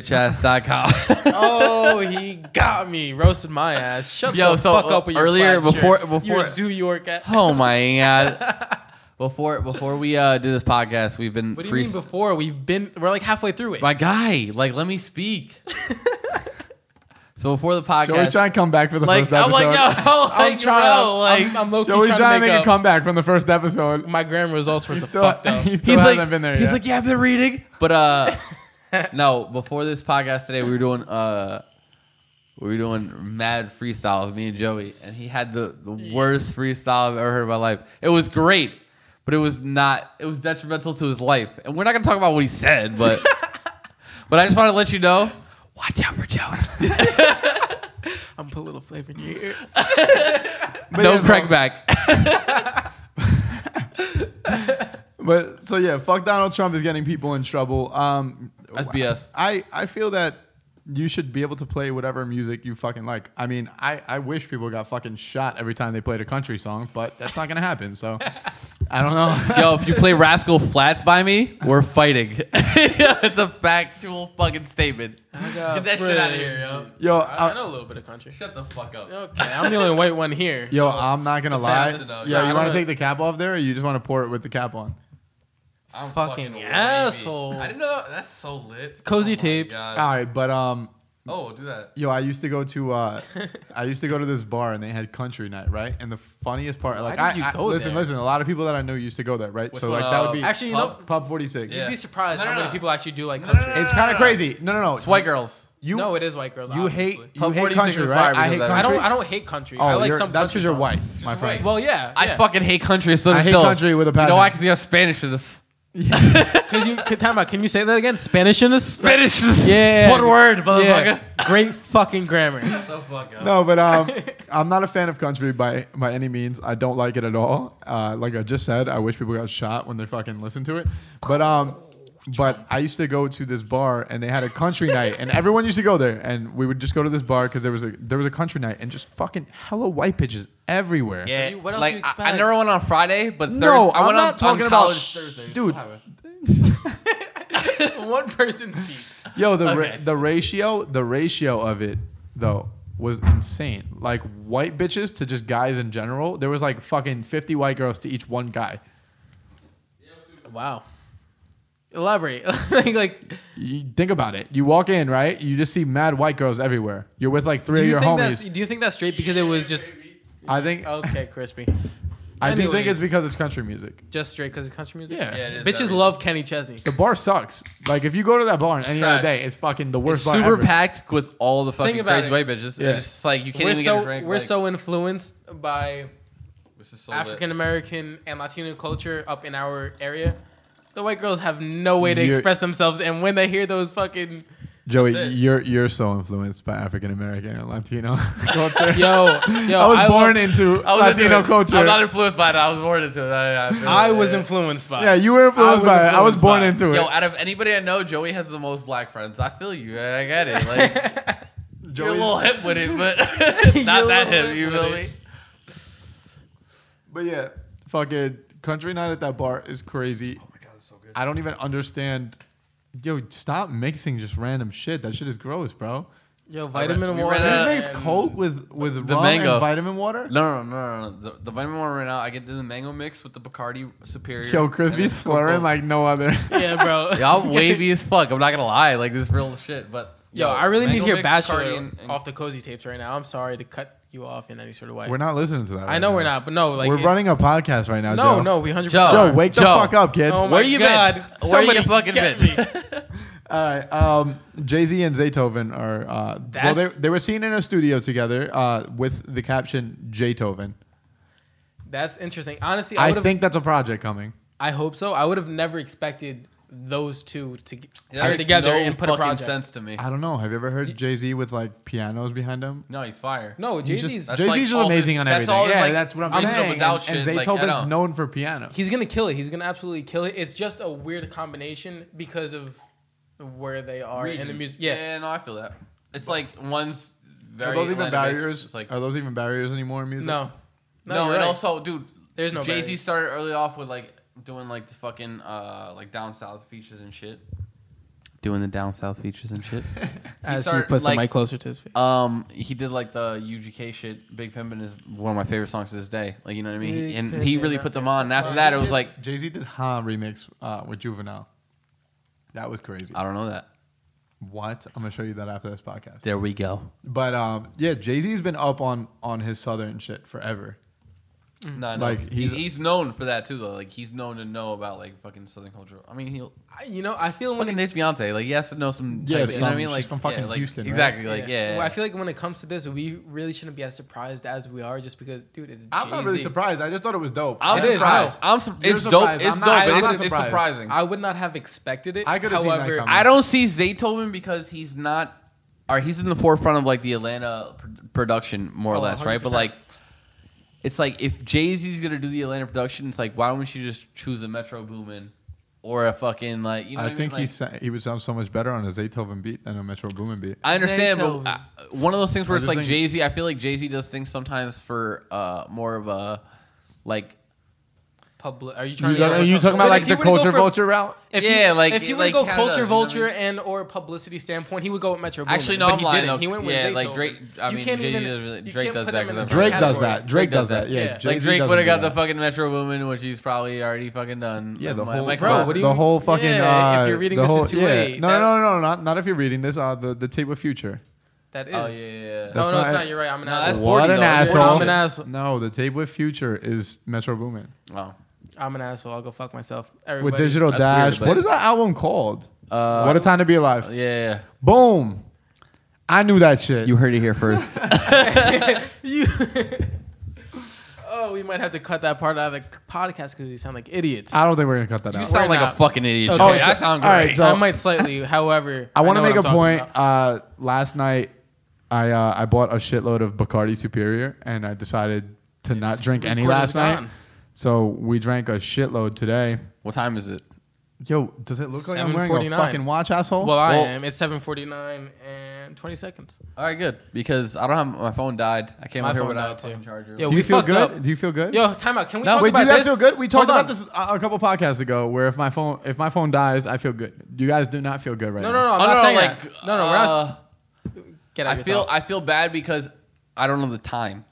Speaker 3: SoundCloudBitchAss.com.
Speaker 2: Oh, he got me. Roasted my ass. Shut
Speaker 3: Yo,
Speaker 2: the
Speaker 3: so,
Speaker 2: fuck up with your
Speaker 3: earlier,
Speaker 2: plaid
Speaker 3: before-
Speaker 2: shirt.
Speaker 3: before-
Speaker 2: your Zoo York ass.
Speaker 3: oh my god. Before before we uh, did this podcast, we've been
Speaker 2: What do you
Speaker 3: free.
Speaker 2: mean before? We've been we're like halfway through it.
Speaker 3: My guy, like, let me speak. So before the podcast,
Speaker 1: Joey's trying to come back for the
Speaker 3: like
Speaker 1: first episode.
Speaker 3: I'm like, yo,
Speaker 2: I'm
Speaker 3: like,
Speaker 2: trying.
Speaker 3: bro, like,
Speaker 2: I'm, I'm low-key
Speaker 1: Joey's
Speaker 2: trying, to make,
Speaker 1: a
Speaker 2: up.
Speaker 1: comeback from the first episode.
Speaker 2: My grammar is all
Speaker 1: He's
Speaker 2: sorts of
Speaker 1: still-
Speaker 2: fucked up.
Speaker 1: he's-
Speaker 3: he's
Speaker 1: Still
Speaker 3: like,
Speaker 1: haven't been there
Speaker 3: he's
Speaker 1: yet.
Speaker 3: like, yeah, I've been reading, but uh, no. Before this podcast today, we were doing uh, we were doing mad freestyles, me and Joey, and he had the, the worst freestyle I've ever heard in my life. It was great, but it was not. It was detrimental to his life, and we're not gonna talk about what he said, but but I just want to let you know, watch out for Joey.
Speaker 2: I'm put a little flavor in your ear.
Speaker 1: But
Speaker 3: no
Speaker 1: yeah, so-
Speaker 3: Craig back.
Speaker 1: But so yeah, fuck Donald Trump is getting people in trouble. Um,
Speaker 3: That's BS.
Speaker 1: I I feel that you should be able to play whatever music you fucking like. I mean, I I wish people got fucking shot every time they played a country song, but that's not gonna happen. So I don't know.
Speaker 3: Yo, if you play Rascal Flats by me, we're fighting. it's a factual fucking statement. Get that shit out of here, yo.
Speaker 1: Yo,
Speaker 2: I, I
Speaker 1: I,
Speaker 2: know a little bit of country.
Speaker 3: Shut the fuck up.
Speaker 2: Okay, I'm the only white one here.
Speaker 1: yo, I'm not gonna lie.
Speaker 3: fans know.
Speaker 1: Yo,
Speaker 3: Yeah, I
Speaker 1: you want
Speaker 2: don't-
Speaker 1: to take the cap off there, or you just want to pour it with the cap on?
Speaker 3: I'm
Speaker 2: Fucking
Speaker 3: wavy.
Speaker 2: asshole.
Speaker 3: I didn't know that's so lit. Oh
Speaker 2: Cozy
Speaker 3: my
Speaker 2: tapes.
Speaker 3: God.
Speaker 1: All right, but um,
Speaker 3: Oh, do that.
Speaker 1: Yo, I used to go to uh, I used to go to this bar and they had country night, right? And the funniest part, like,
Speaker 2: did
Speaker 1: I,
Speaker 2: you
Speaker 1: I-
Speaker 2: go
Speaker 1: listen,
Speaker 2: there?
Speaker 1: listen. A lot of people that I know used to go there, right?
Speaker 3: Which
Speaker 1: so
Speaker 3: one,
Speaker 1: like that
Speaker 3: uh,
Speaker 1: would be
Speaker 2: Actually, you
Speaker 3: Pub-
Speaker 2: know,
Speaker 1: Pub Forty Six.
Speaker 3: Yeah.
Speaker 2: you'd be surprised
Speaker 3: No, no,
Speaker 2: how many
Speaker 3: no.
Speaker 2: people actually do like
Speaker 3: No, no,
Speaker 2: country.
Speaker 1: It's kind
Speaker 3: No, no, no.
Speaker 1: of crazy. No, no, no.
Speaker 3: It's white girls.
Speaker 1: You
Speaker 2: No, it is white girls.
Speaker 1: you hate
Speaker 2: obviously.
Speaker 1: you
Speaker 3: Pub
Speaker 1: hate
Speaker 3: 46
Speaker 1: country,
Speaker 3: is
Speaker 1: right?
Speaker 3: fire
Speaker 1: I
Speaker 3: because
Speaker 1: hate
Speaker 3: of that.
Speaker 1: country.
Speaker 2: I don't. I don't hate country.
Speaker 1: Oh,
Speaker 2: I like
Speaker 1: you're-
Speaker 2: some.
Speaker 1: That's
Speaker 2: country
Speaker 1: because you're
Speaker 2: songs.
Speaker 1: white, my
Speaker 3: you're
Speaker 1: friend.
Speaker 3: white.
Speaker 2: Well, yeah.
Speaker 3: I fucking hate country. So
Speaker 1: I hate
Speaker 3: dope.
Speaker 1: country with a
Speaker 3: You know why?
Speaker 1: passion.
Speaker 3: Because you have Spanish in us.
Speaker 2: Because you could time out. Can you say that again? Spanish in this.
Speaker 3: Spanish. Is
Speaker 2: Yeah.
Speaker 3: It's one word, motherfucker.
Speaker 2: Yeah. Great fucking grammar.
Speaker 3: Shut the fuck up.
Speaker 1: No, but um, I'm not a fan of country by by any means. I don't like it at all. Uh, like I just said, I wish people got shot when they fucking listened to it. But um, but I used to go to this bar and they had a country night, and everyone used to go there, and we would just go to this bar because there was a there was a country night, and just fucking hella white bitches everywhere.
Speaker 3: Yeah.
Speaker 2: You- what else
Speaker 3: like,
Speaker 2: you
Speaker 3: I- I,
Speaker 2: expect?
Speaker 3: never went on Friday, but Thursday.
Speaker 1: No,
Speaker 3: I
Speaker 1: I'm
Speaker 3: went
Speaker 1: not
Speaker 3: on,
Speaker 1: talking
Speaker 3: on
Speaker 1: about
Speaker 3: college
Speaker 1: sh-
Speaker 3: Thursdays.
Speaker 1: dude.
Speaker 2: One person's deep.
Speaker 1: Yo, the ra-
Speaker 2: Okay.
Speaker 1: the ratio the ratio of it though was insane. Like white bitches to just guys in general. There was like fucking 50 white girls to each one guy.
Speaker 2: Wow. Elaborate. like, like
Speaker 1: You think about it. You walk in, right? You just see mad white girls everywhere. You're with like three
Speaker 2: do
Speaker 1: of
Speaker 2: you
Speaker 1: your
Speaker 2: think that's
Speaker 1: homies.
Speaker 2: do you think that's straight because it was just
Speaker 1: I think
Speaker 2: okay, crispy.
Speaker 1: I do think
Speaker 2: anyways.
Speaker 1: it's because it's country music.
Speaker 2: Just straight because of country music.
Speaker 1: Yeah.
Speaker 3: Yeah, it is
Speaker 2: Bitches
Speaker 3: everything.
Speaker 2: love Kenny Chesney.
Speaker 1: The bar sucks. Like if you go to that bar on any other
Speaker 3: Trash.
Speaker 1: day, it's fucking the
Speaker 3: It's
Speaker 1: worst bar
Speaker 3: super
Speaker 1: ever.
Speaker 3: packed with all the fucking
Speaker 2: about
Speaker 3: crazy
Speaker 2: it.
Speaker 3: white bitches.
Speaker 1: Yeah.
Speaker 3: And it's just like you can't
Speaker 2: We're
Speaker 3: even
Speaker 2: so
Speaker 3: get a drink.
Speaker 2: we're
Speaker 3: like,
Speaker 2: so influenced by
Speaker 3: this is so lit.
Speaker 2: African American and Latino culture up in our area. The white girls have no way to
Speaker 1: You're-
Speaker 2: express themselves, and when they hear those fucking
Speaker 1: Joey,
Speaker 3: That's it.
Speaker 1: you're you're so influenced by African American and Latino culture.
Speaker 2: yo yo,
Speaker 1: I was born
Speaker 2: love-
Speaker 1: into
Speaker 3: I was into
Speaker 1: Latino
Speaker 3: it.
Speaker 1: culture.
Speaker 3: I'm not influenced by it. I was born into it. I, I feel
Speaker 2: I
Speaker 3: it.
Speaker 2: was
Speaker 3: Yeah.
Speaker 2: influenced by.
Speaker 1: yeah, you were influenced
Speaker 2: I was
Speaker 1: by it. I was
Speaker 2: influenced
Speaker 1: born
Speaker 2: by it.
Speaker 1: into it.
Speaker 3: Yo, out of anybody I know, Joey has the most black friends. I feel you. I get it. Like you're a
Speaker 1: Joey's-
Speaker 3: little hip with it, but
Speaker 2: You're
Speaker 3: not
Speaker 2: a
Speaker 3: that
Speaker 2: little
Speaker 3: hip.
Speaker 2: hip
Speaker 3: You
Speaker 2: with
Speaker 3: feel
Speaker 2: it.
Speaker 3: me?
Speaker 1: But yeah, fucking country night at that bar is crazy. Oh my god, it's so good. I don't even understand. Yo, stop mixing just random shit. That shit is gross, bro.
Speaker 2: Yo, vitamin
Speaker 3: We
Speaker 2: water.
Speaker 3: ran out
Speaker 1: You
Speaker 3: Uh,
Speaker 1: mix Coke with with
Speaker 3: the
Speaker 1: rum
Speaker 3: mango.
Speaker 1: and vitamin water.
Speaker 3: No, no, no, no, no. The, the vitamin water right now. I get the mango mix with the Bacardi Superior.
Speaker 1: Yo,
Speaker 3: and
Speaker 1: crispy
Speaker 3: it's
Speaker 1: slurring
Speaker 3: Coca.
Speaker 1: like no other.
Speaker 2: yeah, bro.
Speaker 3: y'all wavy as fuck. I'm not gonna lie. Like this real shit. But
Speaker 2: Yo, I really need to
Speaker 3: mango
Speaker 2: hear
Speaker 3: mix,
Speaker 2: Bachelor
Speaker 3: Bacardi, and- and-
Speaker 2: off the cozy tapes right now. I'm sorry to cut you off in any sort of way.
Speaker 1: we're not listening to that.
Speaker 2: I know we're not, but no, like
Speaker 1: we're
Speaker 2: it's-
Speaker 1: running a podcast right now.
Speaker 2: No,
Speaker 1: Joe.
Speaker 2: no, we hundred
Speaker 3: Joe,
Speaker 2: percent.
Speaker 1: Joe,
Speaker 3: Sorry.
Speaker 1: wake the
Speaker 3: Joe.
Speaker 1: fuck up, kid.
Speaker 2: Oh my
Speaker 3: Where you been?
Speaker 2: God.
Speaker 3: Where you
Speaker 2: Somebody
Speaker 3: fucking
Speaker 2: get
Speaker 3: been?
Speaker 2: me.
Speaker 1: All right. Um, Jay Z and Zaytoven are. Uh, well,
Speaker 2: That's-
Speaker 1: they, they were seen in a studio together uh, with the caption Jaytoven.
Speaker 2: That's interesting. Honestly, I
Speaker 1: I
Speaker 2: would have.
Speaker 1: think that's a project coming.
Speaker 2: I hope so. I would have never expected those two to get
Speaker 3: That
Speaker 2: pair
Speaker 3: makes
Speaker 2: together
Speaker 3: no
Speaker 2: and put a
Speaker 3: fucking
Speaker 2: project.
Speaker 3: sense to me.
Speaker 1: I don't know. Have you ever heard Jay Z with like pianos behind him?
Speaker 3: No, he's fire.
Speaker 2: No, Jay Z's.
Speaker 3: That's
Speaker 1: Jay Z's
Speaker 3: like
Speaker 1: just
Speaker 3: all
Speaker 1: amazing
Speaker 3: his-
Speaker 1: on
Speaker 3: that's
Speaker 1: everything.
Speaker 3: all his,
Speaker 1: yeah,
Speaker 3: like,
Speaker 1: that's what I'm
Speaker 3: reasonable
Speaker 1: saying. And,
Speaker 3: doubt
Speaker 1: and
Speaker 3: shit, like, I
Speaker 1: Zaytoven's
Speaker 3: know.
Speaker 1: known for piano.
Speaker 2: He's gonna kill it. He's gonna absolutely kill it. It's just a weird combination because of where they are in the
Speaker 3: Regions.
Speaker 2: music. Yeah.
Speaker 3: no, I feel that. It's like one's very.
Speaker 1: Are those even
Speaker 3: Atlanta-based,
Speaker 1: barriers?
Speaker 3: It's like
Speaker 1: are those even barriers anymore in music?
Speaker 2: No.
Speaker 3: no,
Speaker 2: you're
Speaker 3: and
Speaker 2: right.
Speaker 3: also, dude,
Speaker 2: There's no
Speaker 3: Jay Z
Speaker 2: barriers.
Speaker 3: started early off with like doing like the fucking uh like down south features and shit. Doing the down south features and shit.
Speaker 2: as he
Speaker 3: started,
Speaker 2: puts
Speaker 3: like,
Speaker 2: the mic closer to his face.
Speaker 3: um, he did like the UGK shit. Big Pimpin is one of my favorite songs to this day. Like you know what I mean.
Speaker 2: Big
Speaker 3: and he really
Speaker 2: Pimpin'.
Speaker 3: put them on. And after that, it was like
Speaker 1: Jay Z did "Ha" remix uh, with Juvenile. That was crazy.
Speaker 3: I don't know that.
Speaker 1: What? I'm gonna show you that after this podcast.
Speaker 3: There we go.
Speaker 1: But um, yeah, Jay Z's been up on on his southern shit forever.
Speaker 2: Mm-hmm.
Speaker 3: No, no.
Speaker 1: Like,
Speaker 3: Like
Speaker 1: he's-
Speaker 3: he's, he's known for that too, though. Like he's known to know about like fucking Southern culture. I mean, he'll
Speaker 2: I, you know, I feel when
Speaker 3: fucking dates Beyonce. Like he has to know some.
Speaker 1: Yeah,
Speaker 3: type, you know what I
Speaker 1: some-
Speaker 3: mean?
Speaker 1: she's
Speaker 3: Like
Speaker 1: from fucking
Speaker 3: yeah, like,
Speaker 1: Houston, right?
Speaker 3: Exactly. Like yeah.
Speaker 2: Well, I feel like when it comes to this, we really shouldn't be as surprised as we are, just because, dude, it's.
Speaker 1: I'm not really
Speaker 2: Jay-Z.
Speaker 1: surprised. I just thought it was dope.
Speaker 3: I'm
Speaker 2: It is,
Speaker 3: surprised.
Speaker 2: no.
Speaker 3: I'm sur-
Speaker 1: You're
Speaker 3: it's dope.
Speaker 1: surprised.
Speaker 3: It's
Speaker 1: I'm
Speaker 3: dope,
Speaker 1: not- I'm
Speaker 3: but it's,
Speaker 1: not
Speaker 3: it's
Speaker 1: surprised.
Speaker 3: surprising. I,
Speaker 2: I would not have expected it.
Speaker 1: I could've seen that
Speaker 2: However,
Speaker 1: coming.
Speaker 3: don't see Zaytoven because he's not, or he's in the forefront of like the Atlanta pr- production more or
Speaker 2: Oh,
Speaker 3: less, right? But
Speaker 2: 100%.
Speaker 3: like, it's like if Jay Z's gonna do the Atlanta production, it's like why wouldn't you just choose a Metro Boomin or a fucking like you know?
Speaker 1: I
Speaker 3: what mean?
Speaker 1: think
Speaker 3: Like,
Speaker 1: he sa- he would sound so much better on a Zaytoven beat than a Metro Boomin beat.
Speaker 3: I understand, but
Speaker 2: Zaytoven.
Speaker 3: uh, one of those things
Speaker 1: I
Speaker 3: where it's
Speaker 1: just
Speaker 3: like
Speaker 1: think-
Speaker 3: Jay Z. I feel like Jay Z does things sometimes for uh more of a like
Speaker 2: public. Are you trying?
Speaker 1: talk-
Speaker 2: to
Speaker 1: are you talking about
Speaker 2: But
Speaker 1: like
Speaker 2: if he
Speaker 1: the
Speaker 2: were to
Speaker 1: culture
Speaker 2: go for-
Speaker 1: vulture route?
Speaker 2: If
Speaker 3: Yeah,
Speaker 2: you,
Speaker 3: like-
Speaker 2: if you were
Speaker 3: like
Speaker 2: to go
Speaker 3: Canada,
Speaker 2: culture
Speaker 3: you know what I
Speaker 2: vulture and or publicity standpoint, he would go with Metro. Boomin,
Speaker 3: Actually, no,
Speaker 2: but
Speaker 3: I'm
Speaker 2: he
Speaker 3: lying.
Speaker 2: Didn't.
Speaker 3: though.
Speaker 2: He went with
Speaker 3: yeah,
Speaker 2: Zaytoven.
Speaker 3: like Drake. I
Speaker 2: You
Speaker 3: mean,
Speaker 2: can't
Speaker 3: Jay
Speaker 2: even-
Speaker 3: Z
Speaker 2: you
Speaker 3: does, Drake
Speaker 2: can't
Speaker 3: does
Speaker 2: put them
Speaker 3: that.
Speaker 2: in the
Speaker 3: 'cause
Speaker 2: same
Speaker 3: that's-
Speaker 1: Drake does
Speaker 2: category.
Speaker 1: that. Drake does that. Yeah,
Speaker 2: Yeah.
Speaker 1: Jay-Z
Speaker 3: Like Drake
Speaker 1: doesn't
Speaker 3: would have
Speaker 1: do
Speaker 3: got the
Speaker 1: that.
Speaker 3: fucking Metro Boomin, which he's probably already fucking done.
Speaker 1: Yeah, the
Speaker 3: My-
Speaker 1: whole
Speaker 3: my-
Speaker 2: Bro,
Speaker 3: my-
Speaker 2: what do you-
Speaker 1: the whole fucking.
Speaker 2: Yeah,
Speaker 1: uh,
Speaker 2: if you're reading
Speaker 1: the
Speaker 2: this,
Speaker 1: whole,
Speaker 2: it's too
Speaker 1: yeah.
Speaker 2: late.
Speaker 1: No,
Speaker 2: That-
Speaker 1: no, no, no, not not if you're reading this. Uh, the the tape with Future.
Speaker 2: That is.
Speaker 3: Oh yeah, yeah, yeah.
Speaker 1: That's
Speaker 2: No, no, it's
Speaker 1: not-
Speaker 2: not. You're right. I'm an
Speaker 3: No,
Speaker 2: asshole.
Speaker 3: that's 40
Speaker 1: what an
Speaker 3: though.
Speaker 1: asshole!
Speaker 2: I'm an asshole.
Speaker 1: No, the tape with Future is Metro Boomin
Speaker 3: Wow.
Speaker 2: I'm an asshole. I'll go fuck myself.
Speaker 1: with
Speaker 2: Everybody.
Speaker 1: Digital
Speaker 3: That's
Speaker 1: Dash.
Speaker 3: weird,
Speaker 1: what
Speaker 3: but-
Speaker 1: is that album called?
Speaker 3: Uh,
Speaker 1: what a time to be alive!
Speaker 3: Yeah, yeah, yeah.
Speaker 1: Boom! I knew that shit.
Speaker 3: You heard it here first.
Speaker 2: You- oh, we might have to cut that part out of the podcast because we sound like idiots.
Speaker 1: I don't think we're gonna cut that
Speaker 3: you
Speaker 1: out.
Speaker 3: sound
Speaker 2: We're
Speaker 3: like
Speaker 2: not.
Speaker 3: a fucking idiot.
Speaker 2: Okay,
Speaker 3: Joey.
Speaker 2: so-
Speaker 3: I sound
Speaker 1: all
Speaker 3: great.
Speaker 1: right, so-
Speaker 2: I might slightly. However,
Speaker 1: I want to
Speaker 2: know
Speaker 1: make
Speaker 2: what
Speaker 1: a
Speaker 2: I'm talking
Speaker 1: point.
Speaker 2: about.
Speaker 1: Uh, last night, I uh, I bought a shitload of Bacardi Superior, and I decided to not drink
Speaker 2: three
Speaker 1: any last
Speaker 2: quarters
Speaker 1: night.
Speaker 2: gone.
Speaker 1: So we drank a shitload today.
Speaker 3: What time is it?
Speaker 1: Yo, does it look like I'm wearing a
Speaker 2: 7:49.
Speaker 1: fucking watch, asshole?
Speaker 2: Well, I
Speaker 3: Well-
Speaker 2: am. It's 7:49 and 20 seconds.
Speaker 3: All right, good. Because I don't have my phone died. I came
Speaker 2: My
Speaker 3: up here
Speaker 2: phone
Speaker 3: without a
Speaker 2: died, too.
Speaker 3: fucking charger.
Speaker 2: Yo,
Speaker 1: do
Speaker 2: we
Speaker 1: you feel
Speaker 2: fucked
Speaker 1: good?
Speaker 2: up.
Speaker 1: Do you feel good?
Speaker 2: Yo, timeout. Can we
Speaker 3: No,
Speaker 2: talk
Speaker 1: Wait,
Speaker 2: about
Speaker 1: do you guys
Speaker 2: this?
Speaker 1: feel good? We
Speaker 2: Hold
Speaker 1: talked about
Speaker 2: on.
Speaker 1: this a, a couple podcasts ago. Where if my phone if my phone dies, I feel good. You guys do not feel good right
Speaker 2: No,
Speaker 1: now.
Speaker 2: no, no. I'm
Speaker 3: Oh,
Speaker 2: not
Speaker 3: no,
Speaker 2: saying
Speaker 3: like,
Speaker 2: that. No, no. We're not.
Speaker 3: uh,
Speaker 2: s- Get out.
Speaker 3: I feel I feel bad because I don't know the time,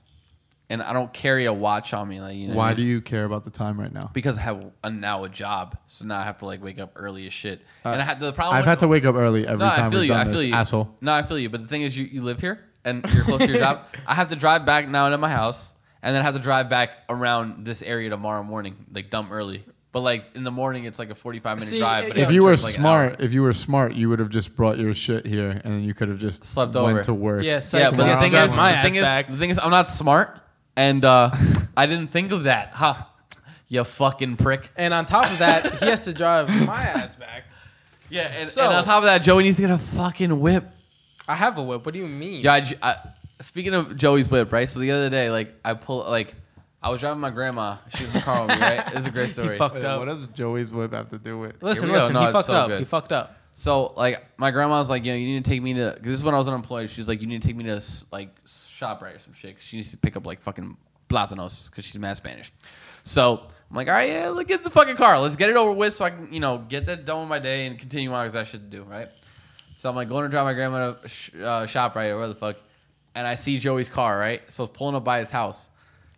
Speaker 3: and I don't carry a watch on me. Like you know,
Speaker 1: Why do you care about the time right now?
Speaker 3: Because I have a, now a job, so now I have to like wake up early as shit. and I had the problem.
Speaker 1: Uh, I've
Speaker 3: with-
Speaker 1: had to wake up early every
Speaker 3: No, I
Speaker 1: time
Speaker 3: feel
Speaker 1: we've
Speaker 3: you. I
Speaker 1: done
Speaker 3: feel
Speaker 1: this,
Speaker 3: you,
Speaker 1: asshole.
Speaker 3: No, I feel you. But the thing is, you, you live here and you're close to your job. I have to drive back now to my house, and then I have to drive back around this area tomorrow morning, like dumb early. But like in the morning, it's like a 45 minute
Speaker 2: See,
Speaker 3: drive. But
Speaker 2: yeah.
Speaker 3: it
Speaker 1: If you were
Speaker 3: takes, like, an hour.
Speaker 1: smart, if you were smart, you would have just brought your shit here, and then you could have just
Speaker 3: Slept
Speaker 1: went
Speaker 3: over.
Speaker 1: to work.
Speaker 2: Yeah, psych,
Speaker 3: yeah, but the
Speaker 1: Wow.
Speaker 3: thing
Speaker 2: Drive
Speaker 3: is,
Speaker 2: my
Speaker 3: the
Speaker 2: ass
Speaker 3: thing is,
Speaker 2: back.
Speaker 3: the thing is, I'm not smart, and uh, I didn't think of that. Huh? You fucking prick.
Speaker 2: And on top of that, he has to drive my ass back.
Speaker 3: Yeah, and,
Speaker 2: So-
Speaker 3: and on top of that, Joey needs to get a fucking whip.
Speaker 2: I have a whip. What do you mean?
Speaker 3: Yeah, I j I speaking of Joey's whip, right? So the other day, like I pull, like I was driving my grandma. She was in the car with me, right? It's a great story.
Speaker 2: fucked
Speaker 1: Wait,
Speaker 2: up.
Speaker 1: what does Joey's whip have to do with?
Speaker 2: Listen,
Speaker 3: Here we go.
Speaker 2: listen.
Speaker 3: No,
Speaker 2: he
Speaker 3: it's
Speaker 2: fucked
Speaker 3: so
Speaker 2: up.
Speaker 3: good.
Speaker 2: He fucked up.
Speaker 3: So like my grandma was like, you know, you need to take me to. Cause this is when I was unemployed. She was like, you need to take me to like shop right or some shit. 'cause she needs to pick up like fucking platanos because she's mad Spanish. So I'm like, all right, yeah, let's get in the fucking car. Let's get it over with so I can, you know, get that done with my day and continue on because that shit to do, right? So I'm like going to drive my grandma to sh- uh, shop right or where the fuck, and I see Joey's car right. So it's pulling up by his house.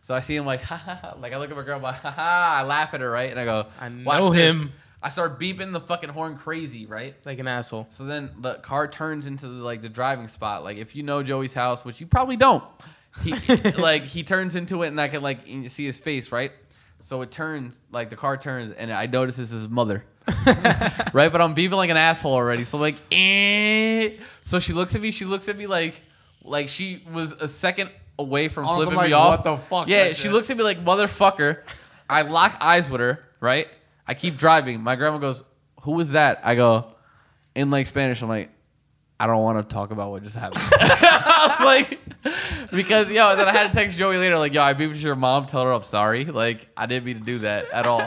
Speaker 3: So I see him like, ha ha, ha. like I look at my grandma, ha ha, I laugh at her right, and I go,
Speaker 2: I know
Speaker 3: "Watch this."
Speaker 2: him.
Speaker 3: I start beeping the fucking horn crazy, right?
Speaker 2: Like an asshole.
Speaker 3: So then the car turns into the, like the driving spot. Like if you know Joey's house, which you probably don't, he like he turns into it, and I can like you see his face, right? So it turns like the car turns, and I notice it's his mother, right? But I'm beeping like an asshole already. So like, eh. so she looks at me. She looks at me like like she was a second away from
Speaker 1: Also,
Speaker 3: flipping
Speaker 1: like,
Speaker 3: me
Speaker 1: what
Speaker 3: off.
Speaker 1: the fuck
Speaker 3: Yeah,
Speaker 1: right
Speaker 3: she
Speaker 1: there.
Speaker 3: looks looks at me like motherfucker. I lock eyes with her, right? I keep driving. My grandma goes, "Who was that?" I go, in like Spanish. I'm like, I don't want to talk about what just happened. I was like, because yo, and then I had to text Joey later, like, yo, I beefed your mom. Tell her I'm sorry. Like, I didn't mean to do that at all.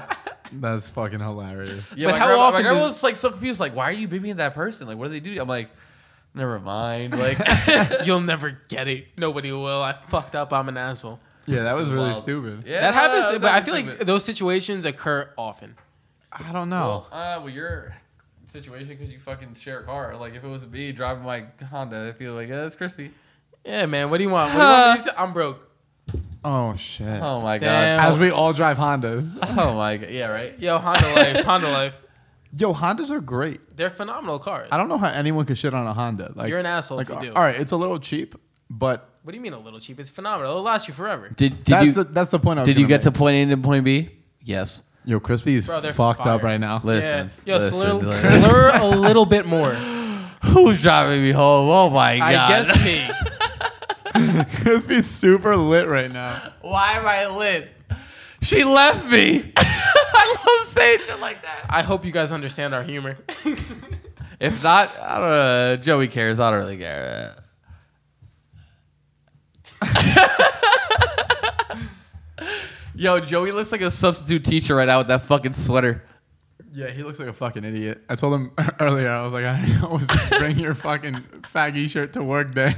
Speaker 1: That's fucking hilarious.
Speaker 3: Yeah,
Speaker 2: But
Speaker 3: my
Speaker 2: how
Speaker 3: grandma,
Speaker 2: often
Speaker 3: my grandma
Speaker 2: does-
Speaker 3: was like so confused, like, why are you beeping at that person? Like, what do they do? I'm like, never mind. Like,
Speaker 2: You'll never get it. Nobody will. I fucked up. I'm an asshole.
Speaker 1: Yeah, that was really
Speaker 3: Wild.
Speaker 1: stupid.
Speaker 3: Yeah,
Speaker 2: that
Speaker 3: no, no,
Speaker 2: happens,
Speaker 3: no,
Speaker 2: but I
Speaker 3: that's
Speaker 2: feel like
Speaker 3: stupid.
Speaker 2: those situations occur often.
Speaker 1: I don't know.
Speaker 3: Well, uh, well, your situation because you fucking share a car. Like if it was me driving my Honda, I'd feel like, yeah, it's crispy.
Speaker 2: Yeah, man. What do you want? What do you want me to- I'm broke.
Speaker 1: oh shit.
Speaker 3: Oh my
Speaker 2: Damn.
Speaker 3: god.
Speaker 1: As we all drive Hondas.
Speaker 3: Oh my god. Yeah, right.
Speaker 2: Yo, Honda life. Honda life.
Speaker 1: Yo, Hondas are great.
Speaker 2: They're phenomenal cars.
Speaker 1: I don't know how anyone could shit on a Honda. Like
Speaker 2: You're an asshole
Speaker 1: Like, uh,
Speaker 2: if you do.
Speaker 1: All right, it's a little cheap, but
Speaker 2: What do you mean a little cheap? It's phenomenal. It'll last you forever.
Speaker 3: Did did
Speaker 1: that's
Speaker 3: you
Speaker 1: the that's the point. I was
Speaker 3: did you
Speaker 1: gonna
Speaker 3: get to
Speaker 1: make.
Speaker 3: point A and point B? Yes.
Speaker 1: Yo, crispy is
Speaker 2: Bro, they're
Speaker 1: fucked up
Speaker 2: fire.
Speaker 1: right now.
Speaker 3: Listen.
Speaker 2: Yeah. Yo,
Speaker 3: listen,
Speaker 2: slur,
Speaker 3: listen.
Speaker 2: slur a little bit more.
Speaker 3: Who's driving me home? Oh my god.
Speaker 2: I guess me.
Speaker 1: Crispy's super lit right now.
Speaker 3: Why am I lit? She left me. I love saying shit like that.
Speaker 2: I hope you guys understand our humor.
Speaker 3: If not, I don't know. Joey cares. I don't really care. Yo, Joey looks like a substitute teacher right now with that fucking sweater.
Speaker 1: Yeah, he looks like a fucking idiot. I told him earlier. I was like, I always bring your fucking faggy shirt to work day.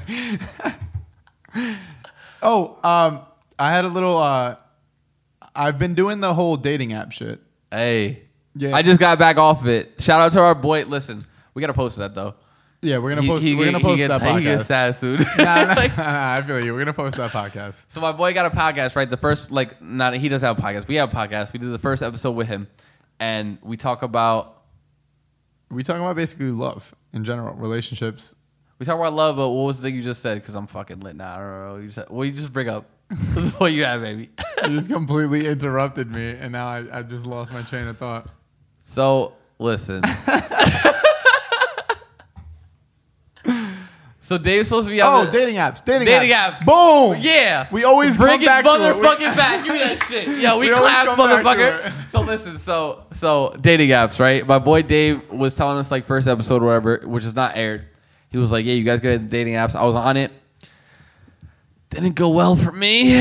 Speaker 1: oh, um, I had a little. Uh, I've been doing the whole dating app shit.
Speaker 3: Hey.
Speaker 1: Yeah.
Speaker 3: I just got back off of it. Shout out to our boy. Listen, we gotta post that though.
Speaker 1: Yeah, we're gonna post.
Speaker 3: He- he
Speaker 1: we're
Speaker 3: get-
Speaker 1: gonna post
Speaker 3: he
Speaker 1: that
Speaker 3: gets,
Speaker 1: podcast.
Speaker 3: He gets sad soon.
Speaker 1: Nah, nah,
Speaker 3: Like,
Speaker 1: nah, nah, I feel you. We're gonna post that podcast.
Speaker 3: So my boy got a podcast, right? The first like not he doesn't have a podcast. We have a podcast. We did the first episode with him and we talk about
Speaker 1: We talking about basically love in general, relationships.
Speaker 3: we talk about love, but what was the thing you just said? Because I'm fucking lit now. I don't know. You just, what you just bring up? what you have, baby.
Speaker 1: You just completely interrupted me, and now I, I just lost my train of thought.
Speaker 3: So listen. so Dave's supposed to be on
Speaker 1: Oh,
Speaker 3: the,
Speaker 1: dating apps, dating,
Speaker 3: Dating
Speaker 1: apps.
Speaker 3: apps.
Speaker 1: Boom.
Speaker 3: Yeah.
Speaker 1: We always
Speaker 3: bring
Speaker 1: come back
Speaker 3: it
Speaker 1: to it. We-
Speaker 3: motherfucking back. Give me that shit. Yo, we,
Speaker 1: We always
Speaker 3: clap,
Speaker 1: come back to it.
Speaker 3: motherfucker. So listen, so so dating apps, right? My boy Dave was telling us like first episode, or whatever, which is not aired. He was like, "Yeah, you guys get into dating apps." I was on it. Didn't go well for me.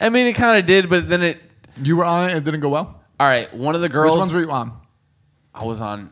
Speaker 3: I mean, it kind of did, but then it.
Speaker 1: You were on it. It didn't go well.
Speaker 3: All right, one of the
Speaker 1: Which
Speaker 3: girls
Speaker 1: ones were you
Speaker 3: um,
Speaker 1: on?
Speaker 3: I was on,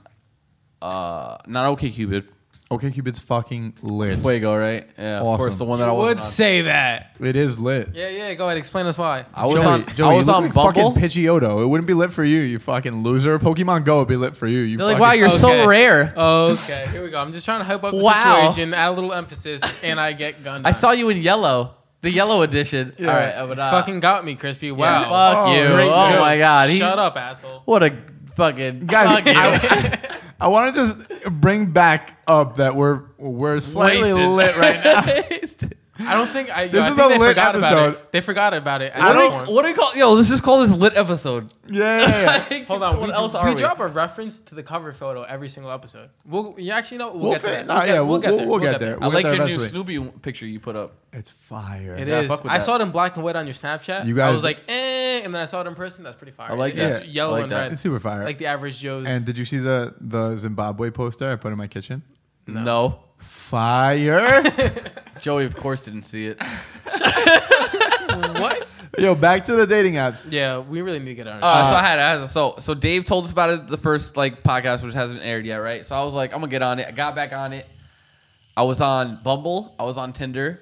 Speaker 3: uh, not OK Cupid.
Speaker 1: Okay, Cupid's fucking lit.
Speaker 3: Fuego, right? Yeah, of
Speaker 1: Awesome.
Speaker 3: course, the one that I
Speaker 2: would
Speaker 3: was on.
Speaker 2: say that.
Speaker 1: It is lit.
Speaker 2: Yeah, yeah. Go ahead. Explain us why.
Speaker 3: I was on. I
Speaker 1: you
Speaker 3: was
Speaker 1: look
Speaker 3: on
Speaker 1: like
Speaker 3: Bumble.
Speaker 1: fucking Pidgeotto. It wouldn't be lit for you, you fucking loser. Pokemon Go would be lit for you. you
Speaker 3: They're like,
Speaker 1: fucking-
Speaker 3: "Wow, you're
Speaker 2: Okay.
Speaker 3: so rare."
Speaker 2: Okay, here we go. I'm just trying to hype up the
Speaker 3: Oh. Wow.
Speaker 2: situation, add a little emphasis, and I get gunned.
Speaker 3: I
Speaker 2: on.
Speaker 3: saw you in yellow, the yellow edition.
Speaker 1: Yeah.
Speaker 3: All right, uh, but, uh,
Speaker 2: Fucking got me, crispy.
Speaker 3: yeah,
Speaker 2: Wow.
Speaker 3: Fuck
Speaker 1: Oh,
Speaker 3: you.
Speaker 1: great
Speaker 3: Oh
Speaker 1: joke.
Speaker 3: my god. He,
Speaker 2: Shut up, asshole.
Speaker 3: What a fucking
Speaker 1: Guys,
Speaker 3: fuck you.
Speaker 1: I- I want to just bring back up that we're we're slightly
Speaker 3: Wasted.
Speaker 1: lit right now.
Speaker 2: I don't think I.
Speaker 1: This
Speaker 2: I
Speaker 1: is
Speaker 2: think
Speaker 1: a
Speaker 2: they
Speaker 1: lit
Speaker 2: forgot about
Speaker 1: episode.
Speaker 2: it. They forgot about it.
Speaker 1: I
Speaker 3: What do,
Speaker 1: don't-
Speaker 3: we, what do we call? Yo, let's just call this lit episode.
Speaker 1: Yeah, yeah, yeah.
Speaker 3: Like,
Speaker 2: Hold on.
Speaker 3: What
Speaker 2: we
Speaker 3: else
Speaker 2: we
Speaker 3: are we?
Speaker 2: drop a reference to the cover photo every single episode. We'll. You actually know. We'll,
Speaker 1: We'll
Speaker 2: get to
Speaker 1: fit-
Speaker 2: that.
Speaker 1: nah, yeah, we'll-
Speaker 2: get there.
Speaker 1: we'll get there.
Speaker 3: I
Speaker 1: We'll
Speaker 3: like
Speaker 1: get there
Speaker 3: your new
Speaker 1: eventually.
Speaker 3: Snoopy picture you put up.
Speaker 1: It's fire.
Speaker 2: It
Speaker 3: Yeah,
Speaker 2: is.
Speaker 3: fuck with
Speaker 2: I
Speaker 3: that.
Speaker 2: saw it in black and white on your Snapchat.
Speaker 1: You guys-
Speaker 2: I was like, eh, and then I saw it in person. That's pretty fire.
Speaker 3: I like
Speaker 2: It's
Speaker 1: that.
Speaker 2: yellow
Speaker 3: I like
Speaker 2: and
Speaker 3: that.
Speaker 1: It's
Speaker 2: red,
Speaker 1: super fire.
Speaker 2: like the average Joe's.
Speaker 1: and did you see the the Zimbabwe poster I put in my kitchen?
Speaker 3: No.
Speaker 1: Fire.
Speaker 3: Joey of course didn't see it.
Speaker 2: what?
Speaker 1: Yo, back to the dating apps.
Speaker 2: Yeah, we really need to get on.
Speaker 3: Uh, so I had, I had so so Dave told us about it the first like podcast which hasn't aired yet, right? So I was like, I'm gonna get on it. I got back on it. I was on Bumble. I was on Tinder.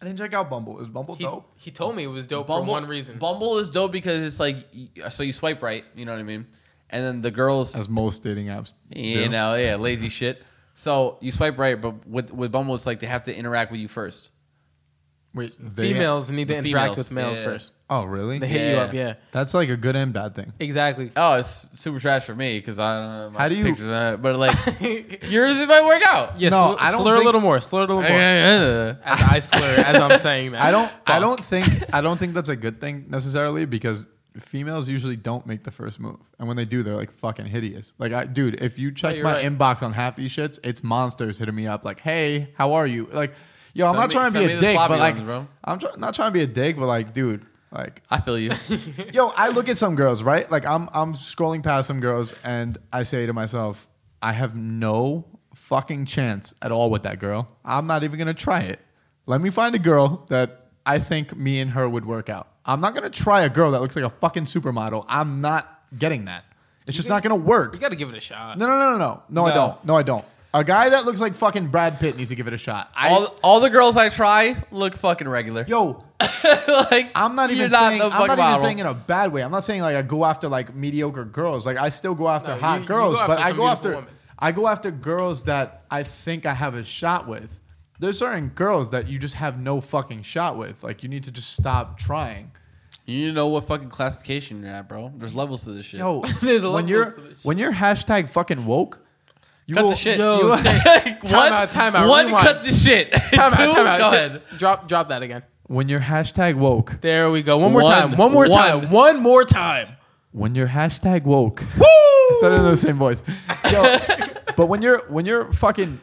Speaker 1: I didn't check out Bumble. Is Bumble
Speaker 2: he, he told me it was dope for
Speaker 3: Bumble,
Speaker 2: one reason.
Speaker 3: Bumble is dope because it's like y- so you swipe right, you know what I mean, and then the girls,
Speaker 1: As most dating apps.
Speaker 3: you
Speaker 1: do.
Speaker 3: know, yeah, lazy shit. So you swipe right, but with with Bumble, it's like they have to interact with you first.
Speaker 1: Wait, they-
Speaker 2: Females need to
Speaker 3: The
Speaker 2: interact
Speaker 3: females,
Speaker 2: with males
Speaker 3: yeah.
Speaker 2: first.
Speaker 1: Oh, really?
Speaker 2: They hit you
Speaker 3: Yeah.
Speaker 2: up, yeah.
Speaker 1: That's like a good and bad thing.
Speaker 2: Exactly.
Speaker 3: Oh, it's super trash for me because I don't. Know, my
Speaker 1: How do you-
Speaker 3: pictures aren't- But like
Speaker 2: yes,
Speaker 3: yours, it might work out.
Speaker 1: No,
Speaker 2: slur,
Speaker 1: I don't
Speaker 2: slur
Speaker 1: think-
Speaker 2: a little more. Slur a little more.
Speaker 3: Yeah.
Speaker 2: As I slur, as I'm saying that.
Speaker 1: I don't. I don't think. I don't think that's a good thing necessarily because females usually don't make the first move, and when they do, they're like fucking hideous. Like, I, dude, if you check
Speaker 2: you're
Speaker 1: my
Speaker 2: right.
Speaker 1: inbox on half these shits, it's monsters hitting me up like, "Hey, how are you?" Like, yo, I'm
Speaker 3: Send
Speaker 1: not
Speaker 3: me-
Speaker 1: trying to
Speaker 3: send
Speaker 1: be
Speaker 3: me
Speaker 1: a
Speaker 3: the
Speaker 1: dick,
Speaker 3: sloppy
Speaker 1: but like,
Speaker 3: ones, bro.
Speaker 1: I'm try- not trying to be a dick, but like, dude, like,
Speaker 3: I feel you.
Speaker 1: yo, I look at some girls, right? Like, I'm I'm scrolling past some girls, and I say to myself, I have no fucking chance at all with that girl. I'm not even gonna try it. Let me find a girl that I think me and her would work out. I'm not gonna try a girl that looks like a fucking supermodel. I'm not getting that. It's just not gonna work.
Speaker 2: You gotta give it a shot.
Speaker 1: No, no, no, no, no, no. I
Speaker 3: No.
Speaker 1: don't. No, I don't. A guy that looks like fucking Brad Pitt needs to give it a shot. I,
Speaker 3: all all the girls I try look fucking regular.
Speaker 1: yo,
Speaker 3: like
Speaker 1: I'm not even
Speaker 3: you're not
Speaker 1: saying
Speaker 3: no
Speaker 1: I'm
Speaker 3: fucking
Speaker 1: not even
Speaker 3: model.
Speaker 1: saying in a bad way. I'm not saying like I go after like mediocre girls. Like I still go after
Speaker 2: No,
Speaker 1: hot
Speaker 2: you- you
Speaker 1: girls,
Speaker 2: go after
Speaker 1: but I
Speaker 2: some
Speaker 1: go
Speaker 2: beautiful
Speaker 1: after
Speaker 2: women.
Speaker 1: I go after girls that I think I have a shot with. There's certain girls that you just have no fucking shot with. Like you need to just stop trying.
Speaker 3: You need to know what fucking classification you're at, bro. There's levels to this shit.
Speaker 1: Yo,
Speaker 2: There's a
Speaker 1: when
Speaker 2: levels
Speaker 1: you're
Speaker 2: to this shit.
Speaker 1: when you're hashtag fucking woke, you
Speaker 3: cut
Speaker 1: will,
Speaker 3: the shit.
Speaker 2: yo,
Speaker 3: You-
Speaker 2: say-
Speaker 3: Like,
Speaker 2: time
Speaker 3: one-
Speaker 2: out, time out,
Speaker 3: One,
Speaker 2: rewind.
Speaker 3: cut the shit.
Speaker 2: Time out,
Speaker 3: Two,
Speaker 2: time out.
Speaker 3: Go
Speaker 2: Say-
Speaker 3: ahead.
Speaker 2: Drop, drop that again.
Speaker 1: When you're hashtag woke,
Speaker 2: There we go. One more
Speaker 3: One.
Speaker 2: time. One more time.
Speaker 3: One.
Speaker 2: One more time.
Speaker 1: when you're hashtag woke,
Speaker 2: Woo!
Speaker 1: I said it in the same voice. Yo, but when you're when you're fucking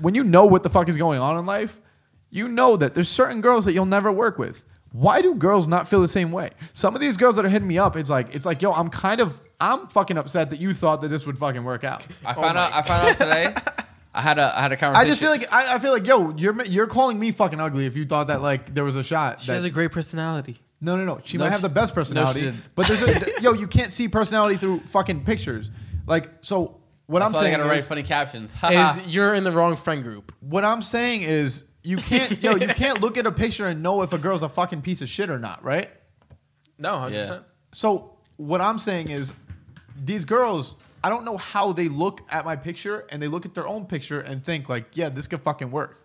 Speaker 1: when you know what the fuck is going on in life, you know that there's certain girls that you'll never work with. Why do girls not feel the same way? Some of these girls that are hitting me up, it's like it's like, yo, I'm kind of I'm fucking upset that you thought that this would fucking work out.
Speaker 3: I found out. I found out today. I had a I had a
Speaker 1: I
Speaker 3: conversation.
Speaker 1: just feel like I, I feel like yo, you're you're calling me fucking ugly if you thought that like there was a shot.
Speaker 2: She
Speaker 1: that-
Speaker 2: has a great personality.
Speaker 1: No, no, no. She
Speaker 3: No,
Speaker 1: might have
Speaker 3: she-
Speaker 1: the best personality,
Speaker 3: didn't.
Speaker 1: but there's a yo. You can't see personality through fucking pictures. Like so, what
Speaker 3: That's
Speaker 1: I'm
Speaker 3: why they
Speaker 1: saying
Speaker 3: gotta write
Speaker 1: is,
Speaker 3: funny captions. Ha ha.
Speaker 2: Is you're in the wrong friend group.
Speaker 1: what I'm saying is, you can't yo. You can't look at a picture and know if a girl's a fucking piece of shit or not, right?
Speaker 2: No, hundred
Speaker 3: Yeah.
Speaker 2: percent.
Speaker 1: So what I'm saying is, these girls, I don't know how they look at my picture and they look at their own picture and think like, yeah, this could fucking work.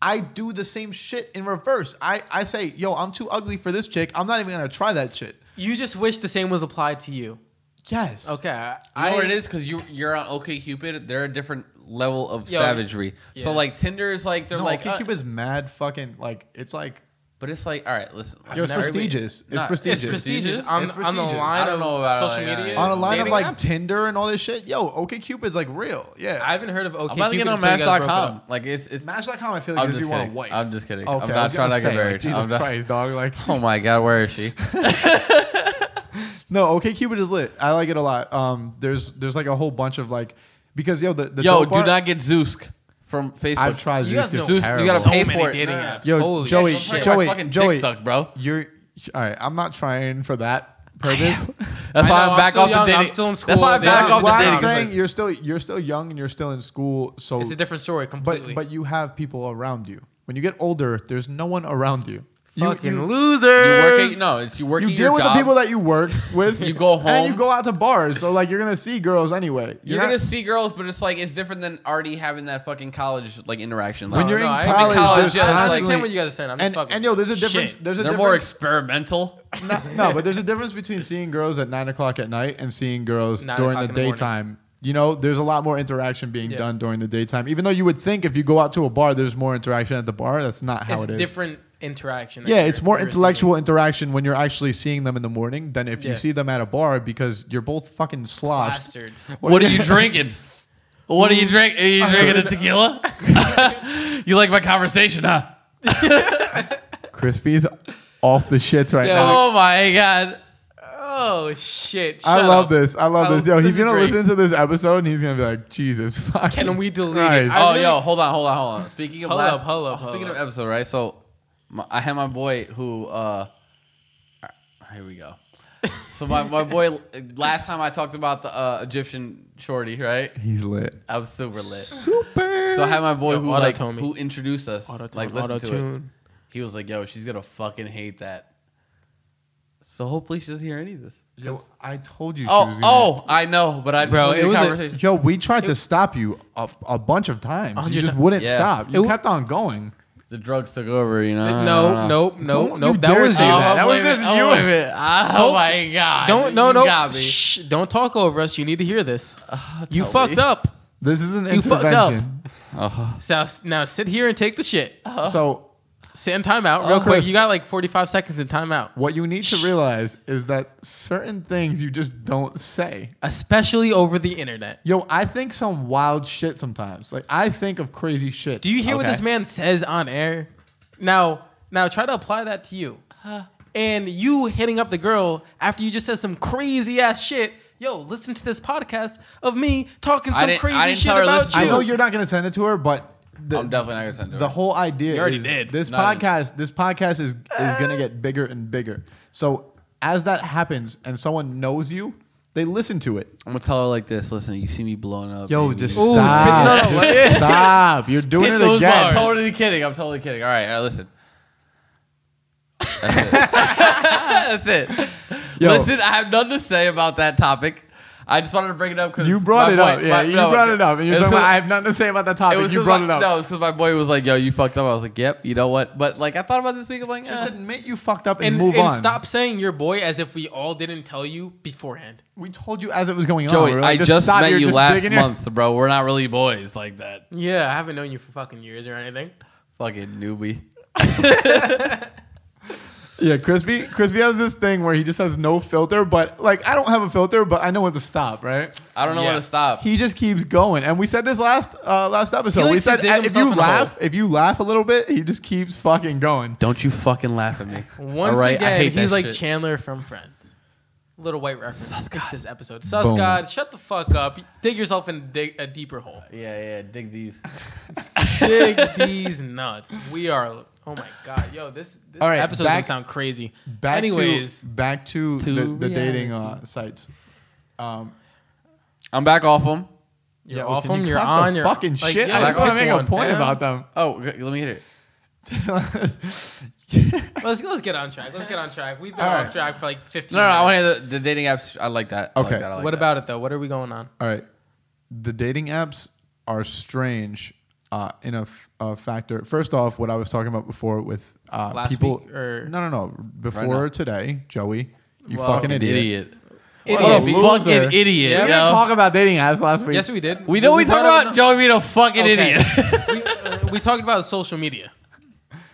Speaker 1: I do the same shit in reverse. I, I say, yo, I'm too ugly for this chick. I'm not even gonna try that shit.
Speaker 2: You just wish the same was applied to you.
Speaker 1: Yes.
Speaker 2: Okay, I-
Speaker 3: You
Speaker 2: I-
Speaker 3: know what it is because you you're on OK Cupid. They're a different level of
Speaker 2: Yo,
Speaker 3: savagery. So
Speaker 2: yeah.
Speaker 3: like Tinder is like they're
Speaker 1: No,
Speaker 3: like,
Speaker 1: like
Speaker 3: uh,
Speaker 1: Cupid's mad fucking like it's like
Speaker 3: but it's like all right, listen. I've
Speaker 1: yo, it's
Speaker 3: never-
Speaker 1: prestigious. It's
Speaker 3: Nah,
Speaker 1: prestigious.
Speaker 2: It's prestigious,
Speaker 3: It's
Speaker 2: on, on the
Speaker 1: prestigious.
Speaker 2: line
Speaker 3: I don't
Speaker 2: of
Speaker 3: know about it,
Speaker 2: social
Speaker 3: yeah,
Speaker 2: media.
Speaker 3: yeah.
Speaker 1: on a line of
Speaker 2: dating
Speaker 1: like
Speaker 2: apps.
Speaker 1: Tinder and all this shit. Yo, OK Cupid's like real. Yeah.
Speaker 2: I haven't heard of OK
Speaker 3: I'm about to
Speaker 2: Cupid
Speaker 3: get on
Speaker 2: until you guys broke it
Speaker 3: Match.com.
Speaker 2: up.
Speaker 3: Like it's it's.
Speaker 1: Match.com I feel
Speaker 3: I'm
Speaker 1: like is if
Speaker 3: just
Speaker 1: you want a
Speaker 3: kidding.
Speaker 1: wife.
Speaker 3: I'm just kidding.
Speaker 1: Okay,
Speaker 3: I'm
Speaker 1: I
Speaker 3: not
Speaker 1: was
Speaker 3: trying
Speaker 1: gonna
Speaker 3: to get
Speaker 1: say, like,
Speaker 3: married.
Speaker 1: Jesus
Speaker 3: I'm not-
Speaker 1: Christ, dog. Like
Speaker 3: Oh my God, where is she?
Speaker 1: No, OK Cupid is lit. I like it a lot. Um there's there's like a whole bunch of like because yo the, the
Speaker 3: Yo,
Speaker 1: dope
Speaker 3: do
Speaker 1: part-
Speaker 3: not get Zeusk from Facebook.
Speaker 1: I've tried
Speaker 2: You guys
Speaker 1: Zeus.
Speaker 2: know
Speaker 1: Zeus-
Speaker 3: you
Speaker 2: There's
Speaker 3: gotta
Speaker 2: so
Speaker 3: pay
Speaker 2: many
Speaker 3: for it.
Speaker 2: dating
Speaker 3: Nah, nah, nah.
Speaker 2: apps.
Speaker 1: Yo,
Speaker 2: Holy
Speaker 1: Joey,
Speaker 2: shit.
Speaker 1: Joey,
Speaker 3: My fucking dick
Speaker 1: Joey.
Speaker 3: sucked, bro.
Speaker 1: You're all right, I'm not trying for that purpose.
Speaker 3: That's
Speaker 2: I
Speaker 3: why
Speaker 2: know,
Speaker 3: I'm
Speaker 2: I'm
Speaker 3: back
Speaker 2: still
Speaker 3: off the
Speaker 2: young, I'm
Speaker 3: dating.
Speaker 2: still in
Speaker 3: That's
Speaker 2: school.
Speaker 3: why I'm
Speaker 2: Yeah,
Speaker 3: back
Speaker 1: That's
Speaker 3: off
Speaker 1: why
Speaker 3: the
Speaker 1: I'm
Speaker 3: dating.
Speaker 1: saying you're still you're still young and you're still in school, so
Speaker 2: It's a different story completely.
Speaker 1: but but you have people around you. When you get older, there's no one around you. You-
Speaker 2: fucking
Speaker 1: you,
Speaker 3: You work
Speaker 2: losers.
Speaker 3: at, no, it's you work
Speaker 1: you
Speaker 3: at
Speaker 1: deal
Speaker 3: your
Speaker 1: with
Speaker 3: job.
Speaker 1: the people that you work with.
Speaker 3: You go
Speaker 1: and you
Speaker 3: home.
Speaker 1: go out to bars. So like you're gonna see girls anyway.
Speaker 3: You're
Speaker 1: not-
Speaker 3: gonna see girls, but it's like it's different than already having that fucking college like interaction. Like,
Speaker 1: when you're
Speaker 2: no,
Speaker 1: in
Speaker 2: I-
Speaker 1: college.
Speaker 3: I'm in college,
Speaker 1: there's
Speaker 3: yeah,
Speaker 2: I
Speaker 3: that's
Speaker 2: understand
Speaker 1: constantly-
Speaker 2: what you guys are saying. I'm just
Speaker 1: and,
Speaker 2: fucking.
Speaker 1: and yo, there's a difference.
Speaker 2: Shit.
Speaker 1: There's a
Speaker 3: they're more
Speaker 1: difference.
Speaker 3: experimental.
Speaker 1: no, no, but there's a difference between seeing girls at nine o'clock at night and seeing girls
Speaker 2: Nine
Speaker 1: during the
Speaker 2: o'clock in the morning.
Speaker 1: daytime. you know, there's a lot more interaction being
Speaker 2: Yeah.
Speaker 1: done during the daytime. Even though you would think if you go out to a bar, there's more interaction at the bar. That's not how
Speaker 2: it's
Speaker 1: it is.
Speaker 2: different interaction. that
Speaker 1: Yeah,
Speaker 2: you're-
Speaker 1: it's more
Speaker 2: you're
Speaker 1: intellectual interaction when you're actually seeing them in the morning than if you
Speaker 2: Yeah.
Speaker 1: see them at a bar because you're both fucking
Speaker 2: receiving.
Speaker 1: sloshed.
Speaker 2: Bastard.
Speaker 3: What are you drinking? What are you drinking? Are you drinking a tequila? you like my conversation, huh?
Speaker 1: Crispy's off the shits right now.
Speaker 3: Oh my god!
Speaker 2: Oh shit!
Speaker 1: I
Speaker 2: shut
Speaker 1: love
Speaker 2: up.
Speaker 1: this. I love
Speaker 2: I-
Speaker 1: this. Yo,
Speaker 2: this
Speaker 1: he's
Speaker 2: is
Speaker 1: gonna
Speaker 2: great.
Speaker 1: listen to this episode and he's gonna be like, Jesus fuck.
Speaker 2: Can we delete it? I-
Speaker 3: Oh
Speaker 2: really-
Speaker 3: yo, hold on, hold on, hold on. Speaking of
Speaker 2: Hold
Speaker 3: last,
Speaker 2: up, hold up, hold
Speaker 3: speaking
Speaker 2: up.
Speaker 3: of episode, right? So my, I had my boy who. uh Here we go. So my, my boy, last time I talked about the uh, Egyptian shorty, right?
Speaker 1: he's lit.
Speaker 3: I was super lit.
Speaker 2: Super.
Speaker 3: So I had my boy
Speaker 2: Yo,
Speaker 3: who like
Speaker 2: auto-tune me.
Speaker 3: who introduced us,
Speaker 2: Auto-tune,
Speaker 3: like listen to it.
Speaker 2: auto-tune.
Speaker 3: He was like, "Yo, she's gonna fucking hate that." So hopefully she doesn't hear any of this.
Speaker 1: Yo, I told you. she was
Speaker 3: Oh,
Speaker 1: gonna-
Speaker 3: oh, I know, but I just
Speaker 2: Bro,
Speaker 3: wanted
Speaker 2: it
Speaker 3: the
Speaker 2: was a-
Speaker 3: conversation.
Speaker 1: Yo, we tried to stop you a, a bunch of times. You
Speaker 2: hundred
Speaker 1: just
Speaker 2: ti-
Speaker 1: wouldn't
Speaker 3: Yeah.
Speaker 1: stop. You
Speaker 2: It w-
Speaker 1: kept on going.
Speaker 3: the drugs took over, you know. I
Speaker 2: no,
Speaker 3: don't know.
Speaker 2: no, no,
Speaker 1: Don't
Speaker 2: no.
Speaker 1: you
Speaker 2: That
Speaker 1: dare
Speaker 2: was
Speaker 1: say
Speaker 2: you.
Speaker 1: that.
Speaker 2: That
Speaker 1: That
Speaker 2: was
Speaker 1: was just
Speaker 2: you.
Speaker 1: you.
Speaker 3: Oh, wait a minute. Oh
Speaker 2: Nope.
Speaker 3: my god!
Speaker 2: Don't no
Speaker 3: You
Speaker 2: no.
Speaker 3: Got me. Uh,
Speaker 2: Shh, don't talk over us. You need to hear this. you
Speaker 3: Toby.
Speaker 2: fucked up.
Speaker 1: This is an
Speaker 2: You fucked up.
Speaker 1: intervention.
Speaker 2: So now sit here and take the shit.
Speaker 1: So
Speaker 2: Sit in timeout real
Speaker 1: Oh,
Speaker 2: quick.
Speaker 1: Chris.
Speaker 2: You got like 45 seconds in timeout.
Speaker 1: what you need to realize is that certain things you just don't say.
Speaker 2: Especially over the internet.
Speaker 1: Yo, I think some wild shit sometimes. Like I think of crazy shit.
Speaker 2: Do you hear what
Speaker 1: Okay.
Speaker 2: this man says on air? Now, now try to apply that to you. And you hitting up the girl after you just said some crazy ass shit. Yo, listen to this podcast of me talking
Speaker 3: I
Speaker 2: some
Speaker 3: didn't- I
Speaker 2: crazy
Speaker 3: didn't
Speaker 2: shit
Speaker 3: tell her
Speaker 2: about
Speaker 3: listen to
Speaker 2: you.
Speaker 1: I know you're not gonna send it to her, but the,
Speaker 3: I'm definitely not gonna send it. to
Speaker 1: the
Speaker 3: her.
Speaker 1: whole idea
Speaker 2: You already
Speaker 1: is
Speaker 2: did.
Speaker 1: this
Speaker 3: No, I didn't.
Speaker 1: podcast this podcast is is gonna get bigger and bigger. So as that happens and someone knows you, they listen to it.
Speaker 3: I'm gonna tell her like this. Listen, you see me blowing up.
Speaker 1: Yo,
Speaker 3: baby.
Speaker 1: just
Speaker 2: Ooh,
Speaker 1: stop.
Speaker 2: spit- no, no,
Speaker 1: Just stop. You're doing
Speaker 3: Spit
Speaker 1: it
Speaker 3: those
Speaker 1: again.
Speaker 3: bars. I'm totally kidding. I'm totally kidding. All right, all right listen. That's it. That's it.
Speaker 1: Yo.
Speaker 3: Listen, I have nothing to say about that topic. I just wanted to bring it up because
Speaker 1: You brought it up. Yeah, you brought it up. And you're talking about, I have nothing to say about that topic.
Speaker 3: was
Speaker 1: You
Speaker 3: 'cause
Speaker 1: brought
Speaker 3: my-
Speaker 1: it up.
Speaker 3: No, it's because my boy was like, "Yo, you fucked up." I was like, "Yep, you know what?" But like, I thought about this week. I was like, eh.
Speaker 1: Just admit you fucked up and,
Speaker 2: And,
Speaker 1: move
Speaker 2: and
Speaker 1: on.
Speaker 2: stop saying your boy as if we all didn't tell you beforehand.
Speaker 1: We told you as it was going on.
Speaker 3: Joey,
Speaker 1: We're like,
Speaker 3: I just,
Speaker 1: stop,
Speaker 3: met
Speaker 1: you're
Speaker 3: you
Speaker 1: just
Speaker 3: last
Speaker 1: digging your-
Speaker 3: month, bro. We're not really boys like that.
Speaker 2: Yeah, I haven't known you for fucking years or anything.
Speaker 3: Fucking newbie.
Speaker 1: Yeah, crispy. Crispy has this thing where he just has no filter, but like I don't have a filter, but I know when to stop. Right?
Speaker 3: I don't know
Speaker 2: Yeah.
Speaker 3: when to stop.
Speaker 1: He just keeps going, and we said this last uh, last episode.
Speaker 3: likes
Speaker 1: we
Speaker 3: to
Speaker 1: said
Speaker 3: dig
Speaker 1: uh, if
Speaker 3: himself
Speaker 1: you
Speaker 3: in a
Speaker 1: laugh, if you laugh a little bit, he just keeps fucking going.
Speaker 3: Don't you fucking laugh at me.
Speaker 2: Once
Speaker 3: All right? I
Speaker 2: again,
Speaker 3: hate
Speaker 2: he's
Speaker 3: that
Speaker 2: like
Speaker 3: shit.
Speaker 2: Chandler from Friends. Little white reference. Suskod. This episode. Suskod, shut the fuck up. Dig yourself in a, dig- a deeper hole.
Speaker 3: yeah, yeah, dig these.
Speaker 2: Dig these nuts. We are. Oh my god, yo, this, this
Speaker 1: All right,
Speaker 2: episode's gonna
Speaker 1: back-
Speaker 2: sound crazy.
Speaker 1: Back
Speaker 2: Anyways,
Speaker 1: to back to,
Speaker 3: To
Speaker 1: the, the dating
Speaker 3: reality.
Speaker 1: uh, sites. Um,
Speaker 3: I'm back off him.
Speaker 2: you're
Speaker 1: yeah, well,
Speaker 2: off
Speaker 1: can
Speaker 2: them.
Speaker 1: you
Speaker 2: You're
Speaker 1: cut
Speaker 2: on.
Speaker 1: the
Speaker 2: You're
Speaker 1: fucking
Speaker 2: like,
Speaker 1: shit.
Speaker 2: yeah,
Speaker 1: I just
Speaker 2: pick
Speaker 1: want to make a
Speaker 2: one,
Speaker 1: point
Speaker 2: fam.
Speaker 1: about them.
Speaker 3: Oh, g- let me hit it.
Speaker 2: Let's let's get on track. Let's get on track. We've been
Speaker 1: All
Speaker 2: off
Speaker 1: right.
Speaker 2: track for like 15.
Speaker 3: No, no, I
Speaker 2: minutes.
Speaker 3: want to hear the, the dating apps. I like that. I like
Speaker 1: Okay.
Speaker 3: that, I like
Speaker 2: what
Speaker 3: that.
Speaker 2: about it though? What are we going on?
Speaker 1: All right. The dating apps are strange uh, in a, f- a factor. First off, what I was talking about before with uh,
Speaker 2: Last
Speaker 1: people.
Speaker 2: week or-
Speaker 1: no, no, no. Before
Speaker 3: now.
Speaker 1: today, Joey, you
Speaker 2: Well,
Speaker 1: fucking idiot.
Speaker 2: Idiot.
Speaker 1: What a
Speaker 2: Be-
Speaker 1: loser.
Speaker 3: fucking idiot,
Speaker 1: We
Speaker 3: yo.
Speaker 1: didn't talk about dating apps last week.
Speaker 2: Yes, we did.
Speaker 3: We know we, talked
Speaker 2: brought up-
Speaker 3: about Joey being a fucking
Speaker 2: Okay.
Speaker 3: idiot.
Speaker 2: we, uh, we talked about social media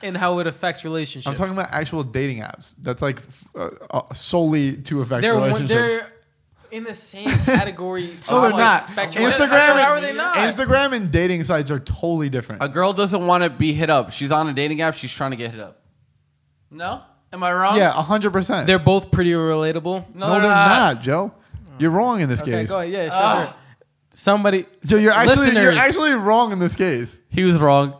Speaker 2: and how it affects relationships.
Speaker 1: I'm talking about actual dating apps. That's like f- uh, uh, solely to affect
Speaker 2: they're one,
Speaker 1: relationships.
Speaker 2: they're in the same category.
Speaker 1: no, they're
Speaker 2: of, like,
Speaker 1: not.
Speaker 2: Spectrum.
Speaker 1: Instagram,
Speaker 2: How are
Speaker 1: and-
Speaker 2: they not?
Speaker 1: Instagram and dating sites are totally different.
Speaker 3: a girl doesn't want to be hit up. She's on a dating app. She's trying to get hit up. No, am I wrong?
Speaker 1: yeah, hundred percent.
Speaker 2: they're both pretty relatable.
Speaker 1: no, they're not, Joe. You're wrong in this
Speaker 2: Okay,
Speaker 1: case.
Speaker 2: go ahead. Yeah, sure.
Speaker 3: Ah.
Speaker 2: Somebody.
Speaker 1: Joe, you're actually you're
Speaker 2: listeners,
Speaker 1: actually wrong in this case.
Speaker 3: He was wrong.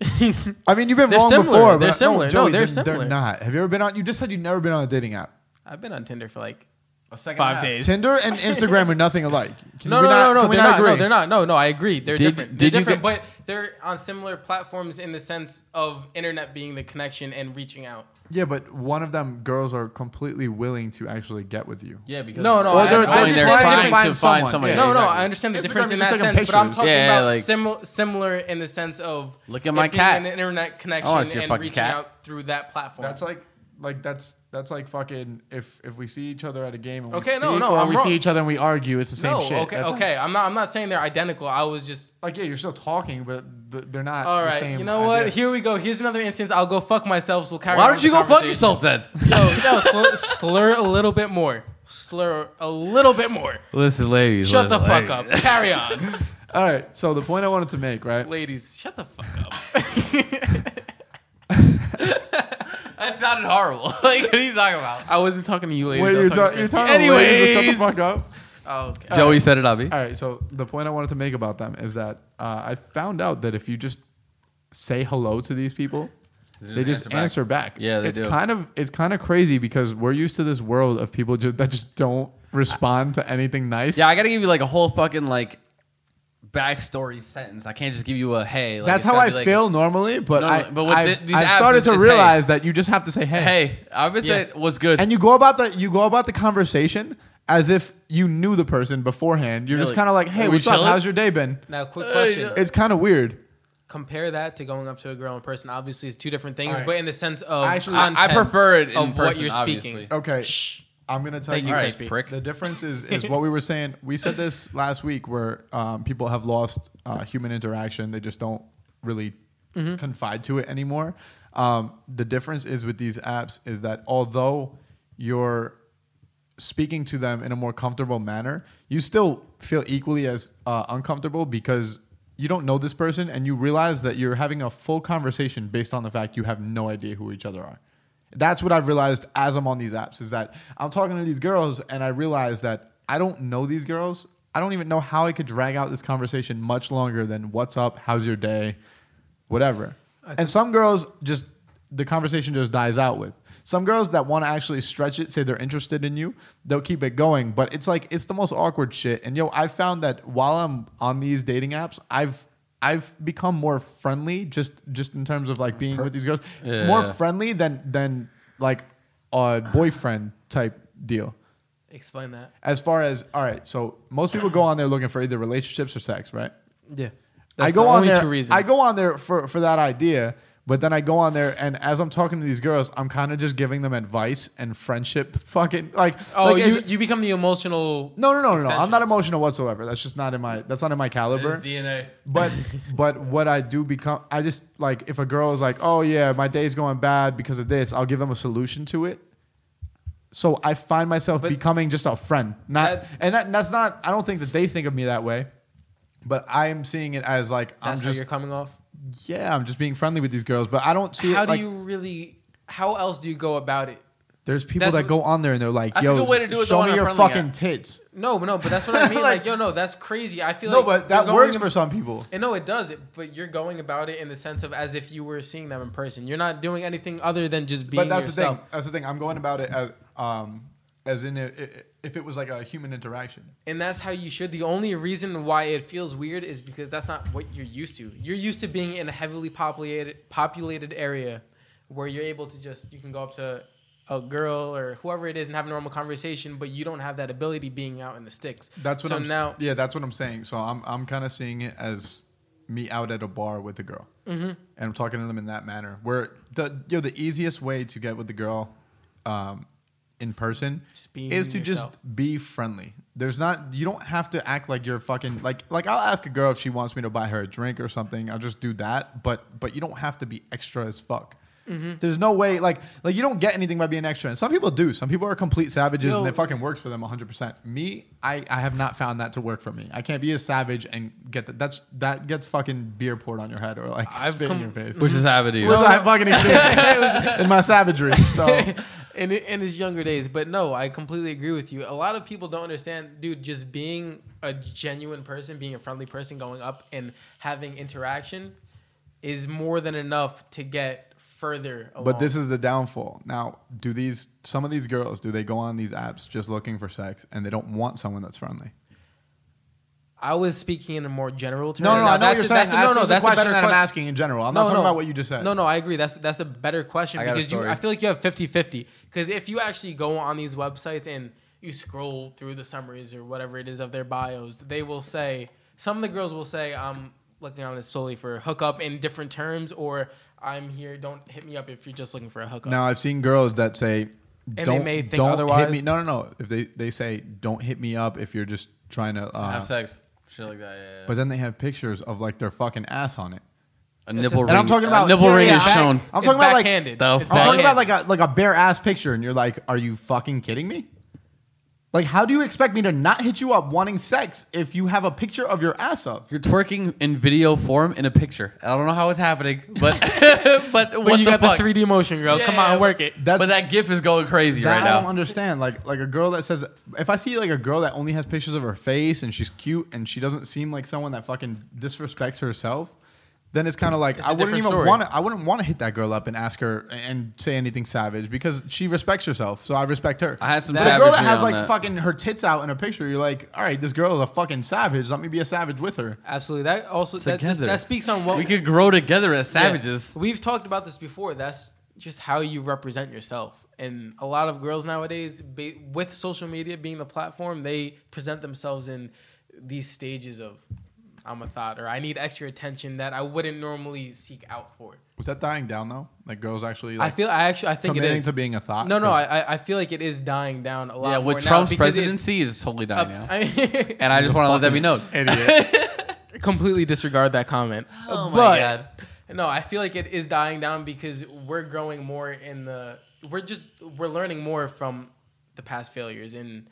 Speaker 1: I mean, you've been
Speaker 2: They're
Speaker 1: wrong
Speaker 2: similar.
Speaker 1: before. but
Speaker 2: They're
Speaker 1: no,
Speaker 2: similar. No,
Speaker 1: Joey,
Speaker 2: they're
Speaker 1: They're
Speaker 2: similar.
Speaker 1: not. Have you ever been on? You just said you've never been on a dating app.
Speaker 2: I've been on Tinder for like
Speaker 3: A second
Speaker 2: five
Speaker 3: half.
Speaker 2: days.
Speaker 1: Tinder and Instagram are nothing alike. Can
Speaker 2: No,
Speaker 1: we
Speaker 2: no,
Speaker 1: not-
Speaker 2: no, no,
Speaker 1: can we
Speaker 2: They're not.
Speaker 1: agree?
Speaker 2: No, they're not. No, no. I agree. They're
Speaker 3: Did-
Speaker 2: different. They're
Speaker 3: did you
Speaker 2: different, but they're on similar platforms in the sense of internet being the connection and reaching out.
Speaker 1: Yeah, but one of them girls are completely willing to actually get with you.
Speaker 3: Yeah, because
Speaker 2: No, no,
Speaker 1: Well,
Speaker 2: I-
Speaker 1: they're, they're
Speaker 2: I understand.
Speaker 1: just
Speaker 2: They're
Speaker 1: trying to
Speaker 2: trying
Speaker 1: find someone. Yeah.
Speaker 2: no, no,
Speaker 3: exactly.
Speaker 2: I understand the
Speaker 1: Instagram,
Speaker 2: difference in
Speaker 1: you're just
Speaker 2: that
Speaker 1: taking
Speaker 2: sense, but I'm
Speaker 1: pictures.
Speaker 2: talking
Speaker 3: Yeah,
Speaker 2: about
Speaker 3: like-
Speaker 2: similar, similar in the sense of
Speaker 3: Look at
Speaker 2: it
Speaker 3: my
Speaker 2: being
Speaker 3: cat.
Speaker 2: an internet connection,
Speaker 3: wanna see your
Speaker 2: and
Speaker 3: fucking
Speaker 2: reaching
Speaker 3: cat.
Speaker 2: out through that platform.
Speaker 1: That's like, like that's that's like fucking. If if we see each other at a game and we
Speaker 2: Okay,
Speaker 1: speak,
Speaker 2: no, no,
Speaker 1: or
Speaker 2: I'm
Speaker 1: we
Speaker 2: wrong.
Speaker 1: see each other and we argue, it's the same
Speaker 2: no,
Speaker 1: shit.
Speaker 2: okay,
Speaker 1: That's-
Speaker 2: okay. I'm not, I'm not saying they're identical. I was just
Speaker 1: Like yeah, you're still talking, but th- they're not.
Speaker 2: all
Speaker 1: the
Speaker 2: right.
Speaker 1: same
Speaker 2: You know what?
Speaker 1: idea.
Speaker 2: Here we go. Here's another instance. I'll go fuck myself. So we'll carry.
Speaker 3: Why
Speaker 2: on
Speaker 3: don't you
Speaker 2: the
Speaker 3: go fuck
Speaker 2: conversation.
Speaker 3: yourself then?
Speaker 2: No, no. Slur, slur a little bit more. Slur a little bit more.
Speaker 3: Listen, ladies.
Speaker 2: Shut the fuck up. Carry on,
Speaker 1: All right. So the point I wanted to make, right?
Speaker 2: ladies. Shut the fuck up.
Speaker 3: That sounded horrible. like, what are you talking about?
Speaker 2: I wasn't talking to you, ladies.
Speaker 1: Wait,
Speaker 2: I was
Speaker 1: you're,
Speaker 2: talking
Speaker 1: ta-
Speaker 2: to
Speaker 1: you're talking
Speaker 2: Christy.
Speaker 1: about ladies to
Speaker 3: Anyways.
Speaker 1: shut the fuck up.
Speaker 2: Oh, okay.
Speaker 3: Joey said it eh? on me.
Speaker 1: All right. So the point I wanted to make about them is that uh, I found out that if you just say hello to these people, they, just
Speaker 3: answer
Speaker 1: answer
Speaker 3: back.
Speaker 1: back.
Speaker 3: Yeah, they
Speaker 1: it's
Speaker 3: do.
Speaker 1: kind of it's kind of crazy because we're used to this world of people just, that just don't respond to anything nice.
Speaker 3: Yeah, I gotta give you like a whole fucking like backstory sentence. I can't just give you a hey. Like,
Speaker 1: That's
Speaker 3: it's
Speaker 1: how
Speaker 3: gotta
Speaker 1: I
Speaker 3: be like,
Speaker 1: feel normally, but
Speaker 3: No,
Speaker 1: I,
Speaker 3: but with
Speaker 1: I've-
Speaker 3: thi- these
Speaker 1: I've
Speaker 3: apps
Speaker 1: started
Speaker 3: is-
Speaker 1: to
Speaker 3: is, hey.
Speaker 1: realize that you just have to say hey.
Speaker 3: Hey, I was
Speaker 2: Yeah.
Speaker 3: that was good.
Speaker 1: and you go about the you go about the conversation as if you knew the person beforehand. You're
Speaker 3: Yeah,
Speaker 1: just
Speaker 3: like,
Speaker 1: kind of like,
Speaker 3: are
Speaker 1: hey,
Speaker 3: we
Speaker 1: what's up?
Speaker 3: chilling?
Speaker 1: How's your day been?
Speaker 2: Now, quick question.
Speaker 1: It's kind of weird.
Speaker 2: Compare that to going up to a girl in person. Obviously, it's two different things,
Speaker 1: All right.
Speaker 2: but in the sense of
Speaker 1: Actually, I- I
Speaker 2: content
Speaker 3: prefer it in
Speaker 2: of what
Speaker 3: person,
Speaker 2: you're speaking.
Speaker 3: obviously.
Speaker 1: Okay.
Speaker 2: Shh.
Speaker 1: I'm gonna tell
Speaker 2: Thank
Speaker 1: you.
Speaker 2: you,
Speaker 3: All right,
Speaker 2: crispy.
Speaker 3: prick.
Speaker 1: The difference is is what we were saying. We said this last week, where um, people have lost uh, human interaction. They just don't really confide to it anymore. Um, the difference is with these apps is that although you're speaking to them in a more comfortable manner, you still feel equally as uh, uncomfortable because you don't know this person and you realize that you're having a full conversation based on the fact you have no idea who each other are. That's what I've realized as I'm on these apps is that I'm talking to these girls and I realize that I don't know these girls. I don't even know how I could drag out this conversation much longer than what's up, how's your day, whatever. And some girls just the conversation just dies out with. Some girls that want to actually stretch it, say they're interested in you, they'll keep it going. But it's like it's the most awkward shit. And yo, I found that while I'm on these dating apps, I've I've become more friendly just just in terms of like being with these girls,
Speaker 3: Yeah.
Speaker 1: more friendly than than like a boyfriend type deal.
Speaker 2: Explain that.
Speaker 1: As far as all right, so most people go on there looking for either relationships or sex, right?
Speaker 2: Yeah.
Speaker 1: I go on there. I go on there for for that idea, but then I go on there, and as I'm talking to these girls, I'm kind of just giving them advice and friendship. Fucking like,
Speaker 2: Oh,
Speaker 1: like,
Speaker 2: you,
Speaker 1: it's-
Speaker 2: you become the emotional.
Speaker 1: no, no, no, no, no. I'm
Speaker 2: Extension.
Speaker 1: not emotional whatsoever. That's just not in my. That's not in my caliber.
Speaker 2: DNA.
Speaker 1: But but what I do become, I just like if a girl is like, oh yeah, my day's going bad because of this, I'll give them a solution to it. So I find myself
Speaker 2: But-
Speaker 1: becoming just a friend, not
Speaker 2: That-
Speaker 1: and that that's not. I don't think that they think of me that way, but I am seeing it as like I'm
Speaker 2: That's how
Speaker 1: just
Speaker 2: you're coming off.
Speaker 1: yeah, I'm just being friendly with these girls, but I don't see
Speaker 2: how
Speaker 1: it.
Speaker 2: do
Speaker 1: like,
Speaker 2: you really? How else do you go about it?
Speaker 1: There's people
Speaker 2: that's
Speaker 1: that
Speaker 2: what-
Speaker 1: go on there and they're like,
Speaker 3: That's a
Speaker 1: "Yo,
Speaker 3: good way to do it, though,
Speaker 1: show
Speaker 3: on
Speaker 1: me
Speaker 3: a
Speaker 1: your
Speaker 3: friendly
Speaker 1: fucking
Speaker 3: app.
Speaker 1: tits."
Speaker 2: No, but no, but that's what I mean.
Speaker 1: Like-
Speaker 2: like, yo, no, that's crazy. I feel
Speaker 1: No,
Speaker 2: like
Speaker 1: but
Speaker 2: you're
Speaker 1: that
Speaker 2: going
Speaker 1: works
Speaker 2: ab-
Speaker 1: for some people.
Speaker 2: And no, it does. It, but you're going about it in the sense of as if you were seeing them in person. You're not doing anything other than just being
Speaker 1: But that's
Speaker 2: yourself.
Speaker 1: the thing. That's the thing. I'm going about it as, um, as in i- i- if it was like a human interaction.
Speaker 2: and that's how you should. The only reason why it feels weird is because that's not what you're used to. You're used to being in a heavily populated populated area where you're able to just you can go up to a girl or whoever it is and have a normal conversation, but you don't have that ability being out in the sticks.
Speaker 1: That's what
Speaker 2: so
Speaker 1: I'm s-
Speaker 2: now.
Speaker 1: Yeah, that's what I'm saying. So I'm I'm kind of seeing it as me out at a bar with a girl, mm-hmm. and I'm talking to them in that manner. Where the you know the easiest way to get with the girl, um, in person
Speaker 2: Just being
Speaker 1: is to
Speaker 2: yourself.
Speaker 1: just be friendly. There's not you don't have to act like you're fucking like like I'll ask a girl if she wants me to buy her a drink or something. I'll just do that, but but you don't have to be extra as fuck.
Speaker 2: Mm-hmm.
Speaker 1: There's no way like like you don't get anything by being extra. And some people do. Some people are complete savages and
Speaker 2: Yo,
Speaker 1: it fucking works for them 100%. Me, I I have not found that to work for me. I can't be a savage and get that that's that gets fucking beer poured on your head or like
Speaker 2: I've
Speaker 1: spit
Speaker 2: com-
Speaker 1: in your face.
Speaker 3: Which is happened to you.
Speaker 1: Which I fucking experienced in my savagery. So
Speaker 2: in, in his younger days. But no, I completely agree with you. A lot of people don't understand, dude, just being a genuine person, being a friendly person, going up and having interaction is more than enough to get further along.
Speaker 1: But this is the downfall. Now, do these some of these girls do they go on these apps just looking for sex and they don't want someone that's friendly?
Speaker 2: I was speaking in a more general term.
Speaker 1: No, no, I know what
Speaker 2: That's-
Speaker 1: you're saying.
Speaker 2: that's-
Speaker 1: That's, no,
Speaker 2: no, no, that's a
Speaker 1: question
Speaker 2: better
Speaker 1: that I'm
Speaker 2: question.
Speaker 1: asking in general. I'm not talking about what you just said.
Speaker 2: No, no, I agree. That's that's a better question
Speaker 1: I got a
Speaker 2: because you,
Speaker 1: story.
Speaker 2: I feel like you have 50-50. Because if you actually go on these websites and you scroll through the summaries or whatever it is of their bios, they will say some of the girls will say, "I'm looking on this solely for hookup" in different terms, or "I'm here. Don't hit me up if you're just looking for a hookup."
Speaker 1: Now I've seen girls that say
Speaker 2: they
Speaker 1: don't
Speaker 2: may think
Speaker 1: don't
Speaker 2: otherwise.
Speaker 1: hit me. No, no, no. If they they say don't hit me up if you're just trying to uh,
Speaker 3: Have sex. Shit like that. Yeah. yeah.
Speaker 1: But then they have pictures of like their fucking ass on it.
Speaker 3: a nipple ring.
Speaker 1: And I'm talking about
Speaker 3: a nipple
Speaker 1: yeah,
Speaker 3: ring
Speaker 1: yeah,
Speaker 3: is
Speaker 1: back-
Speaker 3: shown.
Speaker 1: I'm
Speaker 2: It's
Speaker 1: talking about like
Speaker 2: backhanded.
Speaker 3: The
Speaker 2: It's
Speaker 1: I'm talking about like
Speaker 2: backhanded.
Speaker 1: a like a bare ass picture, and you're like, "Are you fucking kidding me? Like, how do you expect me to not hit you up wanting sex if you have a picture of your ass up?
Speaker 3: You're twerking in video form in a picture. I don't know how it's happening, but but
Speaker 2: But
Speaker 3: what
Speaker 2: you
Speaker 3: the
Speaker 2: got
Speaker 3: fuck?
Speaker 2: the 3D motion, girl.
Speaker 3: Yeah,
Speaker 2: Come on,
Speaker 3: yeah,
Speaker 2: work it.
Speaker 1: That's-
Speaker 3: but that GIF is going crazy right
Speaker 1: I
Speaker 3: now.
Speaker 1: don't understand. Like, like a girl that says, if I see like a girl that only has pictures of her face and she's cute and she doesn't seem like someone that fucking disrespects herself, then it's kind of like
Speaker 2: It's a
Speaker 1: I wouldn't
Speaker 2: different
Speaker 1: even
Speaker 2: story.
Speaker 1: want to. I wouldn't want to hit that girl up and ask her and say anything savage because she respects herself, so I respect her.
Speaker 3: I had some
Speaker 1: But a girl that
Speaker 3: savagery
Speaker 1: has
Speaker 3: on
Speaker 1: like
Speaker 3: that.
Speaker 1: fucking her tits out in a picture. You're like, all right, this girl is a fucking savage. Let me be a savage with her.
Speaker 2: Absolutely. That also that, just,
Speaker 3: Together.
Speaker 2: that speaks on what
Speaker 3: we could grow together as
Speaker 2: Yeah.
Speaker 3: savages.
Speaker 2: We've talked about this before. That's just how you represent yourself. And a lot of girls nowadays, ba- with social media being the platform, they present themselves in these stages of I'm a thought or I need extra attention that I wouldn't normally seek out for.
Speaker 1: Was that dying down though? Like girls actually like
Speaker 2: I feel I actually I think it
Speaker 1: committing
Speaker 2: is.
Speaker 1: to being a thought.
Speaker 2: no, no, I I- I feel like it is dying down a lot.
Speaker 3: Yeah,
Speaker 2: more
Speaker 3: with
Speaker 2: now
Speaker 3: Trump's
Speaker 2: because it's-
Speaker 3: presidency is totally
Speaker 2: uh,
Speaker 3: dying now.
Speaker 2: I mean,
Speaker 3: And I just want to let that be known.
Speaker 1: idiot.
Speaker 2: completely disregard that comment.
Speaker 3: Oh my God.
Speaker 2: No, I feel like it is dying down because we're growing more in the we're just we're learning more from the past failures and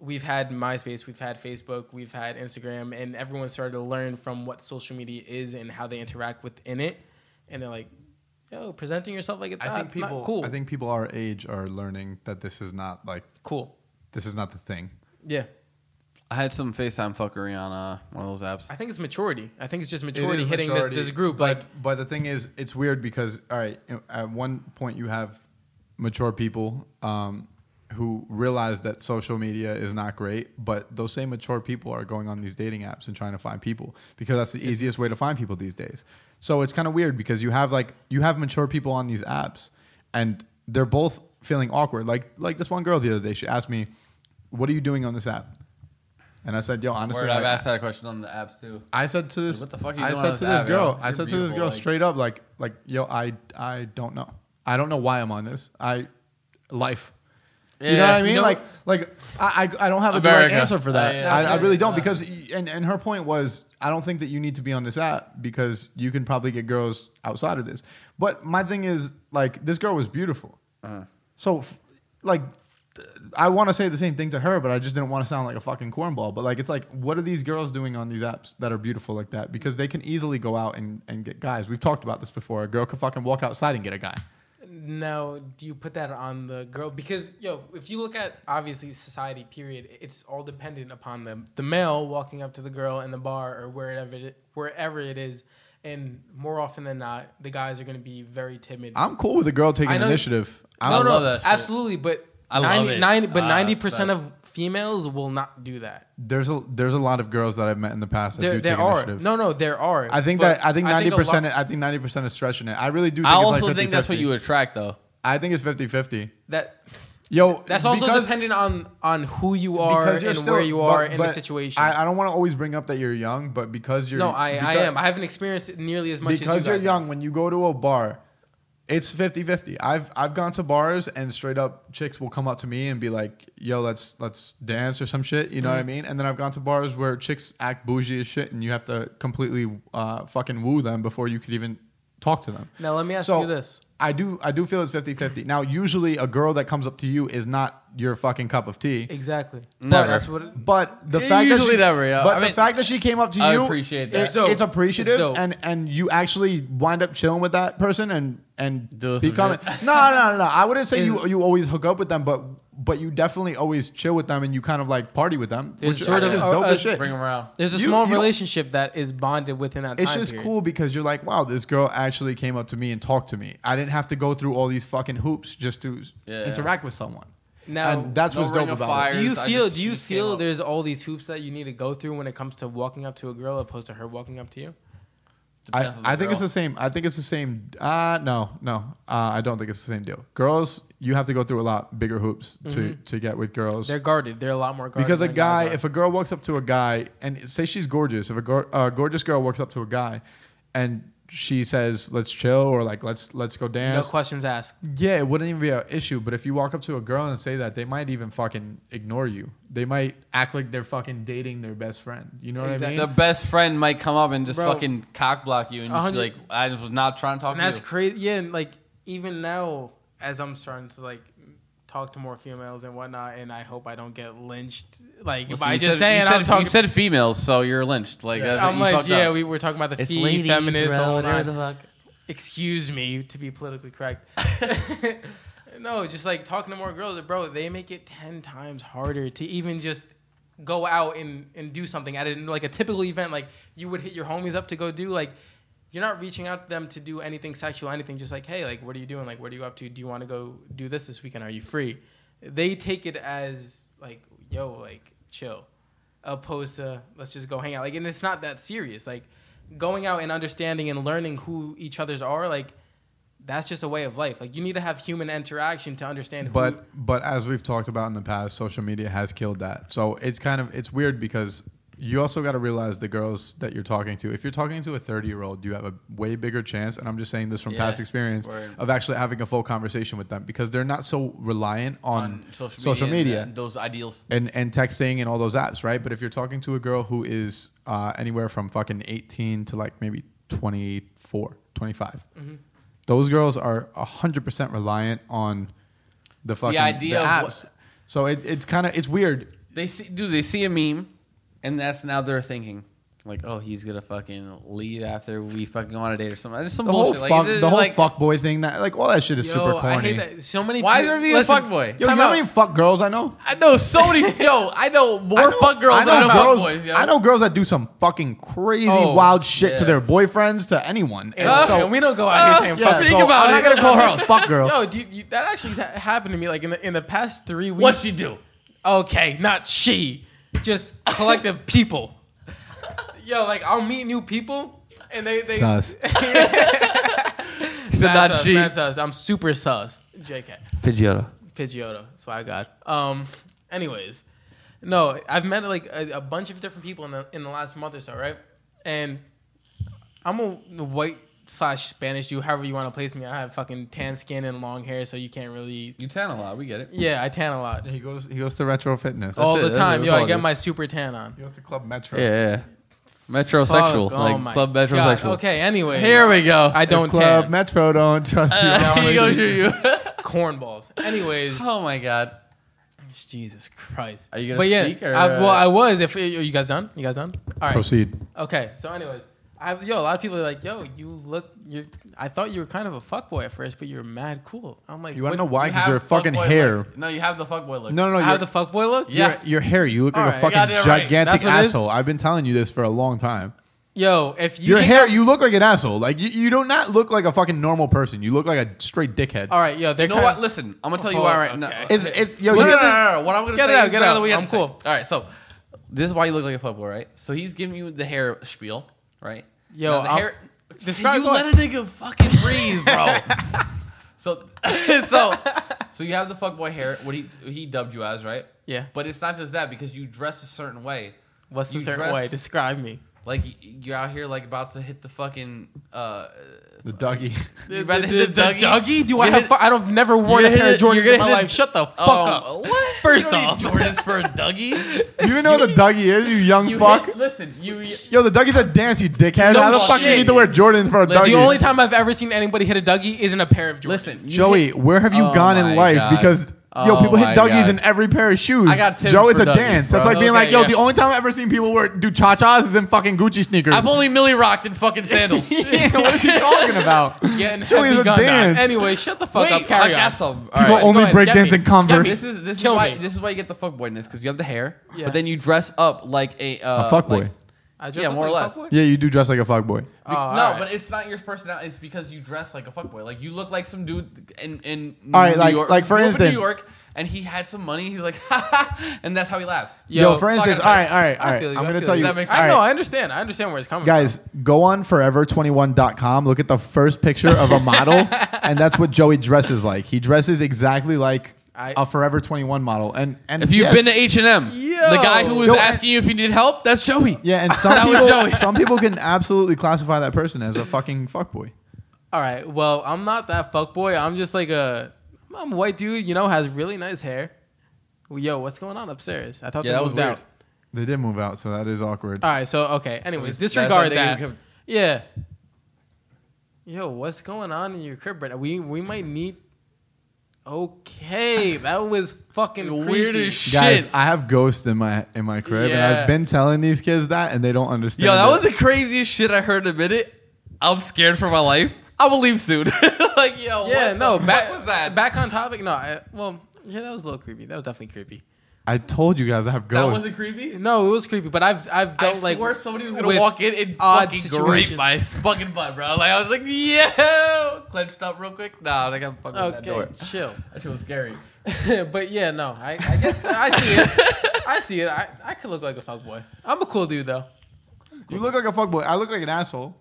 Speaker 2: we've had MySpace, we've had Facebook, we've had Instagram and everyone started to learn from what social media is and how they interact within it and they're like yo, presenting yourself like it's
Speaker 1: I think people.
Speaker 2: not cool.
Speaker 1: I think people our age are learning that this is not like
Speaker 2: cool.
Speaker 1: this is not the thing.
Speaker 2: Yeah.
Speaker 3: I had some FaceTime fuckery on uh, one of those apps.
Speaker 2: I think it's maturity. I think it's just
Speaker 1: It
Speaker 2: maturity
Speaker 1: is
Speaker 2: hitting
Speaker 1: majority,
Speaker 2: this this group
Speaker 1: but,
Speaker 2: like
Speaker 1: but the thing is, it's weird because all right, at one point you have mature people um, who realize that social media is not great, but those same mature people are going on these dating apps and trying to find people because that's the easiest way to find people these days. So it's kind of weird because you have like you have mature people on these apps, and they're both feeling awkward. Like like this one girl the other day, she asked me what are you doing on this app? And I said, yo, honestly,
Speaker 3: Word, I've
Speaker 1: like,
Speaker 3: asked that question on the apps too.
Speaker 1: I said to this,
Speaker 3: What the fuck are you
Speaker 1: I
Speaker 3: doing
Speaker 1: said
Speaker 3: on
Speaker 1: to
Speaker 3: this
Speaker 1: this
Speaker 3: app,
Speaker 1: girl,
Speaker 3: yo?
Speaker 1: I
Speaker 3: You're
Speaker 1: said to this
Speaker 3: beautiful,
Speaker 1: girl
Speaker 3: like-
Speaker 1: straight up, like, like, yo, I, I don't know, I don't know why I'm on this. I, life. You know
Speaker 3: Yeah.
Speaker 1: what I mean?
Speaker 2: You know-
Speaker 1: like, like I, I I don't have a direct
Speaker 3: America.
Speaker 1: answer for that.
Speaker 2: Oh,
Speaker 3: Uh, yeah.
Speaker 1: I, I really don't
Speaker 3: Uh,
Speaker 1: because, and, and her point was, I don't think that you need to be on this app because you can probably get girls outside of this. But my thing is, like, this girl was beautiful.
Speaker 2: Uh-huh.
Speaker 1: So, f- like, th- I want to say the same thing to her, but I just didn't want to sound like a fucking cornball. But like, it's like, what are these girls doing on these apps that are beautiful like that? Because they can easily go out and, and get guys. We've talked about this before. A girl could fucking walk outside and get a guy.
Speaker 2: Now, do you put that on the girl? Because yo, if you look at obviously society, period, it's all dependent upon the the male walking up to the girl in the bar or wherever it, wherever it is, and more often than not, the guys are going to be very timid.
Speaker 1: I'm cool with a girl
Speaker 2: I
Speaker 1: taking
Speaker 2: know-
Speaker 1: initiative. I
Speaker 2: no,
Speaker 1: don't
Speaker 2: no,
Speaker 3: love that shit.
Speaker 2: absolutely, but
Speaker 3: I love
Speaker 2: 90,
Speaker 3: it.
Speaker 2: 90 but
Speaker 3: Ah,
Speaker 2: ninety percent
Speaker 3: that's-
Speaker 2: of females will not do that.
Speaker 1: There's a there's a lot of girls that I've met in the past that
Speaker 2: There,
Speaker 1: do
Speaker 2: there
Speaker 1: take
Speaker 2: are
Speaker 1: initiative.
Speaker 2: no, no, there are.
Speaker 1: I think
Speaker 2: but
Speaker 1: that I think ninety
Speaker 2: a
Speaker 1: percent
Speaker 2: lot-
Speaker 1: I think ninety percent is stretching it. I really do. Think
Speaker 3: I
Speaker 1: it's
Speaker 3: also
Speaker 1: like
Speaker 3: think that's what
Speaker 1: 50-50.
Speaker 3: you attract though.
Speaker 1: I think it's 50-50.
Speaker 2: that
Speaker 1: Yo,
Speaker 2: that's also
Speaker 1: because,
Speaker 2: dependent on on who you are
Speaker 1: because you're
Speaker 2: and
Speaker 1: still-
Speaker 2: where you are
Speaker 1: but-
Speaker 2: in the
Speaker 1: but
Speaker 2: situation.
Speaker 1: I, I don't want to always bring up that you're young, but because you're
Speaker 2: No, I, I
Speaker 1: because-
Speaker 2: am. I haven't experienced it nearly as much
Speaker 1: because
Speaker 2: as you
Speaker 1: you're
Speaker 2: guys
Speaker 1: young. When you go to a bar, it's 50-50. I've I've gone to bars and straight up chicks will come up to me and be like, "Yo, let's let's dance or some shit." You know
Speaker 2: Mm.
Speaker 1: what I mean? And then I've gone to bars where chicks act bougie as shit, and you have to completely uh, fucking woo them before you could even talk to them.
Speaker 2: Have. Now let me ask
Speaker 1: So-
Speaker 2: you this.
Speaker 1: I do I do feel it's 50-50. Now, usually a girl that comes up to you is not your fucking cup of tea.
Speaker 2: Exactly.
Speaker 3: Never.
Speaker 2: that's what. It,
Speaker 1: But the
Speaker 3: Yeah,
Speaker 1: fact that she,
Speaker 3: usually never, yeah.
Speaker 1: but
Speaker 3: I
Speaker 1: the
Speaker 3: mean,
Speaker 1: fact that she came up to
Speaker 3: I
Speaker 1: you,
Speaker 3: appreciate that.
Speaker 1: it-
Speaker 3: It's
Speaker 2: dope.
Speaker 1: it's appreciative,
Speaker 2: It's dope.
Speaker 1: and and you actually wind up chilling with that person and and
Speaker 3: Do some
Speaker 1: becoming.
Speaker 3: shit.
Speaker 1: No, no, no, no. I wouldn't say
Speaker 2: Is-
Speaker 1: you you always hook up with them, but but you definitely always chill with them, and you kind of like party with them,
Speaker 2: There's
Speaker 1: which
Speaker 2: sort
Speaker 1: I
Speaker 2: of
Speaker 1: think is
Speaker 2: a-
Speaker 1: dope
Speaker 2: a-
Speaker 1: as shit.
Speaker 3: Bring them around.
Speaker 2: there's a
Speaker 1: You-
Speaker 2: small
Speaker 1: you don't-
Speaker 2: relationship that is bonded within that.
Speaker 1: It's
Speaker 2: time
Speaker 1: just
Speaker 2: period.
Speaker 1: cool because you're like, wow, this girl actually came up to me and talked to me. I didn't have to go through all these fucking hoops just to s-
Speaker 3: Yeah.
Speaker 1: interact with someone.
Speaker 2: Now-
Speaker 1: and that's
Speaker 3: No
Speaker 1: what's
Speaker 3: ring
Speaker 1: dope
Speaker 3: of
Speaker 1: about
Speaker 3: fire.
Speaker 1: it.
Speaker 2: Do you
Speaker 3: I
Speaker 2: feel?
Speaker 3: just-
Speaker 2: do you
Speaker 3: just came
Speaker 2: feel
Speaker 3: up.
Speaker 2: there's all these hoops that you need to go through when it comes to walking up to a girl opposed to her walking up to you?
Speaker 1: I,
Speaker 3: Depends on the
Speaker 1: I think it's
Speaker 3: girl.
Speaker 1: the same. I think it's the same. Uh, no, no. Uh, I don't think it's the same deal. Girls, you have to go through a lot bigger hoops to, to get with girls.
Speaker 2: They're guarded. They're a lot more guarded.
Speaker 1: because a
Speaker 2: than guys
Speaker 1: guy,
Speaker 2: are.
Speaker 1: if a girl walks up to a guy and say she's gorgeous, if a gor uh, gorgeous girl walks up to a guy and she says, let's chill or like, let's, let's go
Speaker 2: no
Speaker 1: dance.
Speaker 2: questions asked.
Speaker 1: yeah, it wouldn't even be an issue. But if you walk up to a girl and say that, they might even fucking ignore you. They might act like they're fucking dating their best friend. You know what
Speaker 2: Exactly.
Speaker 1: I
Speaker 3: The
Speaker 1: mean?
Speaker 3: best friend might come up and just
Speaker 2: Bro.
Speaker 3: fucking cock block you and
Speaker 2: A
Speaker 3: just be like,
Speaker 2: hundred-
Speaker 3: I was not trying to talk
Speaker 2: And
Speaker 3: to
Speaker 2: that's
Speaker 3: you.
Speaker 2: crazy. Yeah, and like even now, as I'm starting to like talk to more females and whatnot, and I hope I don't get lynched. Like
Speaker 3: Listen,
Speaker 2: by
Speaker 3: you
Speaker 2: just
Speaker 3: said- you
Speaker 2: saying
Speaker 3: said,
Speaker 2: I'm talking.
Speaker 3: You said females, so you're lynched. Like that's
Speaker 2: I'm
Speaker 3: you
Speaker 2: like,
Speaker 3: fucked
Speaker 2: yeah,
Speaker 3: up.
Speaker 2: we were talking about the fee, feminist, the whole nine. Excuse me to be politically correct. no, just like talking to more girls, bro. They make it ten times harder to even just go out and, and do something at an, like a typical event. Like you would hit your homies up to go do like. You're not reaching out to them to do anything sexual, anything. Just like, hey, like, what are you doing? Like, what are you up to? Do you want to go do this this weekend? Are you free? They take it as like, yo, like, chill opposed to let's just go hang out. Like, and it's not that serious. Like, going out and understanding and learning who each other's are, like, that's just a way of life. Like, you need to have human interaction to understand. who,
Speaker 1: But but as we've talked about in the past, social media has killed that. So it's kind of it's weird because you also got to realize the girls that you're talking to. If you're talking to a 30 year old, you have a way bigger chance. And I'm just saying this from
Speaker 3: Yeah.
Speaker 1: past experience
Speaker 3: Word.
Speaker 1: of actually having a full conversation with them because they're not so reliant on,
Speaker 3: on social media,
Speaker 1: social
Speaker 3: and
Speaker 1: media
Speaker 3: that- those ideals.
Speaker 1: and and texting and all those apps, right? But if you're talking to a girl who is uh, anywhere from fucking 18 to like maybe 24, 25,
Speaker 3: Mm-hmm.
Speaker 1: those girls are 100% reliant on the fucking
Speaker 3: idea
Speaker 1: the
Speaker 3: of
Speaker 1: apps.
Speaker 3: what-
Speaker 1: so it, it's kind of it's weird.
Speaker 3: They see, do they see a meme, and that's now they're thinking. Like, oh, he's gonna fucking leave after we fucking go on a date or something. Just some
Speaker 1: The
Speaker 3: bullshit.
Speaker 1: whole
Speaker 3: like,
Speaker 1: fuck
Speaker 3: it-
Speaker 1: the whole
Speaker 3: like,
Speaker 1: fuck boy thing that like all that shit is
Speaker 2: yo,
Speaker 1: super corny.
Speaker 2: I hate that. So many.
Speaker 3: Why is
Speaker 2: peop-
Speaker 3: there being a
Speaker 2: Listen,
Speaker 3: fuckboy?
Speaker 1: Yo, you
Speaker 2: time
Speaker 1: know how
Speaker 2: out.
Speaker 1: many fuck girls I know?
Speaker 3: I know so many. yo, I know more fuck girls
Speaker 1: I
Speaker 3: than I know
Speaker 1: girls,
Speaker 3: fuck boys. Yo.
Speaker 1: I know girls that do some fucking crazy
Speaker 2: Oh,
Speaker 1: wild shit to
Speaker 3: yeah.
Speaker 1: their boyfriends to anyone.
Speaker 2: And,
Speaker 1: And
Speaker 3: Huh?
Speaker 1: so-
Speaker 2: and we don't go out
Speaker 3: Uh,
Speaker 2: here saying
Speaker 1: yeah,
Speaker 2: fuck.
Speaker 3: Speak
Speaker 1: so
Speaker 3: about
Speaker 1: I'm
Speaker 3: it.
Speaker 1: not gonna call her a fuck girl.
Speaker 2: Yo, dude, you, that actually ha- happened to me. Like in the in the past three weeks.
Speaker 3: What she do?
Speaker 2: Okay, not she. Just collective people. Yo, like I'll meet new people, and they they
Speaker 1: Sus.
Speaker 3: Said
Speaker 2: Mad
Speaker 3: not
Speaker 2: sus,
Speaker 3: she.
Speaker 2: mad sus. I'm super sus. JK.
Speaker 3: Pidgeotto.
Speaker 2: Pidgeotto. That's what I got. Um. Anyways, No, I've met like a, a bunch of different people in the in the last month or so, right? And I'm a white slash Spanish Jew, however you want to place me. I have fucking tan skin and long hair, so you can't really.
Speaker 3: You tan a lot. We get it.
Speaker 2: Yeah, I tan a lot
Speaker 1: He goes. He goes to retro fitness.
Speaker 2: all
Speaker 3: it,
Speaker 2: the
Speaker 3: that's
Speaker 2: time.
Speaker 3: it,
Speaker 2: Yo,
Speaker 3: that's
Speaker 2: I
Speaker 3: all it
Speaker 2: get
Speaker 3: is.
Speaker 2: my super tan on.
Speaker 1: He goes to Club Metro.
Speaker 3: Yeah, yeah. yeah. Metrosexual,
Speaker 2: Fuck, oh
Speaker 3: like
Speaker 2: my
Speaker 3: club
Speaker 2: God.
Speaker 3: metrosexual.
Speaker 2: Okay, anyway,
Speaker 3: Here we go.
Speaker 2: I don't
Speaker 1: Club
Speaker 2: tan.
Speaker 1: Metro don't trust you.
Speaker 2: Uh,
Speaker 1: I'm
Speaker 3: He
Speaker 1: with
Speaker 3: goes,
Speaker 1: you.
Speaker 3: "You're you."
Speaker 2: cornballs. Anyways,
Speaker 3: oh my god.
Speaker 2: Jesus Christ.
Speaker 3: Are you gonna
Speaker 2: But yeah,
Speaker 3: speak, or,
Speaker 2: I, well,
Speaker 3: uh,
Speaker 2: I was. If are you guys done, you guys done. All right.
Speaker 1: Proceed.
Speaker 2: Okay. So, anyways, I have, yo, a lot of people are like, yo, you look, you. I thought you were kind of a fuckboy at first, but you're mad cool. I'm like,
Speaker 1: You wanna
Speaker 2: what-
Speaker 1: know why?
Speaker 3: You
Speaker 1: Because
Speaker 3: have
Speaker 1: your fucking
Speaker 3: fuckboy
Speaker 1: hair.
Speaker 3: look. No, you have the fuckboy look.
Speaker 1: No, no, no.
Speaker 2: I
Speaker 1: Your,
Speaker 2: have the fuckboy look.
Speaker 1: your,
Speaker 3: Yeah.
Speaker 1: your hair. You look like
Speaker 2: Alright,
Speaker 1: a fucking
Speaker 3: goddamn right.
Speaker 1: gigantic
Speaker 2: That's what it is?
Speaker 1: asshole. I've been telling you this for a long time.
Speaker 2: Yo, if you
Speaker 1: Your
Speaker 2: think
Speaker 1: hair,
Speaker 2: I'm-
Speaker 1: you look like an asshole. Like you, you do not look like a fucking normal person. You look like a straight dickhead.
Speaker 2: All right, yo, they're
Speaker 3: You know
Speaker 2: kind
Speaker 3: what?
Speaker 2: of-
Speaker 3: Listen, I'm gonna tell you
Speaker 2: Oh,
Speaker 3: why right now.
Speaker 2: okay.
Speaker 1: It's it's yo.
Speaker 3: no,
Speaker 1: you
Speaker 3: no,
Speaker 1: get
Speaker 3: no,
Speaker 1: this-
Speaker 3: no, no. What I'm gonna
Speaker 2: Get it
Speaker 3: say
Speaker 2: out,
Speaker 3: is
Speaker 2: get
Speaker 3: better
Speaker 2: out.
Speaker 3: than we have
Speaker 2: I'm
Speaker 3: to say.
Speaker 2: cool.
Speaker 3: All right, so this is why you look like a fuckboy, right? So he's giving you the hair spiel, right?
Speaker 2: Yo,
Speaker 3: Now the
Speaker 2: I'll-
Speaker 3: hair.
Speaker 2: describe
Speaker 3: you
Speaker 2: what-
Speaker 3: let a nigga fucking breathe, bro. so, so, so you have the fuckboy hair. What he he dubbed you as, right?
Speaker 2: Yeah.
Speaker 3: But it's not just that because you dress a certain way.
Speaker 2: What's the
Speaker 3: You
Speaker 2: certain
Speaker 3: dress-
Speaker 2: way? Describe me.
Speaker 3: Like y- you're out here like about to hit the fucking uh
Speaker 1: The doggy.
Speaker 3: you about to hit the, Dougie.
Speaker 2: Do I
Speaker 3: You
Speaker 2: have?
Speaker 3: hit-
Speaker 2: fu- I don't never worn
Speaker 3: you
Speaker 2: a pair
Speaker 3: hit
Speaker 2: of
Speaker 3: it- you're
Speaker 2: Jordans in
Speaker 3: gonna
Speaker 2: my
Speaker 3: hit it-
Speaker 2: life. Shut the fuck up.
Speaker 3: Um, What?
Speaker 2: First
Speaker 3: You don't need
Speaker 2: off.
Speaker 3: Jordans for a Dougie.
Speaker 1: You even know what the Dougie is, you young
Speaker 3: You
Speaker 1: fuck.
Speaker 3: hit- listen, you.
Speaker 1: Yo, the Dougie's a dance, you dickhead.
Speaker 2: No
Speaker 1: How the fuck do you
Speaker 2: shit.
Speaker 1: need to wear Jordans for a
Speaker 2: The
Speaker 1: Dougie?
Speaker 2: only time I've ever seen anybody hit a Dougie is in a pair of Jordans.
Speaker 3: Listen, you
Speaker 1: Joey, where have you
Speaker 3: Oh
Speaker 1: gone
Speaker 3: my
Speaker 1: in life?
Speaker 3: God.
Speaker 1: Because yo,
Speaker 3: Oh
Speaker 1: people hit
Speaker 3: my
Speaker 1: Dougies
Speaker 3: God.
Speaker 1: in every pair of shoes.
Speaker 3: I got Tim's
Speaker 1: Joe, it's
Speaker 3: for
Speaker 1: a
Speaker 3: Dougies,
Speaker 1: dance. That's
Speaker 3: bro.
Speaker 1: like being
Speaker 2: Okay,
Speaker 1: like, yo,
Speaker 2: yeah.
Speaker 1: the only time I've ever seen people wear do cha chas is in fucking Gucci sneakers.
Speaker 3: I've only Millie rocked in fucking sandals. Wait,
Speaker 1: what are you talking about?
Speaker 2: getting
Speaker 1: Joey's
Speaker 2: heavy
Speaker 1: a
Speaker 2: gunned on.
Speaker 1: dance.
Speaker 2: Anyway, shut the fuck up.
Speaker 3: I
Speaker 2: Carry
Speaker 3: got
Speaker 2: on.
Speaker 3: some. All
Speaker 1: People
Speaker 3: right.
Speaker 1: only
Speaker 2: go ahead,
Speaker 1: break
Speaker 2: get
Speaker 1: dance
Speaker 2: me.
Speaker 1: in Converse.
Speaker 3: This is this is
Speaker 2: Kill
Speaker 3: why
Speaker 2: me.
Speaker 3: this is why you get the fuckboyness because you have the hair,
Speaker 2: Yeah.
Speaker 3: but then you dress up like a uh,
Speaker 1: a fuckboy.
Speaker 3: like- Uh,
Speaker 2: I dress
Speaker 3: Yeah,
Speaker 2: up
Speaker 3: more or
Speaker 2: like a
Speaker 3: less.
Speaker 2: fuckboy?
Speaker 1: yeah, you do dress like a fuckboy.
Speaker 2: Oh,
Speaker 3: no,
Speaker 2: alright.
Speaker 3: but it's not your personality. It's because you dress like a fuckboy. Like you look like some dude in in
Speaker 1: All right,
Speaker 3: New
Speaker 1: like-
Speaker 3: York.
Speaker 1: like for
Speaker 3: grew up in
Speaker 1: instance-
Speaker 3: New York, and he had some money. He's like, and that's how he laughs.
Speaker 1: Yo,
Speaker 2: Yo,
Speaker 1: for instance,
Speaker 2: fuck
Speaker 1: all right, all right,
Speaker 2: I
Speaker 1: all right.
Speaker 2: feel you,
Speaker 1: I'm
Speaker 2: I
Speaker 1: gonna
Speaker 2: feel
Speaker 1: tell
Speaker 2: you.
Speaker 1: you.
Speaker 3: That makes
Speaker 1: all
Speaker 2: I
Speaker 1: right.
Speaker 2: know. I understand. I understand where it's coming
Speaker 1: Guys, go on forever21.com, look at the first picture of a model, and that's what Joey dresses like. He dresses exactly like
Speaker 2: I-
Speaker 1: a Forever 21 model. And and
Speaker 3: If you've
Speaker 1: yes.
Speaker 3: been to H and M,
Speaker 2: Yo.
Speaker 3: the guy who was
Speaker 1: Yo,
Speaker 3: asking you if you need help, that's Joey.
Speaker 1: Yeah, and some
Speaker 3: That was
Speaker 1: people
Speaker 3: Joey.
Speaker 1: some people can absolutely classify that person as a fucking fuckboy.
Speaker 2: from. All right. Well, I'm not that fuckboy. I'm just like a. I'm a white dude, you know, has really nice hair. Well, Yo, what's going on upstairs? I thought
Speaker 3: Yeah,
Speaker 2: they
Speaker 3: that was
Speaker 2: moved out.
Speaker 3: weird.
Speaker 1: They did move out, so that is awkward.
Speaker 2: All right. So okay. Anyways,
Speaker 3: was-
Speaker 2: disregard
Speaker 3: that's how
Speaker 2: that.
Speaker 3: they become-
Speaker 2: Yeah. Yo, what's going on in your crib, Brett? We we might need. Okay, that was fucking
Speaker 3: Weird
Speaker 2: creepy.
Speaker 3: as shit.
Speaker 1: Guys, I have ghosts in my in my crib, and
Speaker 2: Yeah.
Speaker 1: I've been telling these kids that, and they don't understand.
Speaker 3: Yo, that
Speaker 1: it.
Speaker 3: was the craziest shit I heard in a minute. I'm scared for my life. I will leave soon. like, yo,
Speaker 2: Yeah,
Speaker 3: what
Speaker 2: no.
Speaker 3: the
Speaker 2: Back
Speaker 3: fuck was that?
Speaker 2: back on topic. No, I, well, yeah, that was a little creepy. That was definitely creepy.
Speaker 1: I told you guys I have
Speaker 3: that
Speaker 1: ghosts.
Speaker 3: wasn't creepy.
Speaker 2: No, it was creepy, but I've I've
Speaker 3: I
Speaker 2: dealt like
Speaker 3: swear somebody was
Speaker 2: with
Speaker 3: gonna walk in and
Speaker 2: odd
Speaker 3: fucking
Speaker 2: situations.
Speaker 3: grape my fucking butt, bro. Like I was like, yo, clenched up real quick. Nah, I got fucking that
Speaker 2: Okay,
Speaker 3: door.
Speaker 2: chill.
Speaker 3: That shit was scary.
Speaker 2: but yeah, no, I, I guess I see it. I see it. I, I could look like a fuckboy. I'm a cool dude though.
Speaker 1: you look like a fuckboy. I look like an asshole.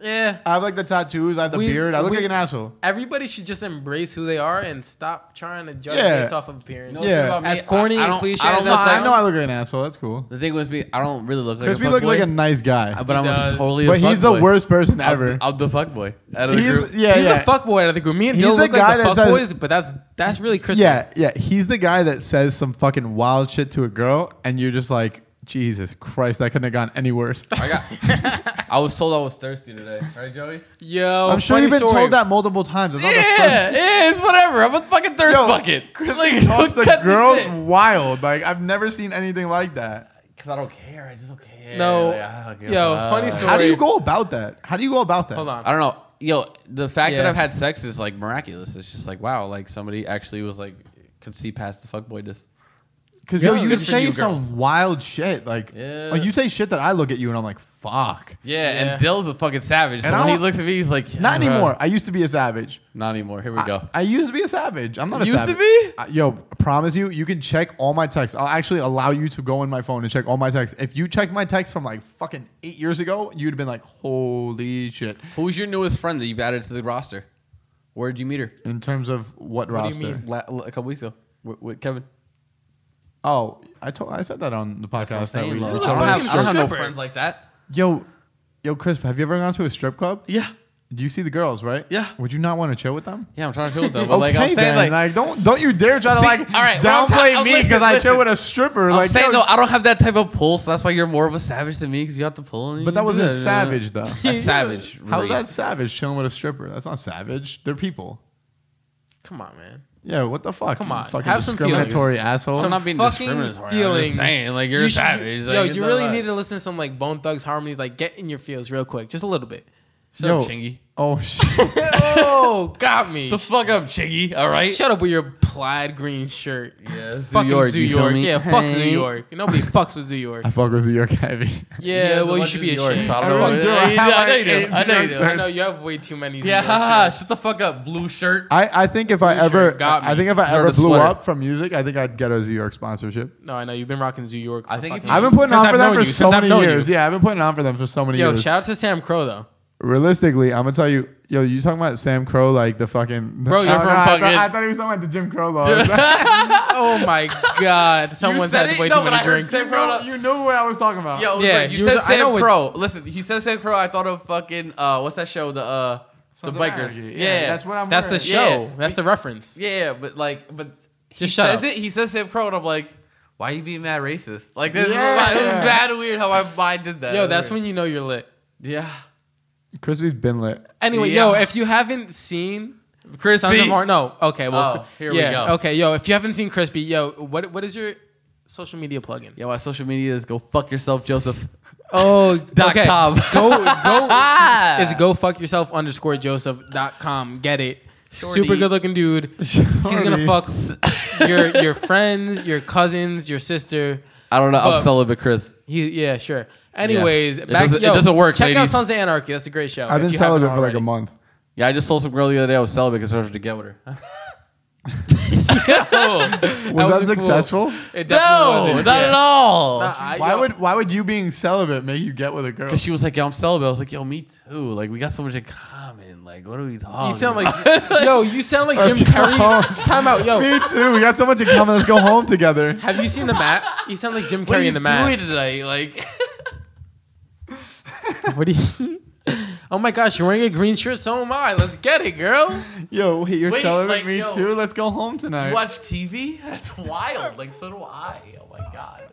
Speaker 2: Yeah.
Speaker 1: I have like the tattoos. I have the
Speaker 2: We-
Speaker 1: beard. I look
Speaker 2: we-
Speaker 1: like an asshole.
Speaker 2: Everybody should just embrace who they are and stop trying to judge
Speaker 1: Yeah.
Speaker 2: based off of appearance.
Speaker 1: Yeah.
Speaker 2: As corny and cliche as
Speaker 1: No,
Speaker 2: that
Speaker 1: I
Speaker 2: sounds-
Speaker 1: know I look like an asshole. That's cool.
Speaker 3: The thing was, me. I don't really look like
Speaker 1: Crispy looks like a nice guy,
Speaker 3: but I'm
Speaker 2: does.
Speaker 3: totally.
Speaker 1: but he's the
Speaker 3: fuckboy.
Speaker 1: worst person
Speaker 3: I'm the-
Speaker 1: ever.
Speaker 3: I'm the fuck boy. Out of the group.
Speaker 1: He's, yeah,
Speaker 2: He's
Speaker 1: yeah,
Speaker 2: the fuckboy out of the group. Me and
Speaker 1: He's
Speaker 2: Dill
Speaker 1: the
Speaker 2: look
Speaker 1: guy
Speaker 2: like the
Speaker 1: that says-
Speaker 2: fuckboys, but that's that's really Christian.
Speaker 1: yeah, yeah. He's the guy that says some fucking wild shit to a girl, and you're just like, Jesus Christ, that couldn't have gone any worse.
Speaker 2: Oh,
Speaker 3: I got. I was told I was thirsty today. Right, Joey?
Speaker 2: Yo,
Speaker 1: I'm sure
Speaker 2: funny
Speaker 1: you've been
Speaker 2: story.
Speaker 1: told that multiple times. That's not the first
Speaker 3: Yeah, yeah, it's whatever. I'm a fucking thirst
Speaker 1: Yo,
Speaker 3: bucket. Like,
Speaker 1: talks
Speaker 3: cut
Speaker 1: the
Speaker 3: this
Speaker 1: girls
Speaker 3: shit.
Speaker 1: wild. Like I've never seen anything like that.
Speaker 3: Cause I don't care. I just don't care.
Speaker 2: No.
Speaker 3: Like, I don't give
Speaker 2: Yo,
Speaker 3: a fuck.
Speaker 2: funny story.
Speaker 1: How do you go about that? How do you go about that?
Speaker 2: Hold on.
Speaker 3: I don't know. Yo, the fact that
Speaker 2: Yeah.
Speaker 3: I've had sex is like miraculous. It's just like wow, like somebody actually was like could see past the fuckboyness.
Speaker 1: because
Speaker 2: Yeah,
Speaker 1: yo, you
Speaker 2: good for
Speaker 1: say
Speaker 2: you
Speaker 1: some
Speaker 2: girls.
Speaker 1: wild shit. Like,
Speaker 3: Yeah.
Speaker 1: like, you say shit that I look at you and I'm like, fuck.
Speaker 3: Yeah,
Speaker 2: Yeah.
Speaker 3: and Dill's a fucking savage. So
Speaker 1: And I
Speaker 3: when he
Speaker 1: don't-
Speaker 3: looks at me, he's like,
Speaker 1: Not
Speaker 3: "Yeah,
Speaker 1: anymore. I used to be a savage.
Speaker 3: Not anymore. Here we go.
Speaker 1: I, I used to be a savage. I'm not a
Speaker 3: Used to
Speaker 1: savage.
Speaker 3: be?
Speaker 1: I- yo, I promise you, you can check all my texts. I'll actually allow you to go in my phone and check all my texts. If you checked my texts from like fucking eight years ago, you'd have been like, holy shit.
Speaker 3: Who's your newest friend that you've added to the roster? Where did you meet her?
Speaker 1: In terms of what
Speaker 2: do you
Speaker 1: roster?
Speaker 2: mean?
Speaker 3: La- la- a couple weeks ago with, with Kevin.
Speaker 1: Oh, I told I said that on the podcast that we
Speaker 3: I
Speaker 2: Who's
Speaker 3: don't
Speaker 2: a
Speaker 1: recorded.
Speaker 3: have, I don't have no
Speaker 2: stripper?
Speaker 3: friends like that.
Speaker 1: Yo, yo, Crisp, have you ever gone to a strip club?
Speaker 2: Yeah.
Speaker 1: You see the girls, right?
Speaker 2: Yeah.
Speaker 1: Would you not want to chill with them?
Speaker 3: Yeah, I'm trying to chill with them. But like I'm
Speaker 1: Okay,
Speaker 3: saying,
Speaker 1: then.
Speaker 3: like,
Speaker 1: don't don't you dare try
Speaker 3: See,
Speaker 1: to like
Speaker 3: all right, what I'm
Speaker 1: downplay
Speaker 3: try- oh,
Speaker 1: me
Speaker 3: listen,
Speaker 1: because I
Speaker 3: listen.
Speaker 1: chill with a stripper.
Speaker 3: I'm
Speaker 1: like,
Speaker 3: saying
Speaker 1: yo,
Speaker 3: though, I don't have that type of pulse. That's why you're more of a savage than me because you got the pull. and you
Speaker 1: but that
Speaker 3: do
Speaker 1: wasn't
Speaker 3: you know?
Speaker 1: savage though.
Speaker 3: That's savage.
Speaker 1: How's
Speaker 3: really.
Speaker 1: that savage? Chilling with a stripper? That's not savage. They're people.
Speaker 2: Come on, man.
Speaker 1: Yeah, what the fuck?
Speaker 2: Come
Speaker 1: you
Speaker 2: on,
Speaker 1: fucking
Speaker 2: have some
Speaker 1: discriminatory asshole.
Speaker 3: I'm
Speaker 2: Some
Speaker 3: not being
Speaker 2: fucking
Speaker 3: discriminatory. I'm just
Speaker 2: feelings.
Speaker 3: saying, like, you're
Speaker 2: You
Speaker 3: a
Speaker 2: should-
Speaker 3: savage. Like,
Speaker 2: yo,
Speaker 3: it's
Speaker 2: you
Speaker 3: not
Speaker 2: really
Speaker 3: that.
Speaker 2: need to listen to some like Bone Thugs harmonies. Like get in your feels real quick, just a little bit.
Speaker 3: Shut
Speaker 1: Yo.
Speaker 3: up, Chingy.
Speaker 1: oh shit.
Speaker 2: oh, got me.
Speaker 3: The fuck up, Chingy. All right.
Speaker 2: Shut up with your plaid green shirt.
Speaker 3: Yeah, Zoo
Speaker 2: Fucking
Speaker 3: York,
Speaker 2: Zoo
Speaker 3: you feel
Speaker 2: York.
Speaker 3: me?
Speaker 2: Yeah, fuck Zoo
Speaker 3: Hey.
Speaker 2: York. Nobody fucks with Zoo York.
Speaker 1: I fuck with New York heavy.
Speaker 3: He
Speaker 2: Yeah,
Speaker 3: has a
Speaker 2: well, you
Speaker 3: bunch
Speaker 2: should
Speaker 3: of
Speaker 2: be
Speaker 3: New York.
Speaker 2: ashamed.
Speaker 3: I
Speaker 2: I,
Speaker 3: don't know.
Speaker 1: really do.
Speaker 3: Yeah,
Speaker 1: I have
Speaker 3: I know you
Speaker 1: like
Speaker 3: do.
Speaker 1: eight
Speaker 3: I know you
Speaker 1: New
Speaker 3: do.
Speaker 1: York
Speaker 2: I know you have way too many. Zoo
Speaker 3: Yeah,
Speaker 2: York
Speaker 3: haha.
Speaker 2: shirts.
Speaker 3: Shut the fuck up, blue shirt.
Speaker 1: I, I think if I ever
Speaker 2: got me.
Speaker 1: I think if I
Speaker 3: Deserve
Speaker 1: ever
Speaker 3: a
Speaker 1: blew
Speaker 3: sweater.
Speaker 1: up from music, I think I'd get a New York sponsorship.
Speaker 2: No, I know you've been rocking Zoo York. For
Speaker 3: I think if
Speaker 2: fucking-
Speaker 3: you-
Speaker 1: I've been putting
Speaker 2: Since
Speaker 1: on
Speaker 2: I've
Speaker 1: for them
Speaker 2: known
Speaker 1: for
Speaker 2: you,
Speaker 1: so
Speaker 2: since I've
Speaker 1: many
Speaker 2: known you.
Speaker 1: years. Yeah, I've been putting on for them for so many
Speaker 2: Yo,
Speaker 1: years.
Speaker 2: shout out to Sam Crow though.
Speaker 1: Realistically, I'm gonna tell you, yo, you talking about Sam Crow like the fucking
Speaker 2: Bro, you're
Speaker 1: I don't
Speaker 2: from
Speaker 1: know, I thought-
Speaker 2: fucking-
Speaker 1: I thought he was talking about the Jim Crow law.
Speaker 2: Oh my God! Someone's
Speaker 3: said
Speaker 2: had
Speaker 3: it?
Speaker 2: way
Speaker 3: No,
Speaker 2: too
Speaker 3: but I
Speaker 2: many
Speaker 3: heard
Speaker 2: drinks.
Speaker 3: Sam Crow-
Speaker 1: you know what I was talking about.
Speaker 3: Yo,
Speaker 2: Yeah,
Speaker 3: yeah, you
Speaker 2: you
Speaker 3: said
Speaker 2: was- I know
Speaker 3: Sam
Speaker 2: what-
Speaker 3: Crow. Listen, you said Sam Crow. I thought of fucking uh, what's that show? The uh, the
Speaker 1: Something
Speaker 3: bikers.
Speaker 1: Anarchy.
Speaker 3: Yeah,
Speaker 1: that's what I'm.
Speaker 2: That's the
Speaker 1: wearing.
Speaker 3: Yeah.
Speaker 2: show. That's the reference.
Speaker 3: Yeah, yeah, but like, but he
Speaker 2: Just shut
Speaker 3: says
Speaker 2: up.
Speaker 3: it. He says Sam Crow, and I'm like, why you being mad racist? Like this,
Speaker 1: Yeah.
Speaker 3: is, it was bad weird how my mind did that.
Speaker 2: Yo, that's when you know you're lit.
Speaker 3: yeah,
Speaker 1: Crispy's been lit.
Speaker 2: Anyway, yo,
Speaker 3: Yeah.
Speaker 2: if you haven't seen
Speaker 3: Chris
Speaker 2: Sons of Horn, no, okay, well,
Speaker 3: Oh, here we
Speaker 2: yeah,
Speaker 3: go.
Speaker 2: Okay, yo, if you haven't seen Crispy, yo, what what is your social media plugin?
Speaker 3: Yo, my social media is go fuck yourself, Joseph.
Speaker 2: Oh,
Speaker 3: Dot
Speaker 2: okay.
Speaker 3: com.
Speaker 2: go go. it's go fuck yourself underscore joseph dot com. Get it.
Speaker 3: Shorty.
Speaker 2: Super good looking dude. He's gonna fuck your your friends, your cousins, your sister.
Speaker 3: I don't know.
Speaker 2: But-
Speaker 3: I'm celibate, Chris.
Speaker 2: He, yeah, sure. Anyways,
Speaker 3: It
Speaker 2: back,
Speaker 3: doesn't- it
Speaker 2: yo,
Speaker 3: doesn't work,
Speaker 2: Check out
Speaker 3: ladies.
Speaker 2: Sons of Anarchy. That's a great show.
Speaker 1: I've
Speaker 2: if
Speaker 1: been
Speaker 2: you haven't
Speaker 1: celibate for like a
Speaker 2: already.
Speaker 1: month.
Speaker 3: Yeah, I just told some girl the other day I was celibate because I wanted to get with her.
Speaker 1: Was that,
Speaker 2: was a cool-
Speaker 1: successful?
Speaker 2: It definitely wasn't, yeah.
Speaker 3: all.
Speaker 2: Nah, I-
Speaker 1: Why
Speaker 2: yo,
Speaker 1: would Why would you being celibate make you get with a girl?
Speaker 3: Cause she was like, "Yo, I'm celibate." I was like, "Yo, me too." Like, we got so much in common. Like, what are we talking?
Speaker 2: you sound
Speaker 3: about?
Speaker 2: like yo? You sound like Jim
Speaker 1: Let's go home.
Speaker 2: Carrey. Time out, yo.
Speaker 1: Me too. We got so much in common. Let's go home together.
Speaker 2: Have you seen the map? You sound like Jim
Speaker 3: what are
Speaker 2: Carrey
Speaker 3: you
Speaker 2: in the mask.
Speaker 3: doing tonight? Like,
Speaker 2: What do you? Oh my gosh, you're wearing a green shirt. So am I. Let's get it, girl.
Speaker 1: Yo, wait, you're
Speaker 3: Wait,
Speaker 1: celibate.
Speaker 3: like,
Speaker 1: me
Speaker 3: yo.
Speaker 1: too. Let's go home tonight.
Speaker 3: you watch TV? That's wild. Like, so do I. Oh my god.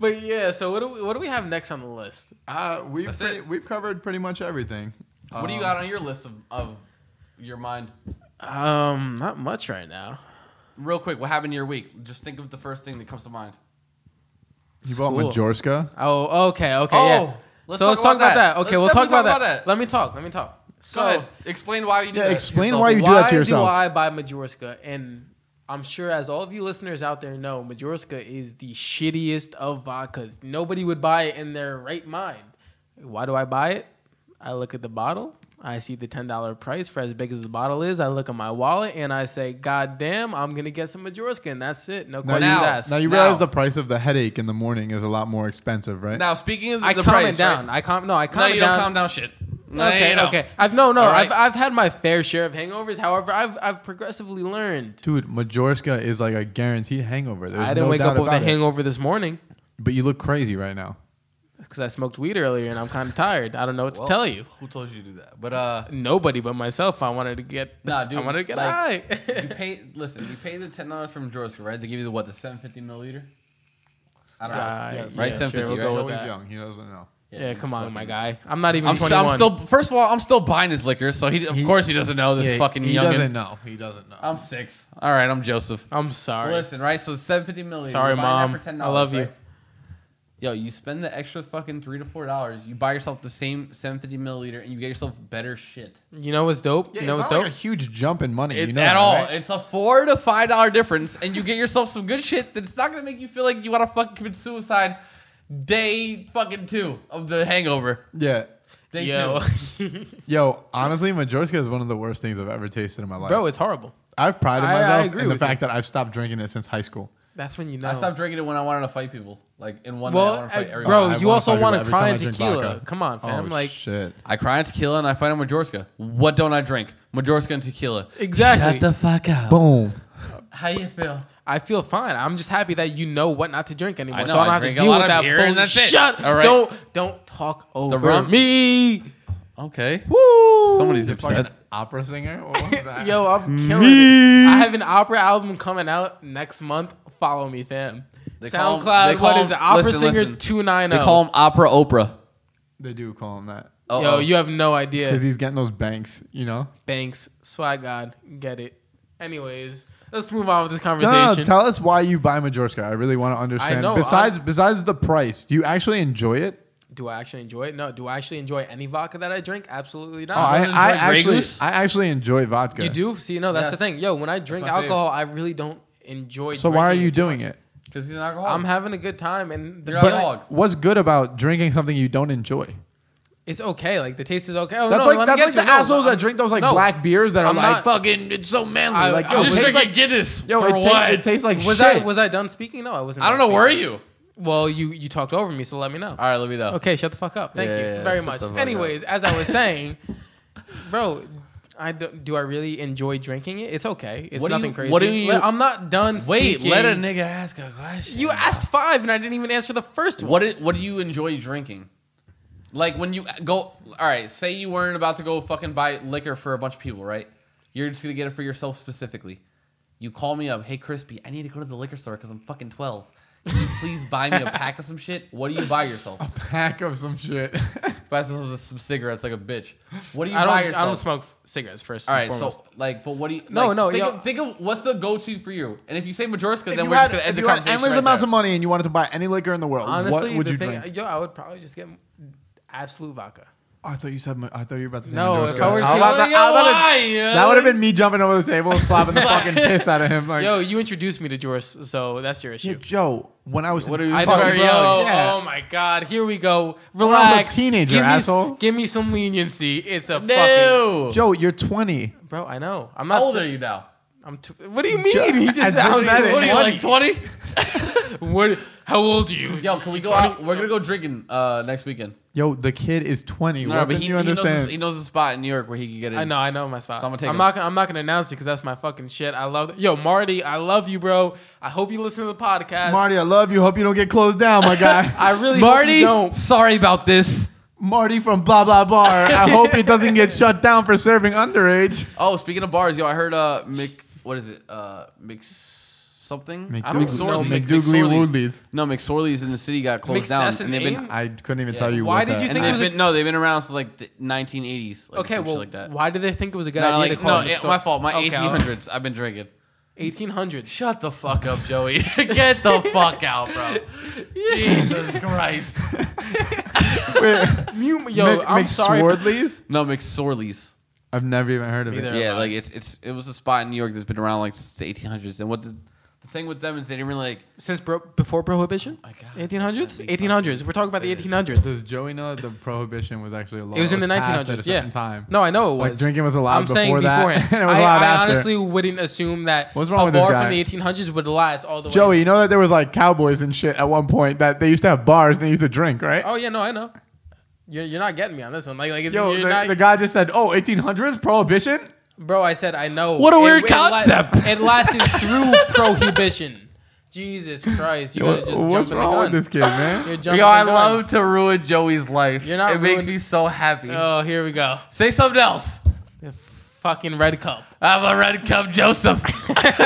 Speaker 2: But yeah, so what do we, what do we have next on the list?
Speaker 1: Uh, we've
Speaker 3: That's
Speaker 1: pretty,
Speaker 3: it.
Speaker 1: we've covered pretty much everything.
Speaker 3: what do you
Speaker 1: Um,
Speaker 3: got on your list of, of your mind?
Speaker 2: Um, not much right now.
Speaker 3: Real quick, what happened to your week? Just think of the first thing that comes to mind.
Speaker 1: You bought
Speaker 2: School.
Speaker 1: Majorska.
Speaker 2: Oh, okay, okay,
Speaker 3: Oh,
Speaker 2: yeah.
Speaker 3: let's
Speaker 2: so
Speaker 3: talk
Speaker 2: let's talk
Speaker 3: about
Speaker 2: about
Speaker 3: that.
Speaker 2: that. Okay,
Speaker 3: Let's
Speaker 2: we'll talk
Speaker 3: definitely
Speaker 2: about,
Speaker 3: talk about
Speaker 2: that.
Speaker 3: that.
Speaker 2: Let me talk. Let me talk. So,
Speaker 3: Go ahead. Explain why you do
Speaker 1: Yeah,
Speaker 3: that.
Speaker 1: explain
Speaker 3: yourself.
Speaker 1: why you do that to yourself.
Speaker 2: do I buy Majorska? And I'm sure, as all of you listeners out there know, Majorska is the shittiest of vodkas. Nobody would buy it in their right mind. Why do I buy it? I look at the bottle. I see the $10 price for as big as the bottle is. I look at my wallet and I say, God damn, I'm going to get some Majorska. And that's it. No
Speaker 1: Now,
Speaker 2: questions
Speaker 3: you-
Speaker 2: asked.
Speaker 1: now you
Speaker 3: Now-
Speaker 1: realize the price of the headache in the morning is a lot more expensive, right?
Speaker 3: Now, speaking of the,
Speaker 2: I
Speaker 3: the
Speaker 2: calm
Speaker 3: price,
Speaker 2: it down.
Speaker 3: right?
Speaker 2: I calm. No, I calm
Speaker 3: no,
Speaker 2: it
Speaker 3: you
Speaker 2: down.
Speaker 3: don't calm down shit. No,
Speaker 2: Okay,
Speaker 3: you don't.
Speaker 2: okay. I've no, no.
Speaker 3: All right.
Speaker 2: I've I've had my fair share of hangovers. However, I've I've progressively learned.
Speaker 1: Dude, Majorska is like a guaranteed hangover. There's
Speaker 2: I didn't
Speaker 1: no
Speaker 2: wake
Speaker 1: doubt
Speaker 2: up with a
Speaker 1: about it.
Speaker 2: hangover this morning
Speaker 1: But you look crazy right now.
Speaker 2: because I smoked weed earlier and I'm kind of tired. I don't know what to
Speaker 3: Well,
Speaker 2: tell you.
Speaker 3: Who told you to do that? But uh,
Speaker 2: Nobody but myself. I wanted to get.
Speaker 3: Nah, dude,
Speaker 2: I wanted to get
Speaker 3: like-
Speaker 2: high.
Speaker 3: you pay. Listen, you pay the ten dollars from Jorska, right? They give you the what? The seven fifty milliliter. I don't
Speaker 2: Uh,
Speaker 3: know.
Speaker 2: yes,
Speaker 3: right?
Speaker 2: yeah,
Speaker 3: seven
Speaker 2: sure, we'll
Speaker 3: fifty. right?
Speaker 2: go with
Speaker 1: Joey's
Speaker 2: that.
Speaker 1: young. He doesn't know.
Speaker 2: yeah, come on, my
Speaker 3: fucking-
Speaker 2: guy. I'm not even
Speaker 3: I'm, st-
Speaker 2: 21.
Speaker 3: I'm still. First of all, I'm still buying his liquor, so he. Of
Speaker 1: He-
Speaker 3: course, he doesn't know this fucking
Speaker 1: he
Speaker 3: youngin.
Speaker 1: doesn't know. He doesn't know.
Speaker 3: I'm six. All right, I'm Joseph.
Speaker 2: I'm sorry.
Speaker 3: Listen, right? So seven fifty milliliter.
Speaker 2: Sorry,
Speaker 3: You're
Speaker 2: Mom.
Speaker 3: buying that for $10,
Speaker 2: I love you.
Speaker 3: right? Yo, you spend the extra fucking three to four dollars. You buy yourself the same seven fifty milliliter, and you get yourself better shit.
Speaker 2: You know what's dope?
Speaker 1: Yeah,
Speaker 2: you know
Speaker 1: it's
Speaker 2: what's
Speaker 1: not
Speaker 2: dope?
Speaker 1: like a huge jump in money.
Speaker 3: It-
Speaker 1: you know
Speaker 3: at
Speaker 1: that,
Speaker 3: all.
Speaker 1: right?
Speaker 3: It's a four to five dollar difference, and you get yourself some good shit that's not gonna make you feel like you want to fucking commit suicide day fucking two of the hangover.
Speaker 1: Yeah.
Speaker 3: Day
Speaker 2: Yo,
Speaker 3: two.
Speaker 1: Yo, honestly, Majorska is one of the worst things I've ever tasted in my life.
Speaker 2: bro, it's horrible.
Speaker 1: I've prided
Speaker 2: I- I
Speaker 1: myself
Speaker 2: agree
Speaker 1: in the
Speaker 2: with you.
Speaker 1: fact that I've stopped drinking it since high school.
Speaker 2: That's when you know.
Speaker 3: I stopped drinking it when I wanted to fight people. Like in one night, I
Speaker 2: well,
Speaker 3: want to fight
Speaker 2: I-
Speaker 3: everybody.
Speaker 2: bro,
Speaker 1: I
Speaker 2: you
Speaker 1: wanna
Speaker 2: also
Speaker 1: fight
Speaker 2: want to
Speaker 1: every
Speaker 2: cry
Speaker 1: time I
Speaker 2: in
Speaker 1: drink
Speaker 2: tequila.
Speaker 1: vodka.
Speaker 2: Come on, fam.
Speaker 1: oh
Speaker 2: like,
Speaker 1: shit.
Speaker 3: I cry on tequila and I fight on Majorska. What don't I drink? Majorska and tequila.
Speaker 2: Exactly.
Speaker 3: fuck up.
Speaker 1: Boom.
Speaker 3: How you feel?
Speaker 2: I feel fine. I'm just happy that you know what not to drink anymore.
Speaker 3: know,
Speaker 2: so I don't
Speaker 3: I
Speaker 2: have to
Speaker 3: drink a
Speaker 2: deal
Speaker 3: lot
Speaker 2: with
Speaker 3: of
Speaker 2: that
Speaker 3: beer and
Speaker 2: bullshit.
Speaker 3: that's it.
Speaker 2: Shut.
Speaker 3: All right.
Speaker 2: Don't don't talk over
Speaker 3: rum-
Speaker 2: me.
Speaker 3: Okay.
Speaker 2: Woo.
Speaker 3: Somebody's
Speaker 1: You're fucking
Speaker 3: upset.
Speaker 1: opera singer? What was that?
Speaker 2: Yo, I'm killing it. I have an opera album coming out next month. Follow me, fam.
Speaker 3: They call 'em- they
Speaker 2: SoundCloud.
Speaker 3: call
Speaker 2: What is
Speaker 3: 'em-
Speaker 2: it? Opera
Speaker 3: listen,
Speaker 2: Singer
Speaker 3: listen.
Speaker 2: two nine
Speaker 3: They call
Speaker 2: zero.
Speaker 3: him Opera Oprah.
Speaker 1: they do call him that
Speaker 2: Yo,
Speaker 3: Uh-oh.
Speaker 2: you have no idea.
Speaker 1: because he's getting those banks. You know.
Speaker 2: Banks, swag god, get it. Anyways, let's move on with this
Speaker 1: No, no, no,
Speaker 2: conversation.
Speaker 1: tell us why you buy Majorska. I really want to understand.
Speaker 2: know,
Speaker 1: besides, besides the price, do you actually enjoy it?
Speaker 2: do I actually enjoy it? No. Do I actually enjoy any vodka that I drink? Absolutely not.
Speaker 1: Oh, I,
Speaker 3: really
Speaker 1: I
Speaker 3: enjoy Grey
Speaker 1: actually,
Speaker 3: Goose.
Speaker 1: I actually enjoy vodka.
Speaker 2: You do? See, no, that's the
Speaker 3: Yes.
Speaker 2: thing. Yo, when I drink
Speaker 3: my fave.
Speaker 2: alcohol, I really don't enjoy
Speaker 1: So why are
Speaker 2: drinking
Speaker 1: you
Speaker 2: it too
Speaker 1: doing
Speaker 2: much.
Speaker 1: it?
Speaker 3: Because he's an alcoholic.
Speaker 2: I'm having a good time and the
Speaker 3: You're
Speaker 2: feeling-
Speaker 3: alcoholic.
Speaker 1: What's good about drinking something you don't enjoy?
Speaker 2: it's okay. Like the taste is okay. Oh,
Speaker 1: That's
Speaker 2: no,
Speaker 1: like
Speaker 2: let me
Speaker 1: that's
Speaker 2: get
Speaker 1: like
Speaker 2: to
Speaker 1: the
Speaker 2: it. No,
Speaker 1: assholes
Speaker 2: I'm-
Speaker 1: that drink those like
Speaker 2: no.
Speaker 1: black beers that
Speaker 2: I'm
Speaker 1: are like
Speaker 2: not-
Speaker 1: fucking it's so manly.
Speaker 2: I-
Speaker 1: like
Speaker 2: I'm
Speaker 1: yo,
Speaker 2: just
Speaker 1: it tastes
Speaker 2: drinking
Speaker 1: like,
Speaker 3: Guinness.
Speaker 1: yo, it, tastes, it tastes like
Speaker 2: Was
Speaker 1: shit.
Speaker 2: I was I done speaking? No, I wasn't.
Speaker 3: I don't know.
Speaker 2: done
Speaker 3: Where are
Speaker 2: speaking.
Speaker 3: you?
Speaker 2: Well, you you talked over me, so let me know.
Speaker 3: All right, let me know.
Speaker 2: Okay, shut the fuck up. Thank
Speaker 3: Yeah,
Speaker 2: you
Speaker 3: yeah, yeah,
Speaker 2: very
Speaker 3: shut
Speaker 2: much.
Speaker 3: the fuck
Speaker 2: Anyways, as I was saying, bro, I don't, do I really enjoy drinking it? It's okay. It's
Speaker 3: What do
Speaker 2: nothing
Speaker 3: you-
Speaker 2: crazy.
Speaker 3: what do you-
Speaker 2: Let- I'm not done.
Speaker 3: Wait,
Speaker 2: speaking.
Speaker 3: let a nigga ask a question.
Speaker 2: You asked five, and I didn't even answer the first one.
Speaker 3: What do, what do you enjoy drinking? Like when you go, all right, say you weren't about to go fucking buy liquor for a bunch of people, right? You're just gonna get it for yourself specifically. You call me up, hey Crispy, I need to go to the liquor store because I'm fucking 12. Can you please buy me a pack of some shit? What do you buy yourself?
Speaker 1: pack of some shit?
Speaker 3: Buy yourself some cigarettes like a bitch. What do you
Speaker 2: I
Speaker 3: buy
Speaker 2: don't.
Speaker 3: yourself?
Speaker 2: I don't smoke cigarettes first.
Speaker 3: All
Speaker 2: and
Speaker 3: right, so
Speaker 2: foremost.
Speaker 3: like, but what do you?
Speaker 2: No,
Speaker 3: like,
Speaker 2: no,
Speaker 3: Think,
Speaker 2: yo-
Speaker 3: of, think of what's the go-to for you. And if you say Majorska,
Speaker 1: if
Speaker 3: then
Speaker 1: you
Speaker 3: we're
Speaker 1: had,
Speaker 3: just gonna end
Speaker 1: if
Speaker 3: the
Speaker 1: you had
Speaker 3: conversation.
Speaker 1: endless
Speaker 3: right
Speaker 1: amounts
Speaker 3: there.
Speaker 1: of money and you wanted to buy any liquor in the world,
Speaker 2: honestly,
Speaker 1: what would
Speaker 2: the
Speaker 1: you
Speaker 2: thing,
Speaker 1: drink?
Speaker 2: yo, I would probably just get absolute vodka.
Speaker 1: Oh, I thought you said. I thought you were about to say.
Speaker 2: No,
Speaker 1: Majorska.
Speaker 2: if I were to
Speaker 1: How
Speaker 2: say,
Speaker 1: about
Speaker 2: oh,
Speaker 1: that?
Speaker 2: yo,
Speaker 1: How about it?
Speaker 2: why?
Speaker 1: That would have been me jumping over the table and slapping the fucking piss out of him. Like,
Speaker 2: Yo, you introduced me to Joris, so that's your issue.
Speaker 1: Yeah, Joe, when I was
Speaker 3: What
Speaker 1: in
Speaker 3: are you-
Speaker 2: I
Speaker 3: Fuck,
Speaker 2: never,
Speaker 1: fucking-
Speaker 2: yo,
Speaker 1: yeah.
Speaker 2: oh my god, here we go.
Speaker 1: I was a
Speaker 2: Relax.
Speaker 1: teenager,
Speaker 2: give me,
Speaker 1: asshole.
Speaker 2: Give me some leniency. It's a fucking
Speaker 3: No.
Speaker 1: Joe, you're 20.
Speaker 2: bro. I know. I'm
Speaker 3: How
Speaker 2: not.
Speaker 3: old
Speaker 2: s-
Speaker 3: are you now?
Speaker 2: I'm. Too, what do you mean?
Speaker 1: Ju-
Speaker 2: he
Speaker 1: I
Speaker 2: just
Speaker 1: just
Speaker 2: sounds.
Speaker 1: said it.
Speaker 2: What are you like?
Speaker 3: 20?
Speaker 2: What? How old are you?
Speaker 3: Yo, can we go out? We're gonna go drinking uh, next weekend.
Speaker 1: Yo, the kid is 20.
Speaker 3: No,
Speaker 1: what
Speaker 3: but
Speaker 1: did
Speaker 3: he,
Speaker 1: you
Speaker 3: he knows
Speaker 1: understand?
Speaker 3: this, he knows a spot in New York where he can get it.
Speaker 2: I know, I know my spot.
Speaker 3: So
Speaker 2: I'm,
Speaker 3: I'm gonna take him.
Speaker 2: not gonna, I'm not gonna announce it because that's my fucking shit. I love yo Marty. I love you, bro. I hope you listen to the podcast.
Speaker 1: Marty, I love you. Hope you don't get closed down, my guy.
Speaker 2: I really Marty. Hope you don't.
Speaker 3: sorry about this.
Speaker 1: Marty from Blah Blah Bar. I hope it doesn't get shut down for serving underage.
Speaker 3: Oh, speaking of bars, yo, I heard uh, Mick. What is it? Uh, mix something. I don't
Speaker 2: McDougall-
Speaker 3: know.
Speaker 2: no,
Speaker 3: Mix-
Speaker 1: McDougally
Speaker 3: McSorley's.
Speaker 1: Woodley's.
Speaker 3: No, McSorley's in the city got closed
Speaker 2: Mix-
Speaker 3: down,
Speaker 2: that's an
Speaker 3: and they've been.
Speaker 2: aim?
Speaker 1: I couldn't even
Speaker 3: Yeah.
Speaker 1: tell you
Speaker 2: Why
Speaker 1: what
Speaker 2: did
Speaker 1: that-
Speaker 2: you
Speaker 3: And
Speaker 2: think it
Speaker 3: they've
Speaker 2: was a-
Speaker 3: been, no, they've been around since like the 1980s. Like
Speaker 2: Okay,
Speaker 3: some shit
Speaker 2: well,
Speaker 3: like that.
Speaker 2: why did they think it was a good
Speaker 3: No,
Speaker 2: idea
Speaker 3: no,
Speaker 2: to
Speaker 3: like,
Speaker 2: call
Speaker 3: no
Speaker 2: it
Speaker 3: it,
Speaker 2: so-
Speaker 3: my fault. My
Speaker 2: Okay,
Speaker 3: 1800s. I've been drinking.
Speaker 2: 1800.
Speaker 3: Shut the fuck up, Joey. Get the fuck out, bro. Jesus Christ.
Speaker 1: Wait,
Speaker 2: You, yo,
Speaker 1: Mc-
Speaker 2: I'm sorry. for-
Speaker 1: McSwordley's?
Speaker 3: No, McSorley's.
Speaker 1: I've never even heard of
Speaker 2: Neither.
Speaker 1: it.
Speaker 2: They're
Speaker 3: Yeah,
Speaker 2: alive.
Speaker 3: like it's it's it was a spot in New York that's been around like since the 1800s. And what the, the thing with them is they didn't really like.
Speaker 2: Since bro- before prohibition,
Speaker 3: My God,
Speaker 2: 1800s,
Speaker 3: that'd be
Speaker 2: 1800s. We're talking about the
Speaker 3: It is.
Speaker 2: 1800s.
Speaker 1: Does Joey know that the prohibition was actually a law?
Speaker 2: It was in the
Speaker 1: that passed
Speaker 2: 1900s.
Speaker 1: At a
Speaker 2: yeah.
Speaker 1: certain time.
Speaker 2: No, I know it was.
Speaker 1: Like, drinking was allowed
Speaker 2: I'm saying
Speaker 1: before that,
Speaker 2: beforehand.
Speaker 1: and it was
Speaker 2: I,
Speaker 1: allowed
Speaker 2: I
Speaker 1: after.
Speaker 2: honestly wouldn't assume that
Speaker 1: What's wrong
Speaker 2: a
Speaker 1: with this
Speaker 2: bar
Speaker 1: guy?
Speaker 2: from the 1800s would last all the way.
Speaker 1: Joey, you know that there was like cowboys and shit at one point that they used to have bars and they used to drink, right?
Speaker 2: Oh yeah, no, I know. You're, you're not getting me on this one. Like like it's,
Speaker 1: Yo,
Speaker 2: you're
Speaker 1: the,
Speaker 2: not,
Speaker 1: the guy just said, "Oh, 1800s prohibition."
Speaker 2: bro. I said I know.
Speaker 3: What a weird
Speaker 2: la-
Speaker 3: concept.
Speaker 2: it lasted through prohibition. Jesus Christ, you gotta
Speaker 1: What-
Speaker 2: just
Speaker 1: What's
Speaker 2: jump in the
Speaker 1: wrong
Speaker 2: gun.
Speaker 1: with this kid, man?
Speaker 2: You're
Speaker 3: Yo,
Speaker 2: jumping
Speaker 3: I
Speaker 2: the gun.
Speaker 3: love to ruin Joey's life.
Speaker 2: You're not
Speaker 3: It makes
Speaker 2: ruining-
Speaker 3: me so happy.
Speaker 2: Oh, here we go.
Speaker 3: Say something else.
Speaker 2: The fucking red cup.
Speaker 3: I'm a red cup Joseph.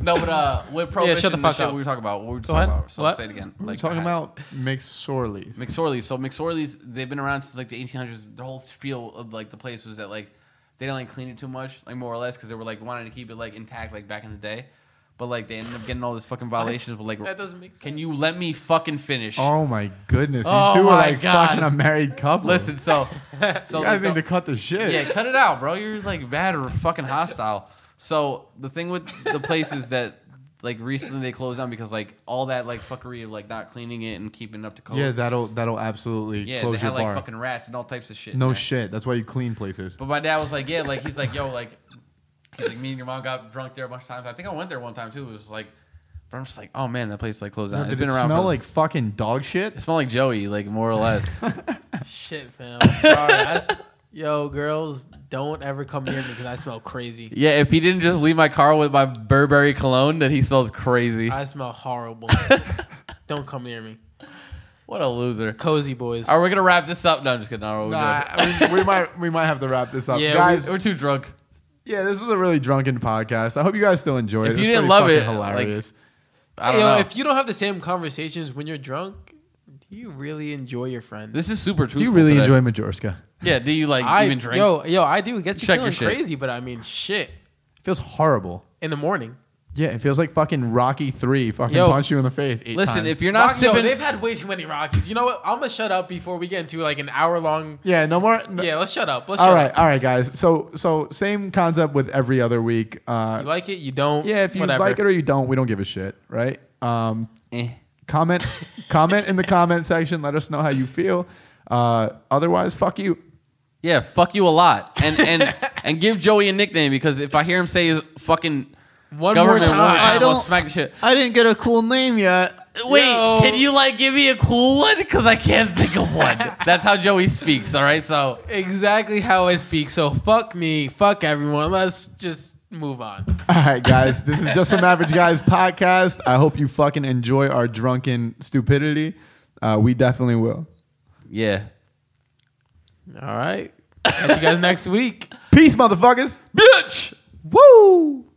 Speaker 3: no, but uh, with prohibition,
Speaker 2: shut the
Speaker 3: the
Speaker 2: fuck
Speaker 3: shit
Speaker 2: up.
Speaker 3: we were talking about, what we were just
Speaker 2: Go
Speaker 3: talking
Speaker 2: ahead.
Speaker 3: about. So
Speaker 2: What?
Speaker 3: say it again. uh,
Speaker 1: We're talking about McSorley's.
Speaker 3: McSorley's. So McSorley's, they've been around since like the 1800s. The whole spiel of like the place was that like they didn't like clean it too much, like more or less, because they were like wanting to keep it like intact, like back in the day. But like they ended up getting all these fucking violations. But like,
Speaker 2: That doesn't make sense.
Speaker 3: can you let me fucking finish?
Speaker 1: Oh my goodness, you
Speaker 3: Oh
Speaker 1: two are
Speaker 3: my
Speaker 1: like
Speaker 3: God.
Speaker 1: fucking a married couple.
Speaker 3: Listen, so so
Speaker 1: you guys
Speaker 3: the-
Speaker 1: need to cut the shit.
Speaker 3: yeah, cut it out, bro. You're like bad or fucking hostile. So the thing with the place is that like recently they closed down because like all that like fuckery of like not cleaning it and keeping it up to code.
Speaker 1: Yeah, that'll that'll absolutely
Speaker 3: Yeah,
Speaker 1: close
Speaker 3: they
Speaker 1: your
Speaker 3: had like
Speaker 1: bar.
Speaker 3: fucking rats and all types of shit.
Speaker 1: no
Speaker 3: man.
Speaker 1: shit. That's why you clean places.
Speaker 3: But my dad was like, yeah, like he's like, yo, like he's like, me and your mom got drunk there a bunch of times. I think I went there one time too. It was like, but I'm just like, oh man, that place like closed down.
Speaker 1: Did
Speaker 3: it's been
Speaker 1: it
Speaker 3: around.
Speaker 1: smell
Speaker 3: for-
Speaker 1: like fucking dog
Speaker 3: it
Speaker 1: shit?
Speaker 3: smelled like Joey, like more or less.
Speaker 2: Shit, fam. I'm sorry. That's Yo, girls, don't ever come near me because I smell crazy.
Speaker 3: Yeah, if he didn't just leave my car with my Burberry cologne, then he smells crazy.
Speaker 2: I smell horrible. don't come near me.
Speaker 3: What a loser.
Speaker 2: Cozy boys.
Speaker 3: Are we gonna wrap this up? No, I'm just kidding. No, we're
Speaker 1: Nah, we, we might we might have to wrap this up,
Speaker 2: Yeah,
Speaker 1: guys.
Speaker 3: good. we're too drunk.
Speaker 1: yeah, this was a really drunken podcast. I hope you guys still enjoyed
Speaker 3: If
Speaker 1: it.
Speaker 3: you
Speaker 1: It was pretty
Speaker 3: didn't love
Speaker 1: fucking
Speaker 3: it,
Speaker 1: hilarious.
Speaker 3: I don't
Speaker 2: Yo,
Speaker 3: know.
Speaker 2: if you don't have the same conversations when you're drunk, do you really enjoy your friends?
Speaker 3: this is super truthful.
Speaker 1: do you really
Speaker 3: today.
Speaker 1: enjoy Majorska?
Speaker 3: Yeah. Do you like
Speaker 2: I
Speaker 3: even drink?
Speaker 2: yo yo I do. Guess you're
Speaker 3: Check your
Speaker 2: feeling
Speaker 3: shit.
Speaker 2: crazy, but I mean shit
Speaker 1: It feels horrible.
Speaker 2: in the morning.
Speaker 1: Yeah, it feels like fucking Rocky Three. Fucking
Speaker 3: Yo,
Speaker 1: punch you in the face. Eight
Speaker 3: Listen,
Speaker 1: times.
Speaker 3: if you're not
Speaker 2: Rock- yo,
Speaker 3: sipping,
Speaker 2: they've had way too many Rockies. You know what? I'm gonna shut up before we get into like an hour long.
Speaker 1: yeah, no more. no-
Speaker 2: Yeah, let's shut up. Let's
Speaker 1: all
Speaker 2: shut
Speaker 1: right,
Speaker 2: up.
Speaker 1: all right, guys. So so same concept with every other week. Uh,
Speaker 2: You like it? You don't?
Speaker 1: yeah, if you
Speaker 2: whatever.
Speaker 1: like it or you don't, we don't give a shit, right? Um,
Speaker 3: eh.
Speaker 1: comment comment in the comment section. Let us know how you feel. Uh, otherwise, fuck you.
Speaker 3: yeah, fuck you a lot, and and and give Joey a nickname because if I hear him say his fucking
Speaker 2: One more
Speaker 3: government one more
Speaker 2: time.
Speaker 3: time, I'll
Speaker 1: don't-
Speaker 3: smack the shit.
Speaker 1: I didn't get a cool name yet.
Speaker 3: Wait,
Speaker 2: Yo.
Speaker 3: can you like give me a cool one? Because I can't think of one. That's how Joey speaks. All right, so
Speaker 2: exactly how I speak. So fuck me, fuck everyone. Let's just move on.
Speaker 1: All right, guys. This is just some average guys podcast. I hope you fucking enjoy our drunken stupidity. Uh, we definitely will.
Speaker 3: yeah.
Speaker 2: All right. Catch you guys next week.
Speaker 1: Peace, motherfuckers.
Speaker 3: Bitch.
Speaker 2: Woo!